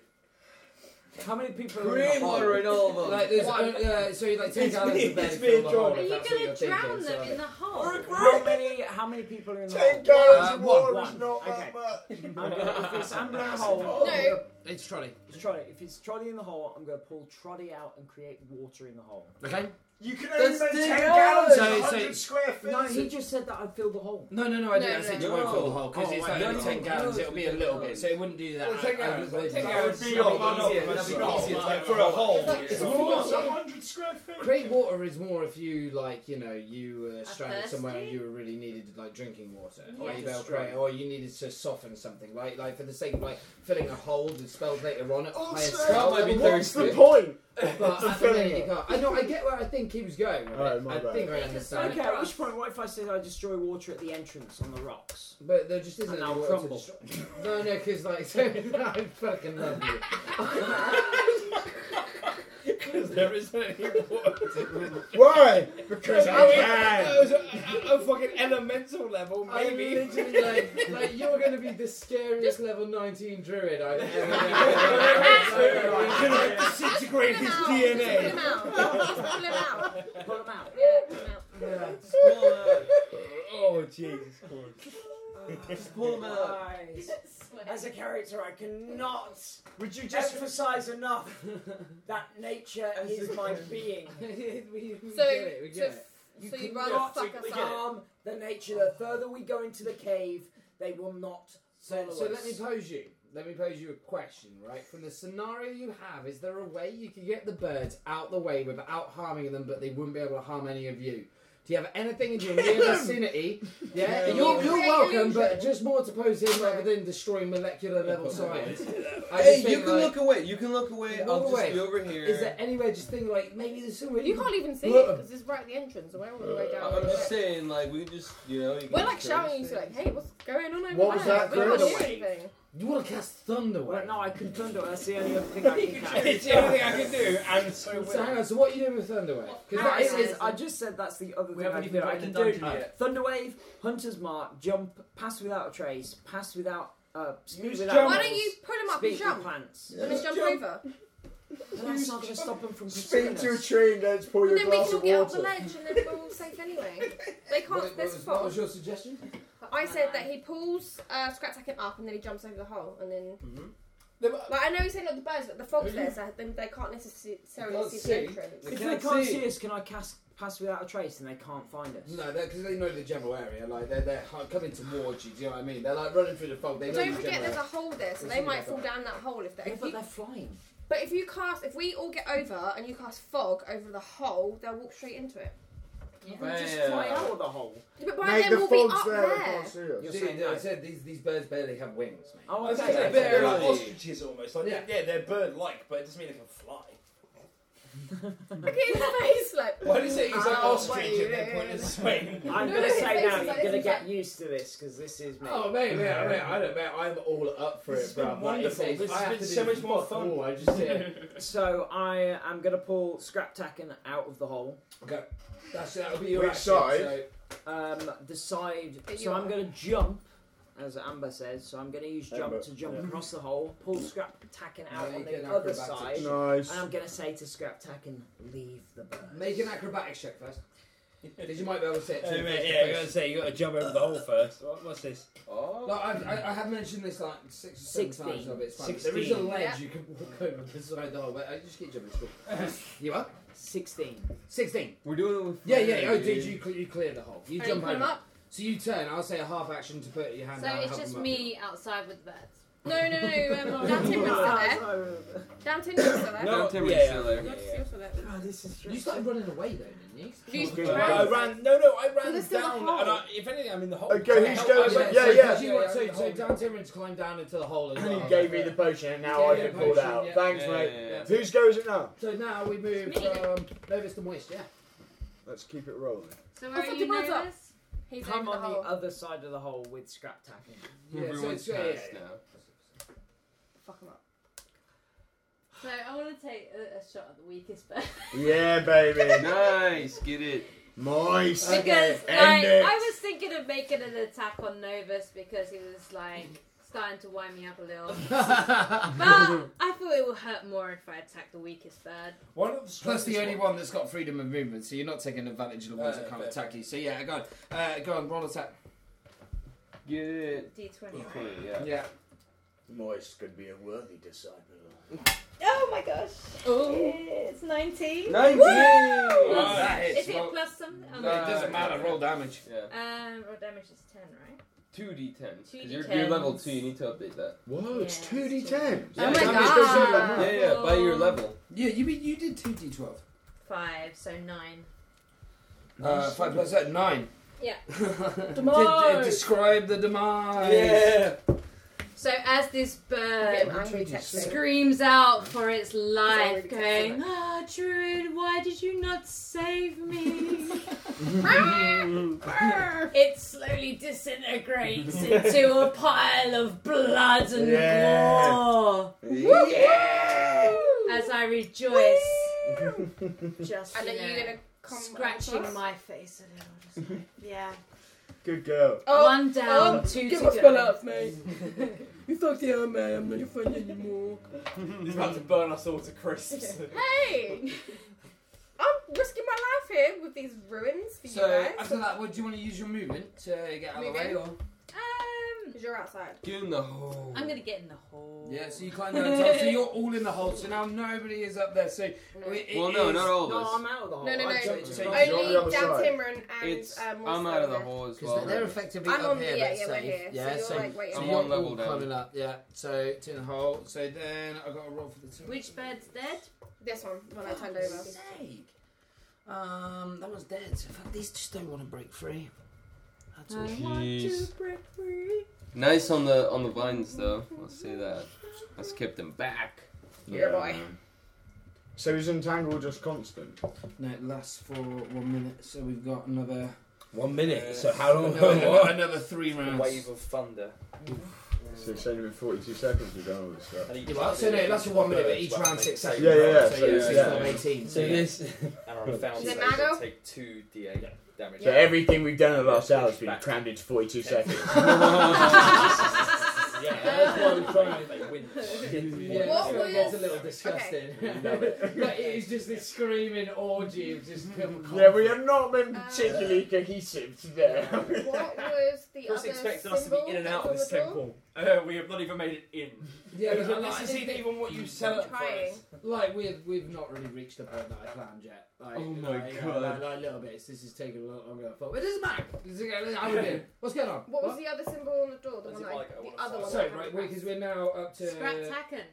Speaker 10: How many people are in
Speaker 11: Green
Speaker 10: the hole?
Speaker 11: water in all of them.
Speaker 2: Like there's,
Speaker 10: One.
Speaker 2: uh, so you like take
Speaker 11: It's
Speaker 2: out
Speaker 11: me-
Speaker 2: the bed
Speaker 11: it's
Speaker 2: and
Speaker 11: me
Speaker 2: fill
Speaker 11: and
Speaker 2: the
Speaker 11: John.
Speaker 2: hole,
Speaker 11: Are
Speaker 2: if
Speaker 11: you
Speaker 2: that's
Speaker 17: gonna
Speaker 2: what you're
Speaker 17: drown
Speaker 2: thinking,
Speaker 17: them
Speaker 2: so-
Speaker 17: in the hole?
Speaker 10: How many? How many people are in the hole?
Speaker 4: Ten gallons
Speaker 10: Uh,
Speaker 4: of
Speaker 10: one,
Speaker 4: water
Speaker 10: one.
Speaker 4: is not
Speaker 10: Okay. I'm
Speaker 4: that much.
Speaker 10: gonna, if it's, I'm gonna hole.
Speaker 4: Oh,
Speaker 7: No.
Speaker 2: It's Trolly.
Speaker 10: It's Trotty. If it's Trotty in the hole, I'm gonna pull Trotty out and create water in the hole.
Speaker 2: Okay.
Speaker 4: You can
Speaker 2: That's
Speaker 4: only make
Speaker 2: the-
Speaker 4: ten
Speaker 2: no,
Speaker 4: gallons
Speaker 2: so-
Speaker 4: a
Speaker 2: so-
Speaker 4: hundred square feet.
Speaker 10: No, he just said that I'd fill the hole.
Speaker 2: No, no, no, I
Speaker 10: No,
Speaker 2: didn't. I
Speaker 10: no,
Speaker 2: said
Speaker 10: no.
Speaker 2: you won't fill the hole
Speaker 10: Oh,
Speaker 2: because it's
Speaker 10: wait,
Speaker 2: like only
Speaker 10: no.
Speaker 2: 10 gallons. It'll be a little bit, so it wouldn't do that.
Speaker 10: Well, 10
Speaker 2: gallons.
Speaker 4: gallons would be a lot of
Speaker 2: easier.
Speaker 4: it.
Speaker 2: That'd be
Speaker 4: It's
Speaker 2: easier
Speaker 4: not
Speaker 2: for a hole.
Speaker 4: It's
Speaker 2: more.
Speaker 4: almost a hundred square feet.
Speaker 2: Create water is more if you like, you know, you uh, stranded
Speaker 4: thirsty?
Speaker 2: somewhere and you really needed like drinking water, or
Speaker 4: Yeah.
Speaker 2: you felt great, or you needed to soften something, right? Like for the sake of like filling a hole with spells later on at higher
Speaker 4: Also,
Speaker 2: spell
Speaker 4: what's
Speaker 2: level.
Speaker 4: the point
Speaker 2: But
Speaker 4: of
Speaker 2: at the minute
Speaker 4: filling
Speaker 2: you
Speaker 4: it?
Speaker 2: can't. I know. I get where I think he was going. with
Speaker 4: Alright,
Speaker 2: it.
Speaker 4: my
Speaker 2: I
Speaker 4: bad.
Speaker 2: think I
Speaker 4: Because
Speaker 2: understand.
Speaker 10: Okay. At which point, what if I said I destroy water at the entrance on the rocks?
Speaker 2: But there just isn't
Speaker 10: And
Speaker 2: any
Speaker 10: I'll
Speaker 2: water
Speaker 10: crumble.
Speaker 2: to destroy. No, no, because like, so, I fucking love you. Because there isn't any water. to-
Speaker 4: Why? Because I
Speaker 2: was- I
Speaker 4: can.
Speaker 2: was at a fucking elemental level, maybe. I literally, like, like you're going to be the scariest level 19 druid I've ever met.
Speaker 4: Gonna disintegrate his
Speaker 7: Pull him
Speaker 4: DNA.
Speaker 7: out. Pull him out.
Speaker 10: Pull them out.
Speaker 7: Yeah, pull him out.
Speaker 2: oh, Jesus Christ.
Speaker 16: Just pull them out.
Speaker 10: Guys, As a character, I cannot. Would you just emphasize enough that nature
Speaker 2: As
Speaker 10: is
Speaker 2: a
Speaker 10: my
Speaker 2: character.
Speaker 10: being?
Speaker 2: we, we
Speaker 7: So-
Speaker 2: get it, we get
Speaker 7: so-
Speaker 2: it.
Speaker 10: You
Speaker 7: So you'd rather
Speaker 10: cannot
Speaker 7: fuck us up.
Speaker 10: harm the nature. The further we go into the cave, they will not
Speaker 2: So,
Speaker 10: follow
Speaker 2: so
Speaker 10: us.
Speaker 2: let me pose you. Let me pose you a question, right? From the scenario you have, is there a way you could get the birds out the way without harming them, but they wouldn't be able to harm any of you? Do you have anything in your near vicinity? Yeah,
Speaker 4: No.
Speaker 2: you're, you're
Speaker 7: Create
Speaker 2: welcome, but
Speaker 7: illusion.
Speaker 2: just more to pose in rather than destroying molecular level science. I just
Speaker 3: Hey, you
Speaker 2: think,
Speaker 3: can
Speaker 2: like,
Speaker 3: look away. You can look away.
Speaker 2: Look
Speaker 3: I'll just
Speaker 2: away.
Speaker 3: be over here.
Speaker 2: Is there anywhere just think like maybe there's somewhere
Speaker 7: You can't even see it
Speaker 2: Look.
Speaker 7: because it's right at the entrance. We're all
Speaker 2: Uh,
Speaker 7: the way
Speaker 3: I-
Speaker 7: down.
Speaker 3: I'm just saying, like we just, you know. You
Speaker 7: We're
Speaker 3: can
Speaker 7: like
Speaker 3: search
Speaker 7: shouting
Speaker 3: things.
Speaker 7: at you, like, "Hey, what's going on over
Speaker 4: What was
Speaker 7: there?
Speaker 4: that,
Speaker 7: we can't
Speaker 4: Chris?
Speaker 7: do anything."
Speaker 2: You want to cast thunder
Speaker 10: Well,
Speaker 2: wave?
Speaker 10: no, I can thunder. That's the only other thing I can catch.
Speaker 2: the only thing
Speaker 3: I can do, and so
Speaker 2: So hang on. So what are you doing with thunder wave?
Speaker 10: Because that is, is- I just said that's the other thing I
Speaker 16: haven't
Speaker 10: can
Speaker 16: even
Speaker 10: do. I
Speaker 16: got
Speaker 10: can
Speaker 16: in the
Speaker 10: do uh,
Speaker 16: dungeon yet.
Speaker 10: Thunderwave, Hunter's Mark, jump, pass without a trace, pass without uh, speed
Speaker 4: just
Speaker 10: without.
Speaker 4: jump.
Speaker 7: Why
Speaker 10: walls,
Speaker 7: don't you pull him up
Speaker 10: speak
Speaker 7: and
Speaker 10: with
Speaker 7: jump?
Speaker 10: plants?
Speaker 7: Let us jump over.
Speaker 10: Then I'll start to stop them from pursuing
Speaker 4: Speak to a
Speaker 10: us.
Speaker 4: tree and go to pour
Speaker 7: But
Speaker 4: your
Speaker 7: then we
Speaker 4: glass
Speaker 7: can all
Speaker 4: of
Speaker 7: get off the
Speaker 4: water.
Speaker 7: ledge and then we're all safe anyway. They can't.
Speaker 2: What,
Speaker 7: There's
Speaker 2: was, what
Speaker 7: fog.
Speaker 2: was your suggestion?
Speaker 7: I said that he pulls uh, Scrat Tacken up and then he jumps over the hole and then.
Speaker 10: Mm-hmm.
Speaker 2: No, but-
Speaker 7: Like I know he's saying not the birds, but the fog's there, so they, they can't necessarily
Speaker 2: You can't
Speaker 7: see,
Speaker 2: see.
Speaker 7: the entrance.
Speaker 10: If
Speaker 2: They
Speaker 10: they
Speaker 2: can't
Speaker 10: can't
Speaker 2: see.
Speaker 10: see us, can I cast pass without a trace and they can't find us?
Speaker 2: No, because they know the general area. Like they're they're hu- coming towards you. Do you know what I mean? They're like running through the fog. They know
Speaker 7: Don't
Speaker 2: the
Speaker 7: forget
Speaker 2: general
Speaker 7: there's a
Speaker 2: area.
Speaker 7: hole there, so
Speaker 2: There's
Speaker 7: they
Speaker 2: something
Speaker 7: might
Speaker 2: like
Speaker 7: fall
Speaker 2: that.
Speaker 7: down that hole if they.
Speaker 10: Yeah,
Speaker 7: If
Speaker 10: but
Speaker 7: you,
Speaker 10: they're flying.
Speaker 7: but if you cast, if we all get over and you cast fog over the hole, they'll walk straight into it.
Speaker 10: We just
Speaker 3: Yeah.
Speaker 10: fly out of the hole.
Speaker 7: Yeah, But by
Speaker 4: Make
Speaker 7: then
Speaker 4: the
Speaker 7: we'll be
Speaker 4: fogs
Speaker 7: up
Speaker 4: there.
Speaker 7: there.
Speaker 4: they can't see us.
Speaker 10: You're
Speaker 2: See,
Speaker 10: saying
Speaker 2: no, I
Speaker 10: no.
Speaker 2: said these these birds barely have wings, mate.
Speaker 10: Oh,
Speaker 16: I was
Speaker 10: okay.
Speaker 16: gonna say,
Speaker 2: Barely.
Speaker 16: they're like ostriches almost. Like, yeah. yeah, they're bird-like, but it doesn't mean they can fly.
Speaker 7: Look at his face, like.
Speaker 2: What is it? He's like
Speaker 7: "Oh,
Speaker 2: ostrich at that
Speaker 7: wait."
Speaker 2: point in Spain.
Speaker 10: I'm
Speaker 7: No,
Speaker 10: gonna
Speaker 7: his
Speaker 10: say
Speaker 7: face
Speaker 10: now,
Speaker 7: is
Speaker 10: you're
Speaker 7: like-
Speaker 10: gonna
Speaker 7: it's
Speaker 10: get used to this because this is me.
Speaker 2: Oh mate, mate, mate, I don't mate, I'm all up for
Speaker 10: This
Speaker 2: it,
Speaker 10: has
Speaker 2: bro.
Speaker 10: been
Speaker 2: Like, if-
Speaker 10: wonderful.
Speaker 2: if
Speaker 10: This
Speaker 2: I
Speaker 10: has
Speaker 2: have
Speaker 10: been
Speaker 2: to
Speaker 10: so
Speaker 2: do
Speaker 10: much more fun.
Speaker 2: all, I just yeah.
Speaker 10: so I am gonna pull scrap tacken out of the hole.
Speaker 2: Okay. That's that'll be your
Speaker 10: Which
Speaker 2: action,
Speaker 10: side? Um, the side.
Speaker 7: That you
Speaker 10: So I'm
Speaker 7: are.
Speaker 10: gonna jump, as Amber says. So I'm gonna use jump
Speaker 4: Amber,
Speaker 10: to jump
Speaker 4: yeah.
Speaker 10: across the hole, pull scrap tacken out
Speaker 2: Make
Speaker 10: on the
Speaker 2: an
Speaker 10: other
Speaker 2: acrobatics.
Speaker 10: side,
Speaker 4: Nice.
Speaker 10: and I'm gonna say to scrap tacken, leave the bird.
Speaker 2: so make an acrobatics check first. Because you might be able to say it. to
Speaker 6: Hey,
Speaker 2: him
Speaker 6: mate,
Speaker 2: face to
Speaker 6: yeah, I
Speaker 2: face.
Speaker 6: gotta say, you gotta jump over the hole first. What, what's this?
Speaker 3: Oh.
Speaker 2: Like, I've- I, I have mentioned this like six or seven
Speaker 10: Sixteen.
Speaker 2: times. Of it. It's fine. There is a
Speaker 10: Sixteen.
Speaker 2: ledge
Speaker 10: Yeah.
Speaker 2: you can walk over beside the hole, but I just keep jumping. It's cool. you what?
Speaker 10: Sixteen.
Speaker 2: Sixteen.
Speaker 3: We're doing it with.
Speaker 2: Yeah, yeah. Oh,
Speaker 3: Freddy.
Speaker 2: dude, you, cle- you clear the hole. You
Speaker 18: Hey,
Speaker 2: jump
Speaker 18: put 'em
Speaker 2: over.
Speaker 18: up.
Speaker 2: So you turn. I'll say a half action to put your hand
Speaker 5: So
Speaker 2: down. and
Speaker 5: it's
Speaker 2: help
Speaker 5: just
Speaker 2: him up.
Speaker 5: me outside with the birds.
Speaker 7: No, no, no. Um, down ten minutes still there. Down ten minutes still there.
Speaker 3: No, Tim
Speaker 6: yeah,
Speaker 3: is still
Speaker 6: yeah,
Speaker 3: there.
Speaker 7: Not still still there.
Speaker 10: this is
Speaker 2: You started running away though, didn't you?
Speaker 7: You
Speaker 6: Uh, I ran. No, no, I ran
Speaker 7: there's still a
Speaker 6: down.
Speaker 7: hole.
Speaker 6: And I, if anything, I'm in the hole.
Speaker 4: Okay, he's going.
Speaker 2: so-
Speaker 4: Yeah,
Speaker 2: so
Speaker 4: yeah.
Speaker 2: You want, so, so down Timrin's climbed down into the hole as well.
Speaker 4: And he gave me the potion, and now I
Speaker 2: Yeah, yeah,
Speaker 4: can pull
Speaker 2: potion,
Speaker 4: out.
Speaker 2: yeah.
Speaker 4: Thanks,
Speaker 3: Yeah,
Speaker 4: mate.
Speaker 3: yeah, yeah.
Speaker 4: Whose go is it now?
Speaker 2: So now we move
Speaker 5: It's me.
Speaker 2: from Novus to Moist, yeah.
Speaker 4: Let's keep it rolling.
Speaker 5: So
Speaker 7: Oh,
Speaker 5: where are
Speaker 7: fuck,
Speaker 5: you
Speaker 7: the bird's up.
Speaker 5: nervous?
Speaker 7: He's
Speaker 10: Come
Speaker 7: over the
Speaker 10: on the
Speaker 7: hole.
Speaker 10: other side of the hole with scrap tacken.
Speaker 2: Yeah, so
Speaker 3: Everyone's
Speaker 2: it's- yeah, yeah,
Speaker 3: passed
Speaker 2: yeah.
Speaker 3: now.
Speaker 7: Fuck him up.
Speaker 5: So I want to take a, a shot at the weakest bird.
Speaker 4: Yeah, baby.
Speaker 3: Nice, get it.
Speaker 4: Moist.
Speaker 5: because like
Speaker 4: End it.
Speaker 5: I was thinking of making an attack on Novus because he was like starting to wind me up a little. but I thought it would hurt more if I attack the weakest bird.
Speaker 6: One of the
Speaker 2: Plus
Speaker 6: strongest
Speaker 2: the only
Speaker 6: one-
Speaker 2: one that's got freedom of movement, so you're not taking advantage of the ones
Speaker 6: Uh,
Speaker 2: that can't
Speaker 6: fair,
Speaker 2: attack you. So yeah, go on. Uh, go on, roll attack.
Speaker 3: Get it.
Speaker 5: D twenty.
Speaker 3: Cool, yeah.
Speaker 2: Yeah.
Speaker 4: Moist could be a worthy disciple.
Speaker 5: Oh my gosh! It's nineteen.
Speaker 3: Nineteen.
Speaker 6: Nice.
Speaker 3: Yeah.
Speaker 2: That
Speaker 5: Is
Speaker 2: hits.
Speaker 5: it
Speaker 2: Roll-
Speaker 5: plus something? Oh,
Speaker 2: it
Speaker 5: no.
Speaker 2: doesn't matter, roll damage.
Speaker 5: Um, roll damage is ten, right?
Speaker 3: Two d10. Because
Speaker 5: 2d10s.
Speaker 3: you're, you're level two. You need to update that.
Speaker 4: Whoa, Oh, it's
Speaker 5: Yeah,
Speaker 4: two d
Speaker 5: it's
Speaker 4: ten.
Speaker 3: Oh my
Speaker 7: God.
Speaker 3: Yeah, yeah. By your
Speaker 5: Cool.
Speaker 3: level.
Speaker 2: Yeah, you mean you did 2d12.
Speaker 5: Five, so nine.
Speaker 2: Uh, 5 plus that, 9.
Speaker 5: Yeah.
Speaker 2: Demise! describe the demise!
Speaker 6: Yeah.
Speaker 5: So as this
Speaker 7: I'm
Speaker 5: bird
Speaker 7: getting angry text later.
Speaker 5: screams out for its life,
Speaker 7: Sorry,
Speaker 5: going, "Ah, Druid, why did you not save me?" it slowly disintegrates into a pile of blood and
Speaker 4: Yeah.
Speaker 5: gore
Speaker 4: Yeah.
Speaker 5: as I rejoice. Just
Speaker 7: And
Speaker 5: you
Speaker 7: are
Speaker 5: know,
Speaker 7: you gonna come
Speaker 5: scratching
Speaker 7: across?
Speaker 5: my face a little. just like, yeah.
Speaker 4: Good girl.
Speaker 7: Oh,
Speaker 5: One down, two to go.
Speaker 7: mate.
Speaker 6: You fucked the old man. I'm not your friend anymore. He's about to burn us all to crisps.
Speaker 7: Hey, I'm risking my life here with these ruins for
Speaker 2: So,
Speaker 7: you guys.
Speaker 2: after that, what do you want to use your movement to get out of the way? Or?
Speaker 5: Um,
Speaker 7: Because you're outside.
Speaker 3: Get in the hole.
Speaker 5: I'm gonna get in the hole.
Speaker 2: Yeah, so you climb down top, so you're all in the hole, so now nobody is up there, so...
Speaker 7: No.
Speaker 2: it- it
Speaker 3: Well, no,
Speaker 2: is-
Speaker 3: not all
Speaker 10: No,
Speaker 3: of
Speaker 10: I'm
Speaker 3: us.
Speaker 10: out of
Speaker 19: Oh,
Speaker 10: the hole.
Speaker 7: No, no,
Speaker 10: I
Speaker 7: no.
Speaker 10: jumped
Speaker 2: Change-
Speaker 10: to the
Speaker 2: change-
Speaker 4: you're
Speaker 10: other
Speaker 4: on
Speaker 7: Only
Speaker 4: the other
Speaker 7: down
Speaker 4: side.
Speaker 7: Timron and
Speaker 3: It's.
Speaker 7: um, Moist
Speaker 3: I'm out of the
Speaker 7: over.
Speaker 3: hole as
Speaker 2: Because
Speaker 3: well.
Speaker 2: they're effectively
Speaker 7: I'm
Speaker 2: up
Speaker 7: on-
Speaker 2: here, but
Speaker 7: yeah, yeah, we're
Speaker 2: safe.
Speaker 7: here, so
Speaker 2: yeah,
Speaker 7: you're,
Speaker 2: so,
Speaker 7: like, waiting.
Speaker 2: so
Speaker 3: I'm
Speaker 2: you're
Speaker 3: on level
Speaker 2: all
Speaker 3: down.
Speaker 2: climbing up. Yeah, so two in the hole. So then I got a roll for the two.
Speaker 5: Which bird's dead?
Speaker 7: This one when I turned over.
Speaker 2: Sake. Um, that one's dead. So fuck, these just don't want to break free. That's
Speaker 5: Um,
Speaker 2: all.
Speaker 3: Jeez.
Speaker 5: break free.
Speaker 3: Nice on the on the vines though. I'll say that. That's kept him back.
Speaker 7: Your boy.
Speaker 4: So is Untangle just constant?
Speaker 2: No, it lasts for one minute. So we've got another.
Speaker 6: One
Speaker 2: uh,
Speaker 6: minute. So how long?
Speaker 2: Another, no, another three
Speaker 6: A
Speaker 2: rounds.
Speaker 6: wave of thunder.
Speaker 4: So it's only been 42 seconds we've done all this stuff.
Speaker 2: Yeah, well, so no, it lasts for one minute, but each round six seconds.
Speaker 4: Yeah, yeah,
Speaker 2: right? So,
Speaker 4: yeah, so
Speaker 2: yeah,
Speaker 4: it's-
Speaker 2: so
Speaker 4: yeah.
Speaker 2: it's not 18.
Speaker 6: So
Speaker 2: yeah.
Speaker 6: this.
Speaker 19: And I found
Speaker 7: Is it
Speaker 19: that you
Speaker 7: Mago?
Speaker 19: take two d8 damage.
Speaker 4: So everything we've done in the last hour has been
Speaker 19: Back.
Speaker 4: crammed into 42 seconds.
Speaker 6: Yeah, that's why we're trying to win.
Speaker 2: Yeah,
Speaker 7: What
Speaker 2: so
Speaker 7: was-
Speaker 2: It's a little disgusting. Like, it is just this screaming orgy of just.
Speaker 4: Mm-hmm. yeah, we have not been particularly cohesive today.
Speaker 7: What was the
Speaker 19: I was
Speaker 7: other
Speaker 19: expecting us to be
Speaker 7: symbol
Speaker 19: in and
Speaker 7: that
Speaker 19: out
Speaker 7: was
Speaker 19: of this
Speaker 7: on the door?
Speaker 19: temple. Uh, we have not even made it in.
Speaker 2: Yeah, but
Speaker 19: This
Speaker 2: like,
Speaker 19: is
Speaker 2: it-
Speaker 19: even what you set up for
Speaker 7: Trying.
Speaker 19: us.
Speaker 2: like we've we've not really reached the point that I planned yet. Like,
Speaker 19: Oh my
Speaker 2: like,
Speaker 19: God.
Speaker 2: like, like little bits. This is taking a lot longer than I thought. But it doesn't matter. It's okay, I'm in. What's going on?
Speaker 7: What was the other symbol on the door? The
Speaker 19: Was
Speaker 7: one
Speaker 19: it
Speaker 7: that I,
Speaker 19: like, I
Speaker 7: the
Speaker 19: wanna
Speaker 7: other
Speaker 19: find-
Speaker 7: one.
Speaker 2: So
Speaker 7: that I
Speaker 2: right,
Speaker 7: couldn't
Speaker 2: because we're now up to.
Speaker 5: Scrap Tacken.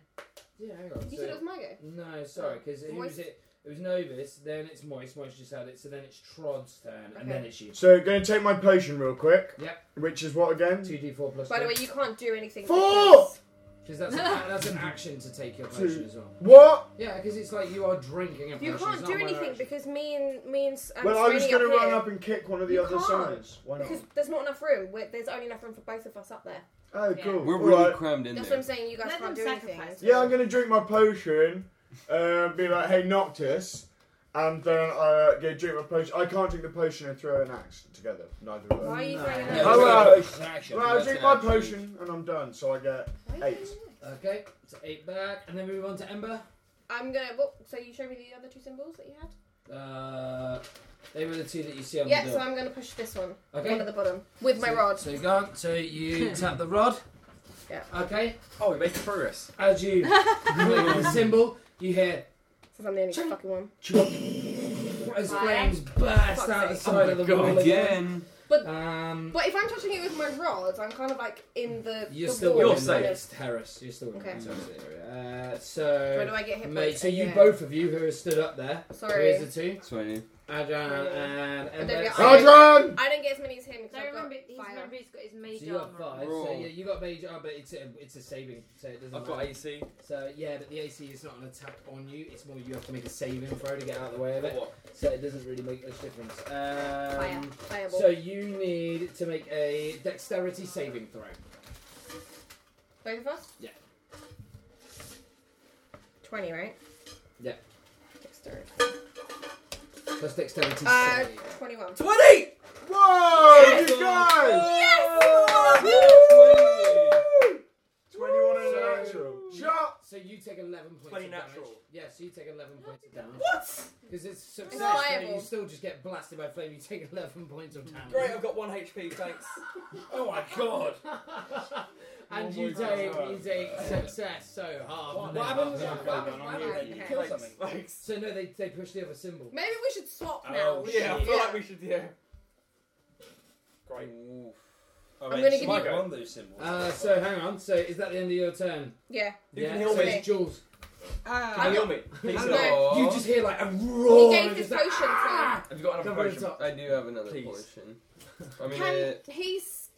Speaker 2: Yeah, hang on.
Speaker 7: find? You
Speaker 2: so-
Speaker 7: said it was Mago.
Speaker 2: no, sorry, because who was
Speaker 7: Moist?
Speaker 2: it? It was Novus. Then it's Moist. Moist just had it. So then it's Trod's turn, and then
Speaker 7: Okay.
Speaker 2: it's you.
Speaker 4: so, going to take my potion real quick.
Speaker 2: Yep.
Speaker 4: Which is what again?
Speaker 2: Two D four plus.
Speaker 7: By the
Speaker 2: two.
Speaker 7: way, you can't do anything.
Speaker 4: Four!
Speaker 7: because
Speaker 2: Because that's, an- that's an action to take your potion as well.
Speaker 4: What?
Speaker 2: Yeah, because it's like you are drinking a potion.
Speaker 7: You
Speaker 2: it's
Speaker 7: can't
Speaker 2: not
Speaker 7: do
Speaker 2: one
Speaker 7: anything
Speaker 2: action.
Speaker 7: because me and me and S- and
Speaker 4: well, I was
Speaker 7: Sweeney
Speaker 4: going to
Speaker 7: up
Speaker 4: run
Speaker 7: here-
Speaker 4: up and kick one of the
Speaker 7: You
Speaker 4: other
Speaker 7: can't,
Speaker 4: signs. Why not?
Speaker 7: Because there's not enough room. We're, there's only enough room for both of us up there.
Speaker 4: Oh,
Speaker 7: Yeah.
Speaker 4: cool.
Speaker 3: We're
Speaker 4: All
Speaker 3: really
Speaker 4: right.
Speaker 3: crammed in
Speaker 7: That's
Speaker 3: there.
Speaker 7: what I'm saying. You guys
Speaker 17: Let
Speaker 7: can't do
Speaker 17: them
Speaker 7: anything.
Speaker 17: sacrifice.
Speaker 4: Yeah, I'm going to drink my potion. Uh, be like, hey, Noctis. And then I uh, go drink my potion. I can't drink the potion and throw an axe together. Neither of us.
Speaker 7: Why are you throwing
Speaker 4: Yeah,
Speaker 7: an axe?
Speaker 4: oh,
Speaker 7: Well,
Speaker 4: well,
Speaker 7: it's an action.
Speaker 4: well, I
Speaker 7: That's
Speaker 4: drink
Speaker 7: an
Speaker 4: my
Speaker 7: action.
Speaker 4: potion and I'm done. So I get eight.
Speaker 2: Okay, so eight back, and then we move on to Ember.
Speaker 7: I'm gonna. Well, so you show me the other two symbols that you had.
Speaker 2: Uh, they were the two that you see on
Speaker 7: yeah.
Speaker 2: the
Speaker 7: So
Speaker 2: door.
Speaker 7: I'm gonna push this one.
Speaker 2: Okay.
Speaker 7: One at the bottom with my
Speaker 2: So-
Speaker 7: rod.
Speaker 2: So you go on. So you tap the rod.
Speaker 7: Yeah.
Speaker 2: Okay.
Speaker 16: Oh, we made progress.
Speaker 2: As you click the symbol, you hear
Speaker 7: Since I'm the only fucking one.
Speaker 2: as
Speaker 7: Why?
Speaker 2: flames burst
Speaker 7: Fuck's
Speaker 2: out the
Speaker 7: sake.
Speaker 2: side
Speaker 3: Oh
Speaker 2: of the
Speaker 3: my God,
Speaker 2: wall
Speaker 3: again.
Speaker 7: But
Speaker 2: Um,
Speaker 7: but if I'm touching it with my rods, I'm kind of like in the.
Speaker 2: you're
Speaker 7: the
Speaker 2: still
Speaker 7: wall.
Speaker 2: within the next terrace. You're still within
Speaker 7: Okay.
Speaker 2: the terrace area. Uh, so
Speaker 7: Where do I get hit
Speaker 2: mate,
Speaker 7: points
Speaker 2: so you
Speaker 7: again?
Speaker 2: both of you who are stood up there.
Speaker 7: Sorry.
Speaker 2: Here's the two.
Speaker 3: Sorry.
Speaker 2: Adrian and
Speaker 7: I don't,
Speaker 2: Ember.
Speaker 7: get, I, don't, I don't get as many as him because
Speaker 17: Don't
Speaker 7: I've got
Speaker 17: remember, he's,
Speaker 7: fire.
Speaker 17: remember he's got his
Speaker 2: So
Speaker 17: mage
Speaker 2: you got
Speaker 17: armor.
Speaker 2: five. So
Speaker 3: Raw.
Speaker 2: yeah, you got mage armor, but it's a, it's a saving, so it doesn't
Speaker 16: I've got
Speaker 2: matter.
Speaker 16: AC.
Speaker 2: So yeah, but the AC is not an attack on you. It's more you have to make a saving throw to get out of the way of it.
Speaker 16: What?
Speaker 2: So it doesn't really make much difference.
Speaker 7: Fire.
Speaker 2: Um,
Speaker 7: Fireball.
Speaker 2: so you need to make a dexterity saving throw.
Speaker 7: Both of us?
Speaker 2: Yeah.
Speaker 7: 20, right?
Speaker 2: Yeah.
Speaker 7: Dexterity.
Speaker 2: Plus dexterity
Speaker 7: Uh,
Speaker 2: save.
Speaker 7: 21.
Speaker 16: Twenty.
Speaker 4: Whoa! You guys!
Speaker 16: Yes!
Speaker 4: 21 and a natural.
Speaker 2: Shot. So you take 11 points
Speaker 16: 20
Speaker 2: of
Speaker 16: natural.
Speaker 2: damage. Yeah, so you take 11 points of damage.
Speaker 16: What?
Speaker 2: Because it's success,
Speaker 7: It's not
Speaker 2: so you
Speaker 7: viable.
Speaker 2: still just get blasted by flame. You take 11 points of damage.
Speaker 16: Great, I've got one HP. Thanks.
Speaker 2: Oh my god! and you take
Speaker 16: Oh God.
Speaker 2: you take success so hard.
Speaker 16: What
Speaker 2: What
Speaker 16: happened?
Speaker 2: happens?
Speaker 16: What happened?
Speaker 2: What happens?
Speaker 7: Okay.
Speaker 2: You kill
Speaker 16: Thanks.
Speaker 2: something.
Speaker 16: Thanks.
Speaker 2: So no, they they push the other symbol.
Speaker 7: Maybe we should swap now.
Speaker 16: Oh, yeah, I feel like we should. Yeah. Great.
Speaker 6: Oh,
Speaker 7: I'm gonna give you-
Speaker 16: one of those symbols.
Speaker 2: Uh, so hang on. So is that the end of your turn?
Speaker 7: Yeah.
Speaker 16: You can heal
Speaker 2: so
Speaker 16: me. Oh.
Speaker 2: it's Jules.
Speaker 16: Can you
Speaker 7: Uh,
Speaker 16: heal me? Please
Speaker 7: I'm
Speaker 16: help.
Speaker 7: not-
Speaker 2: You just hear like a
Speaker 7: he
Speaker 2: roar.
Speaker 7: gave
Speaker 2: and
Speaker 7: his
Speaker 2: just
Speaker 7: potion
Speaker 2: like,
Speaker 7: to
Speaker 2: "Ah!"
Speaker 16: Have you got another
Speaker 2: Cover the
Speaker 16: potion?
Speaker 2: top.
Speaker 3: I do have another
Speaker 16: Please.
Speaker 3: portion. I mean,
Speaker 7: Can
Speaker 3: uh,
Speaker 7: he's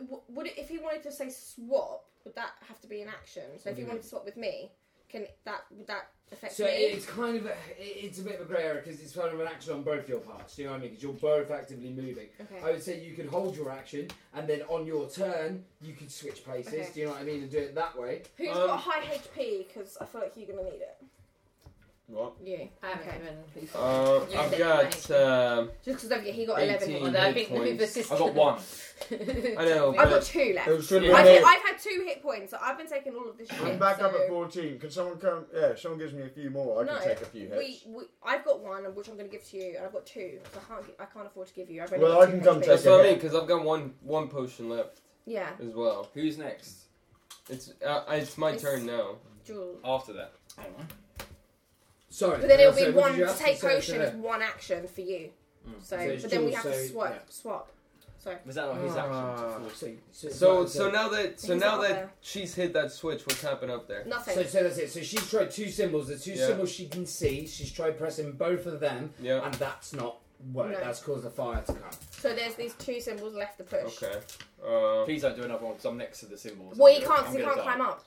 Speaker 7: w- would it, if he wanted to say swap, would that have to be an action? So if he wanted to swap with me, can that would that affect
Speaker 2: So
Speaker 7: me?
Speaker 2: it's kind of a, it- it's a bit of a grey area because it's kind of an action on both your parts. Do you know what I mean? Because you're both actively moving.
Speaker 7: Okay.
Speaker 2: I would say you could hold your action and then on your turn you could switch places.
Speaker 7: Okay.
Speaker 2: Do you know what I mean? And do it that way.
Speaker 7: Who's
Speaker 3: um,
Speaker 7: got high HP? Because I feel like you're gonna need it.
Speaker 3: what?
Speaker 7: You.
Speaker 17: I haven't
Speaker 7: Okay.
Speaker 17: even.
Speaker 3: Uh,
Speaker 17: You
Speaker 3: I've
Speaker 17: said
Speaker 3: got. Um,
Speaker 7: Just because don't get he got eleven.
Speaker 3: 18.
Speaker 7: hit
Speaker 17: Although I think the
Speaker 3: points.
Speaker 17: Hoover sister.
Speaker 16: I've got one.
Speaker 3: I know.
Speaker 7: I've got
Speaker 3: but
Speaker 7: two left.
Speaker 4: It was really
Speaker 7: I've,
Speaker 4: weird.
Speaker 7: I've had two hit points, so I've been taking all of this shit.
Speaker 4: I'm back
Speaker 7: so
Speaker 4: up at 14. Can someone come? Yeah, someone gives me a few more. I can
Speaker 7: No,
Speaker 4: take a few
Speaker 7: We,
Speaker 4: hits.
Speaker 7: we, I've got one, which I'm going to give to you, and I've got two. So I can't, gi- I can't afford to give you. I've only
Speaker 4: Well,
Speaker 7: got
Speaker 4: I
Speaker 7: two
Speaker 4: can come
Speaker 7: HP.
Speaker 4: take
Speaker 3: That's what I
Speaker 4: Okay.
Speaker 3: mean, because I've got one one potion left
Speaker 7: Yeah,
Speaker 3: as well.
Speaker 16: Who's next?
Speaker 3: It's uh, it's my
Speaker 7: It's-
Speaker 3: turn now.
Speaker 7: Jewel.
Speaker 16: After that.
Speaker 2: Sorry.
Speaker 7: But then it'll
Speaker 2: so
Speaker 7: be
Speaker 2: what
Speaker 7: one
Speaker 2: did you
Speaker 7: to
Speaker 2: ask?
Speaker 7: take
Speaker 2: So-
Speaker 7: potion
Speaker 2: so-
Speaker 7: is one action for you. So,
Speaker 2: So it's
Speaker 7: but then we
Speaker 2: Jewel,
Speaker 7: have to
Speaker 2: so-
Speaker 7: swap.
Speaker 2: yeah.
Speaker 7: Swap. So
Speaker 6: Mm.
Speaker 16: Was that not his
Speaker 3: Ah.
Speaker 16: action?
Speaker 2: so- Oh, so-
Speaker 3: So so now that so
Speaker 7: He's
Speaker 3: now
Speaker 7: up
Speaker 3: that
Speaker 7: there.
Speaker 3: she's hit that switch, what's happened up there?
Speaker 7: nothing.
Speaker 2: So, so that's it. So she's tried two symbols. The two
Speaker 3: Yeah.
Speaker 2: symbols she can see, she's tried pressing both of them,
Speaker 3: Yeah.
Speaker 2: and that's not work.
Speaker 7: No.
Speaker 2: That's caused the fire to come.
Speaker 7: so there's these two symbols left to push.
Speaker 3: Okay. Uh,
Speaker 16: Please don't do another one because I'm next to the symbols.
Speaker 7: Well,
Speaker 16: I'm
Speaker 7: you
Speaker 16: gonna-
Speaker 7: can't because
Speaker 16: I'm
Speaker 7: you
Speaker 16: gonna
Speaker 7: can't
Speaker 16: die.
Speaker 7: climb up.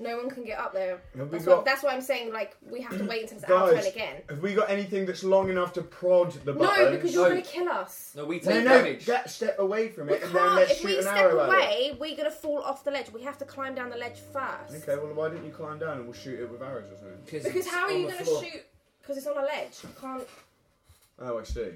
Speaker 7: No one can get up there.
Speaker 4: Have we,
Speaker 7: That's, what,
Speaker 4: got,
Speaker 7: that's why I'm saying like we have to wait until it's our
Speaker 4: Guys.
Speaker 7: turn again.
Speaker 4: have we got anything that's long enough to prod the button?
Speaker 7: No, because you're
Speaker 16: No.
Speaker 7: going to kill us.
Speaker 16: No, we
Speaker 4: No,
Speaker 16: take
Speaker 4: no,
Speaker 16: damage.
Speaker 4: get step away from
Speaker 7: We
Speaker 4: it and then
Speaker 7: can't.
Speaker 4: let's
Speaker 7: If
Speaker 4: shoot
Speaker 7: we
Speaker 4: an
Speaker 7: step
Speaker 4: arrow at
Speaker 7: away, we're going to fall off the ledge. We have to climb down the ledge
Speaker 4: it.
Speaker 7: first.
Speaker 4: Okay, well, why didn't you climb down and we'll shoot it with arrows or something?
Speaker 7: Because
Speaker 2: it's
Speaker 7: how are
Speaker 2: on
Speaker 7: you
Speaker 2: the
Speaker 7: going to
Speaker 2: floor.
Speaker 7: shoot? Because it's on a ledge. You can't.
Speaker 4: Oh, I see.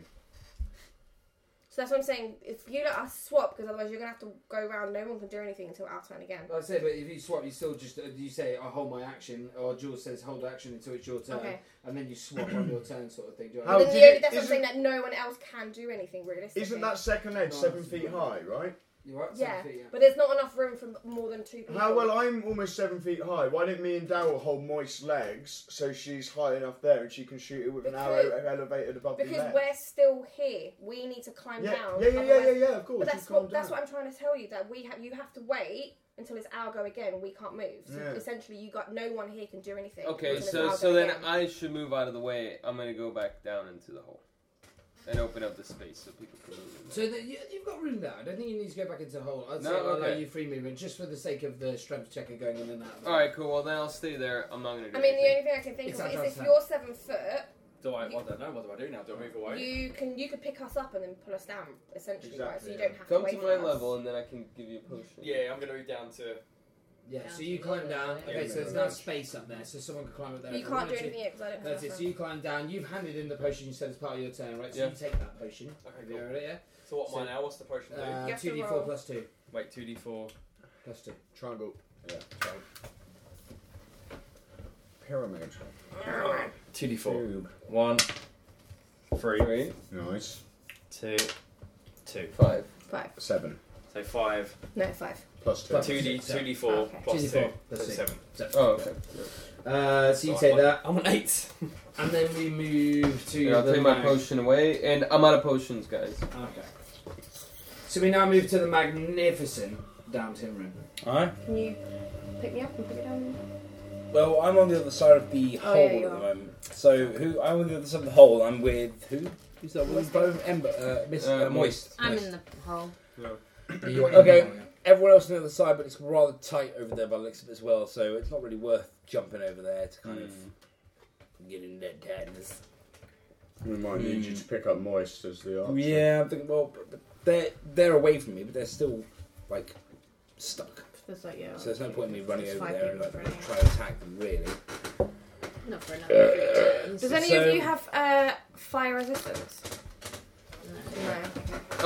Speaker 7: So that's what I'm saying. If you let us swap, because otherwise you're gonna have to go around. No one can do anything until our turn again.
Speaker 2: Like I said, but if you swap, you still just uh, you say I hold my action, or Jules says hold action until it's your turn,
Speaker 7: Okay.
Speaker 2: and then you swap on your turn, sort of thing. Do you know
Speaker 4: How
Speaker 2: what
Speaker 7: But
Speaker 2: I
Speaker 4: Oh, did
Speaker 7: then the only,
Speaker 4: it-
Speaker 7: that's what I'm saying.
Speaker 4: isn't-
Speaker 7: That no one else can do anything realistically.
Speaker 4: Isn't that second edge
Speaker 2: No,
Speaker 4: seven
Speaker 2: it's
Speaker 4: feet high,
Speaker 2: not.
Speaker 4: right?
Speaker 2: mean? You're right.
Speaker 7: Yeah,
Speaker 2: Sophie,
Speaker 7: but there's not enough room for more than two people.
Speaker 4: How well I'm almost seven feet high. Why didn't me and Daryl hold Moist's legs so she's high enough there and she can shoot it with an
Speaker 7: Because-
Speaker 4: arrow elevated above the
Speaker 7: because
Speaker 4: legs?
Speaker 7: we're still here. We need to climb
Speaker 4: yeah,
Speaker 7: down.
Speaker 4: yeah, yeah, yeah, yeah,
Speaker 7: otherwise-
Speaker 4: yeah, of course.
Speaker 7: But
Speaker 4: you
Speaker 7: that's what
Speaker 4: calm
Speaker 7: that's
Speaker 4: down.
Speaker 7: what I'm trying to tell you. That we have you have to wait until it's our go again. We can't move. So
Speaker 4: Yeah.
Speaker 7: essentially, you got no one here can do anything.
Speaker 3: okay.
Speaker 7: until it's
Speaker 3: So
Speaker 7: our
Speaker 3: so
Speaker 7: go
Speaker 3: then
Speaker 7: again.
Speaker 3: I should move out of the way. I'm gonna go back down into the hole. and open up the space so people can move. in
Speaker 2: So the, you, you've got room there. I don't think you need to go back into the hole. I'd say
Speaker 3: No,
Speaker 2: I'll allow
Speaker 3: okay.
Speaker 2: you free movement just for the sake of the strength checker going in and out.
Speaker 3: there. All right, cool. Well, then I'll stay there. I'm not gonna do.
Speaker 7: I mean, the
Speaker 3: anything.
Speaker 7: only thing I can think
Speaker 3: It's
Speaker 7: of
Speaker 3: not
Speaker 7: is if
Speaker 3: transparent.
Speaker 7: you're seven foot,
Speaker 6: Do I? Well, I don't know. What do I do now? Do I move away?
Speaker 7: you can you could pick us up and then pull us down essentially, right? So you don't have
Speaker 3: Come
Speaker 7: to
Speaker 3: to
Speaker 7: wait.
Speaker 3: my
Speaker 7: for us.
Speaker 3: level, and then I can give you a potion.
Speaker 6: Yeah, I'm gonna move down to.
Speaker 2: Yeah, so you climb down. Okay, so there's now space up there, so someone can climb up there.
Speaker 7: You
Speaker 2: if they
Speaker 7: can't do
Speaker 2: wanted to.
Speaker 7: anything yet because I don't have
Speaker 2: That's it.
Speaker 7: enough
Speaker 2: So you climb down. You've handed in the potion you said as part of your turn, right? So
Speaker 3: Yeah.
Speaker 2: you take that potion.
Speaker 6: Okay,
Speaker 2: Have
Speaker 6: cool.
Speaker 2: you heard it, yeah?
Speaker 6: So what?
Speaker 2: So,
Speaker 6: mine now? What's the potion do?
Speaker 2: Uh, two d four plus two.
Speaker 6: Wait, two d four.
Speaker 2: Plus two.
Speaker 4: Triangle. Yeah. Triangle. Pyramid.
Speaker 6: Two d four. One. Three.
Speaker 4: Nice.
Speaker 6: Two. Two.
Speaker 4: Five.
Speaker 7: Five.
Speaker 4: Seven.
Speaker 6: So five.
Speaker 7: No, five.
Speaker 4: Plus
Speaker 2: Plus
Speaker 6: Two d
Speaker 2: six.
Speaker 6: two d four
Speaker 7: Okay.
Speaker 6: plus
Speaker 2: 2d4
Speaker 6: two.
Speaker 2: plus
Speaker 6: so
Speaker 2: six.
Speaker 6: seven.
Speaker 2: Seven.
Speaker 3: Oh, okay.
Speaker 2: Uh, so you
Speaker 6: So
Speaker 2: take
Speaker 6: I'm on-
Speaker 2: that.
Speaker 6: I'm on eight.
Speaker 2: And then we move to.
Speaker 3: Yeah, I'll
Speaker 2: the
Speaker 3: take my
Speaker 2: mag-
Speaker 3: potion away, and I'm out of potions, guys.
Speaker 2: Okay. So we now move to the magnificent downtown room.
Speaker 6: All right.
Speaker 7: Can you pick me up and put me down?
Speaker 6: Well, I'm on the other side of the
Speaker 7: Oh,
Speaker 6: hole
Speaker 7: yeah, you
Speaker 6: at the
Speaker 7: are.
Speaker 6: moment. So who? I'm on the other side of the hole. I'm with who? Who's that? With both Ember, uh, Miss uh, Moist.
Speaker 5: I'm in the hole.
Speaker 6: okay, everyone else on the other side, but it's rather tight over there by the looks of it as well. So it's not really worth jumping over there to kind of get in that tightness.
Speaker 4: We might need you to pick up moist as the option.
Speaker 6: Yeah, I'm thinking. Well, but, but they're they're away from me, but they're still like stuck.
Speaker 20: That's like, yeah.
Speaker 6: So there's no point in me running
Speaker 20: It's
Speaker 6: over
Speaker 20: five
Speaker 6: there and
Speaker 20: people
Speaker 6: like trying to attack them really.
Speaker 20: Not for
Speaker 6: Uh,
Speaker 20: another.
Speaker 7: Does any
Speaker 6: So-
Speaker 7: of you have uh, fire resistance? No.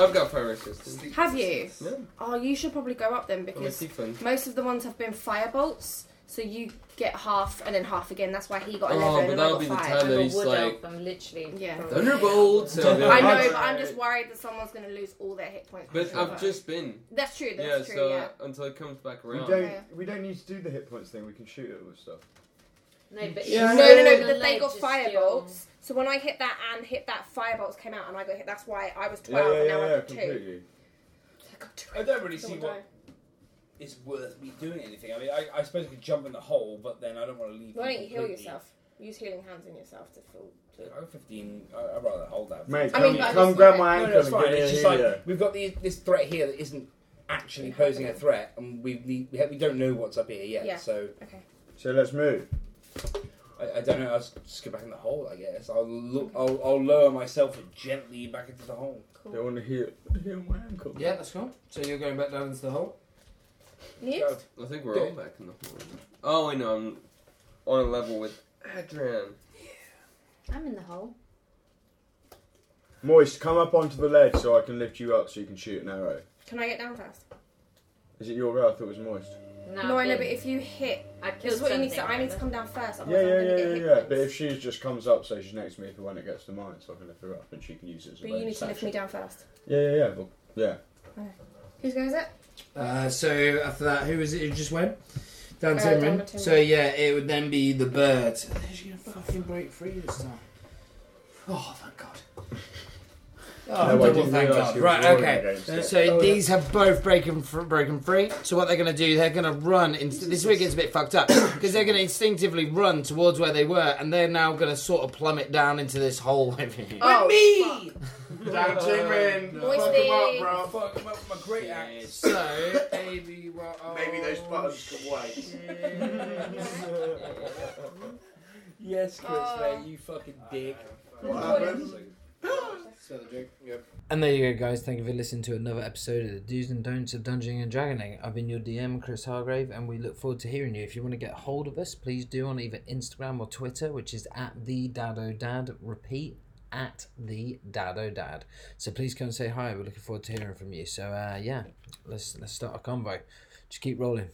Speaker 3: I've got fire resistance.
Speaker 7: Have you?
Speaker 3: Yeah.
Speaker 7: Oh, you should probably go up then
Speaker 3: I'm a
Speaker 7: because
Speaker 3: tiefling.
Speaker 7: most of the ones have been fire bolts, so you get half and then half again. That's why he got
Speaker 3: Oh,
Speaker 7: eleven
Speaker 3: but
Speaker 7: and I
Speaker 3: that'll
Speaker 7: got
Speaker 3: be the
Speaker 7: five.
Speaker 3: time that he's
Speaker 20: wood
Speaker 3: like
Speaker 20: elf, I'm literally.
Speaker 7: Yeah.
Speaker 3: thunderbolt. so I'll be
Speaker 7: I
Speaker 3: like,
Speaker 7: know, but I'm just worried that someone's going to lose all their hit points.
Speaker 3: But I've just been.
Speaker 7: That's true. That's
Speaker 3: yeah,
Speaker 7: true.
Speaker 3: so
Speaker 7: yeah.
Speaker 3: until it comes back
Speaker 4: We
Speaker 3: around.
Speaker 4: don't, we don't need to do the hit points thing, we can shoot it with stuff.
Speaker 5: No, but
Speaker 7: No, no, no. But they got fire bolts. So when I hit that and hit that, fire bolts came out and I got hit. That's why I was twelve and now I've got two.
Speaker 4: completely.
Speaker 6: I don't really see
Speaker 7: Someone
Speaker 6: what is worth me doing anything. I mean, I, I suppose I could jump in the hole, but then I don't want to leave.
Speaker 7: Why don't
Speaker 6: them
Speaker 7: you heal
Speaker 6: completely.
Speaker 7: yourself? Use healing hands on yourself to fill.
Speaker 6: I'm 15. I, I'd rather hold that.
Speaker 4: Mate,
Speaker 7: I mean,
Speaker 4: come,
Speaker 7: but
Speaker 4: come
Speaker 7: it's
Speaker 4: grab
Speaker 7: not-
Speaker 4: my
Speaker 6: no,
Speaker 4: ankle
Speaker 6: no, it's
Speaker 4: and
Speaker 6: fine.
Speaker 4: get in
Speaker 6: It's just
Speaker 4: here.
Speaker 6: like we've got the, this threat here that isn't actually posing a threat, and we need, we ha- we don't know what's up here yet.
Speaker 7: Yeah.
Speaker 6: So
Speaker 7: Okay.
Speaker 4: So let's move.
Speaker 6: I, I don't know. I'll s- just get back in the hole. I guess I'll look. I'll, I'll lower myself gently back into the hole.
Speaker 4: They want to heal, heal my ankle.
Speaker 2: Yeah, that's cool. So you're going back down into the hole.
Speaker 7: You?
Speaker 3: I think we're all back in the hole. Oh, I know. I'm on a level with Adrian.
Speaker 5: I'm in the hole.
Speaker 4: Moist, come up onto the ledge so I can lift you up so you can shoot an arrow.
Speaker 7: Can I get down fast?
Speaker 4: Is it your row? I thought it was moist.
Speaker 5: No,
Speaker 7: No, I know,
Speaker 5: I've
Speaker 7: but
Speaker 5: been-
Speaker 7: if you hit,
Speaker 5: I
Speaker 7: this
Speaker 5: killed
Speaker 7: is what you
Speaker 5: something.
Speaker 7: need to. I need to come down first.
Speaker 4: Yeah,
Speaker 7: Otherwise
Speaker 4: yeah,
Speaker 7: I'm
Speaker 4: yeah,
Speaker 7: gonna
Speaker 4: yeah,
Speaker 7: get hit
Speaker 4: yeah.
Speaker 7: points.
Speaker 4: But if she just comes up, so she's next to me for when it gets to mine, so I can lift her up and she can use it as a
Speaker 7: But you
Speaker 4: bonus
Speaker 7: need to lift
Speaker 4: action.
Speaker 7: me down first.
Speaker 4: Yeah, yeah, yeah. Well, yeah.
Speaker 7: Who's going is it?
Speaker 2: Uh, so after that, who is it who just went?
Speaker 7: Uh,
Speaker 2: Downtown
Speaker 7: down
Speaker 2: room.
Speaker 7: the tin
Speaker 2: So
Speaker 7: room.
Speaker 2: yeah, it would then be the bird. She's gonna fucking break free this time. Oh, thank God. Oh,
Speaker 4: No, I
Speaker 2: double
Speaker 4: didn't
Speaker 2: thank
Speaker 4: realise
Speaker 2: God.
Speaker 4: you were
Speaker 2: Right,
Speaker 4: warning
Speaker 2: okay.
Speaker 4: against it.
Speaker 2: So oh, these have both broken fr- broken free. So what they're going to do, they're going to run. Inst- this is where it gets a bit fucked up because they're going to instinctively run towards where they were, and they're now going to sort of plummet down into this hole over here.
Speaker 7: Oh,
Speaker 21: me!
Speaker 4: Down
Speaker 2: Oh,
Speaker 4: to
Speaker 21: men.
Speaker 7: Moist
Speaker 21: Fuck 'em
Speaker 7: it.
Speaker 21: up, bro.
Speaker 6: Fuck, my, my great axe.
Speaker 2: So maybe what?
Speaker 21: Maybe those
Speaker 2: oh,
Speaker 21: buttons can wait.
Speaker 6: Yes, Chris,
Speaker 21: Oh.
Speaker 6: man, you fucking dick.
Speaker 21: What happened?
Speaker 22: And there you go, guys. Thank you for listening to another episode of the Do's and Don'ts of Dungeoning and Dragoning. I've been your DM, Chris Hargrave, and we look forward to hearing you. If you want to get hold of us, please do on either Instagram or Twitter, which is at the Dado Dad. Repeat at the Dado Dad. So please come and say hi. We're looking forward to hearing from you. So uh, yeah, let's let's start a convo. Just keep rolling.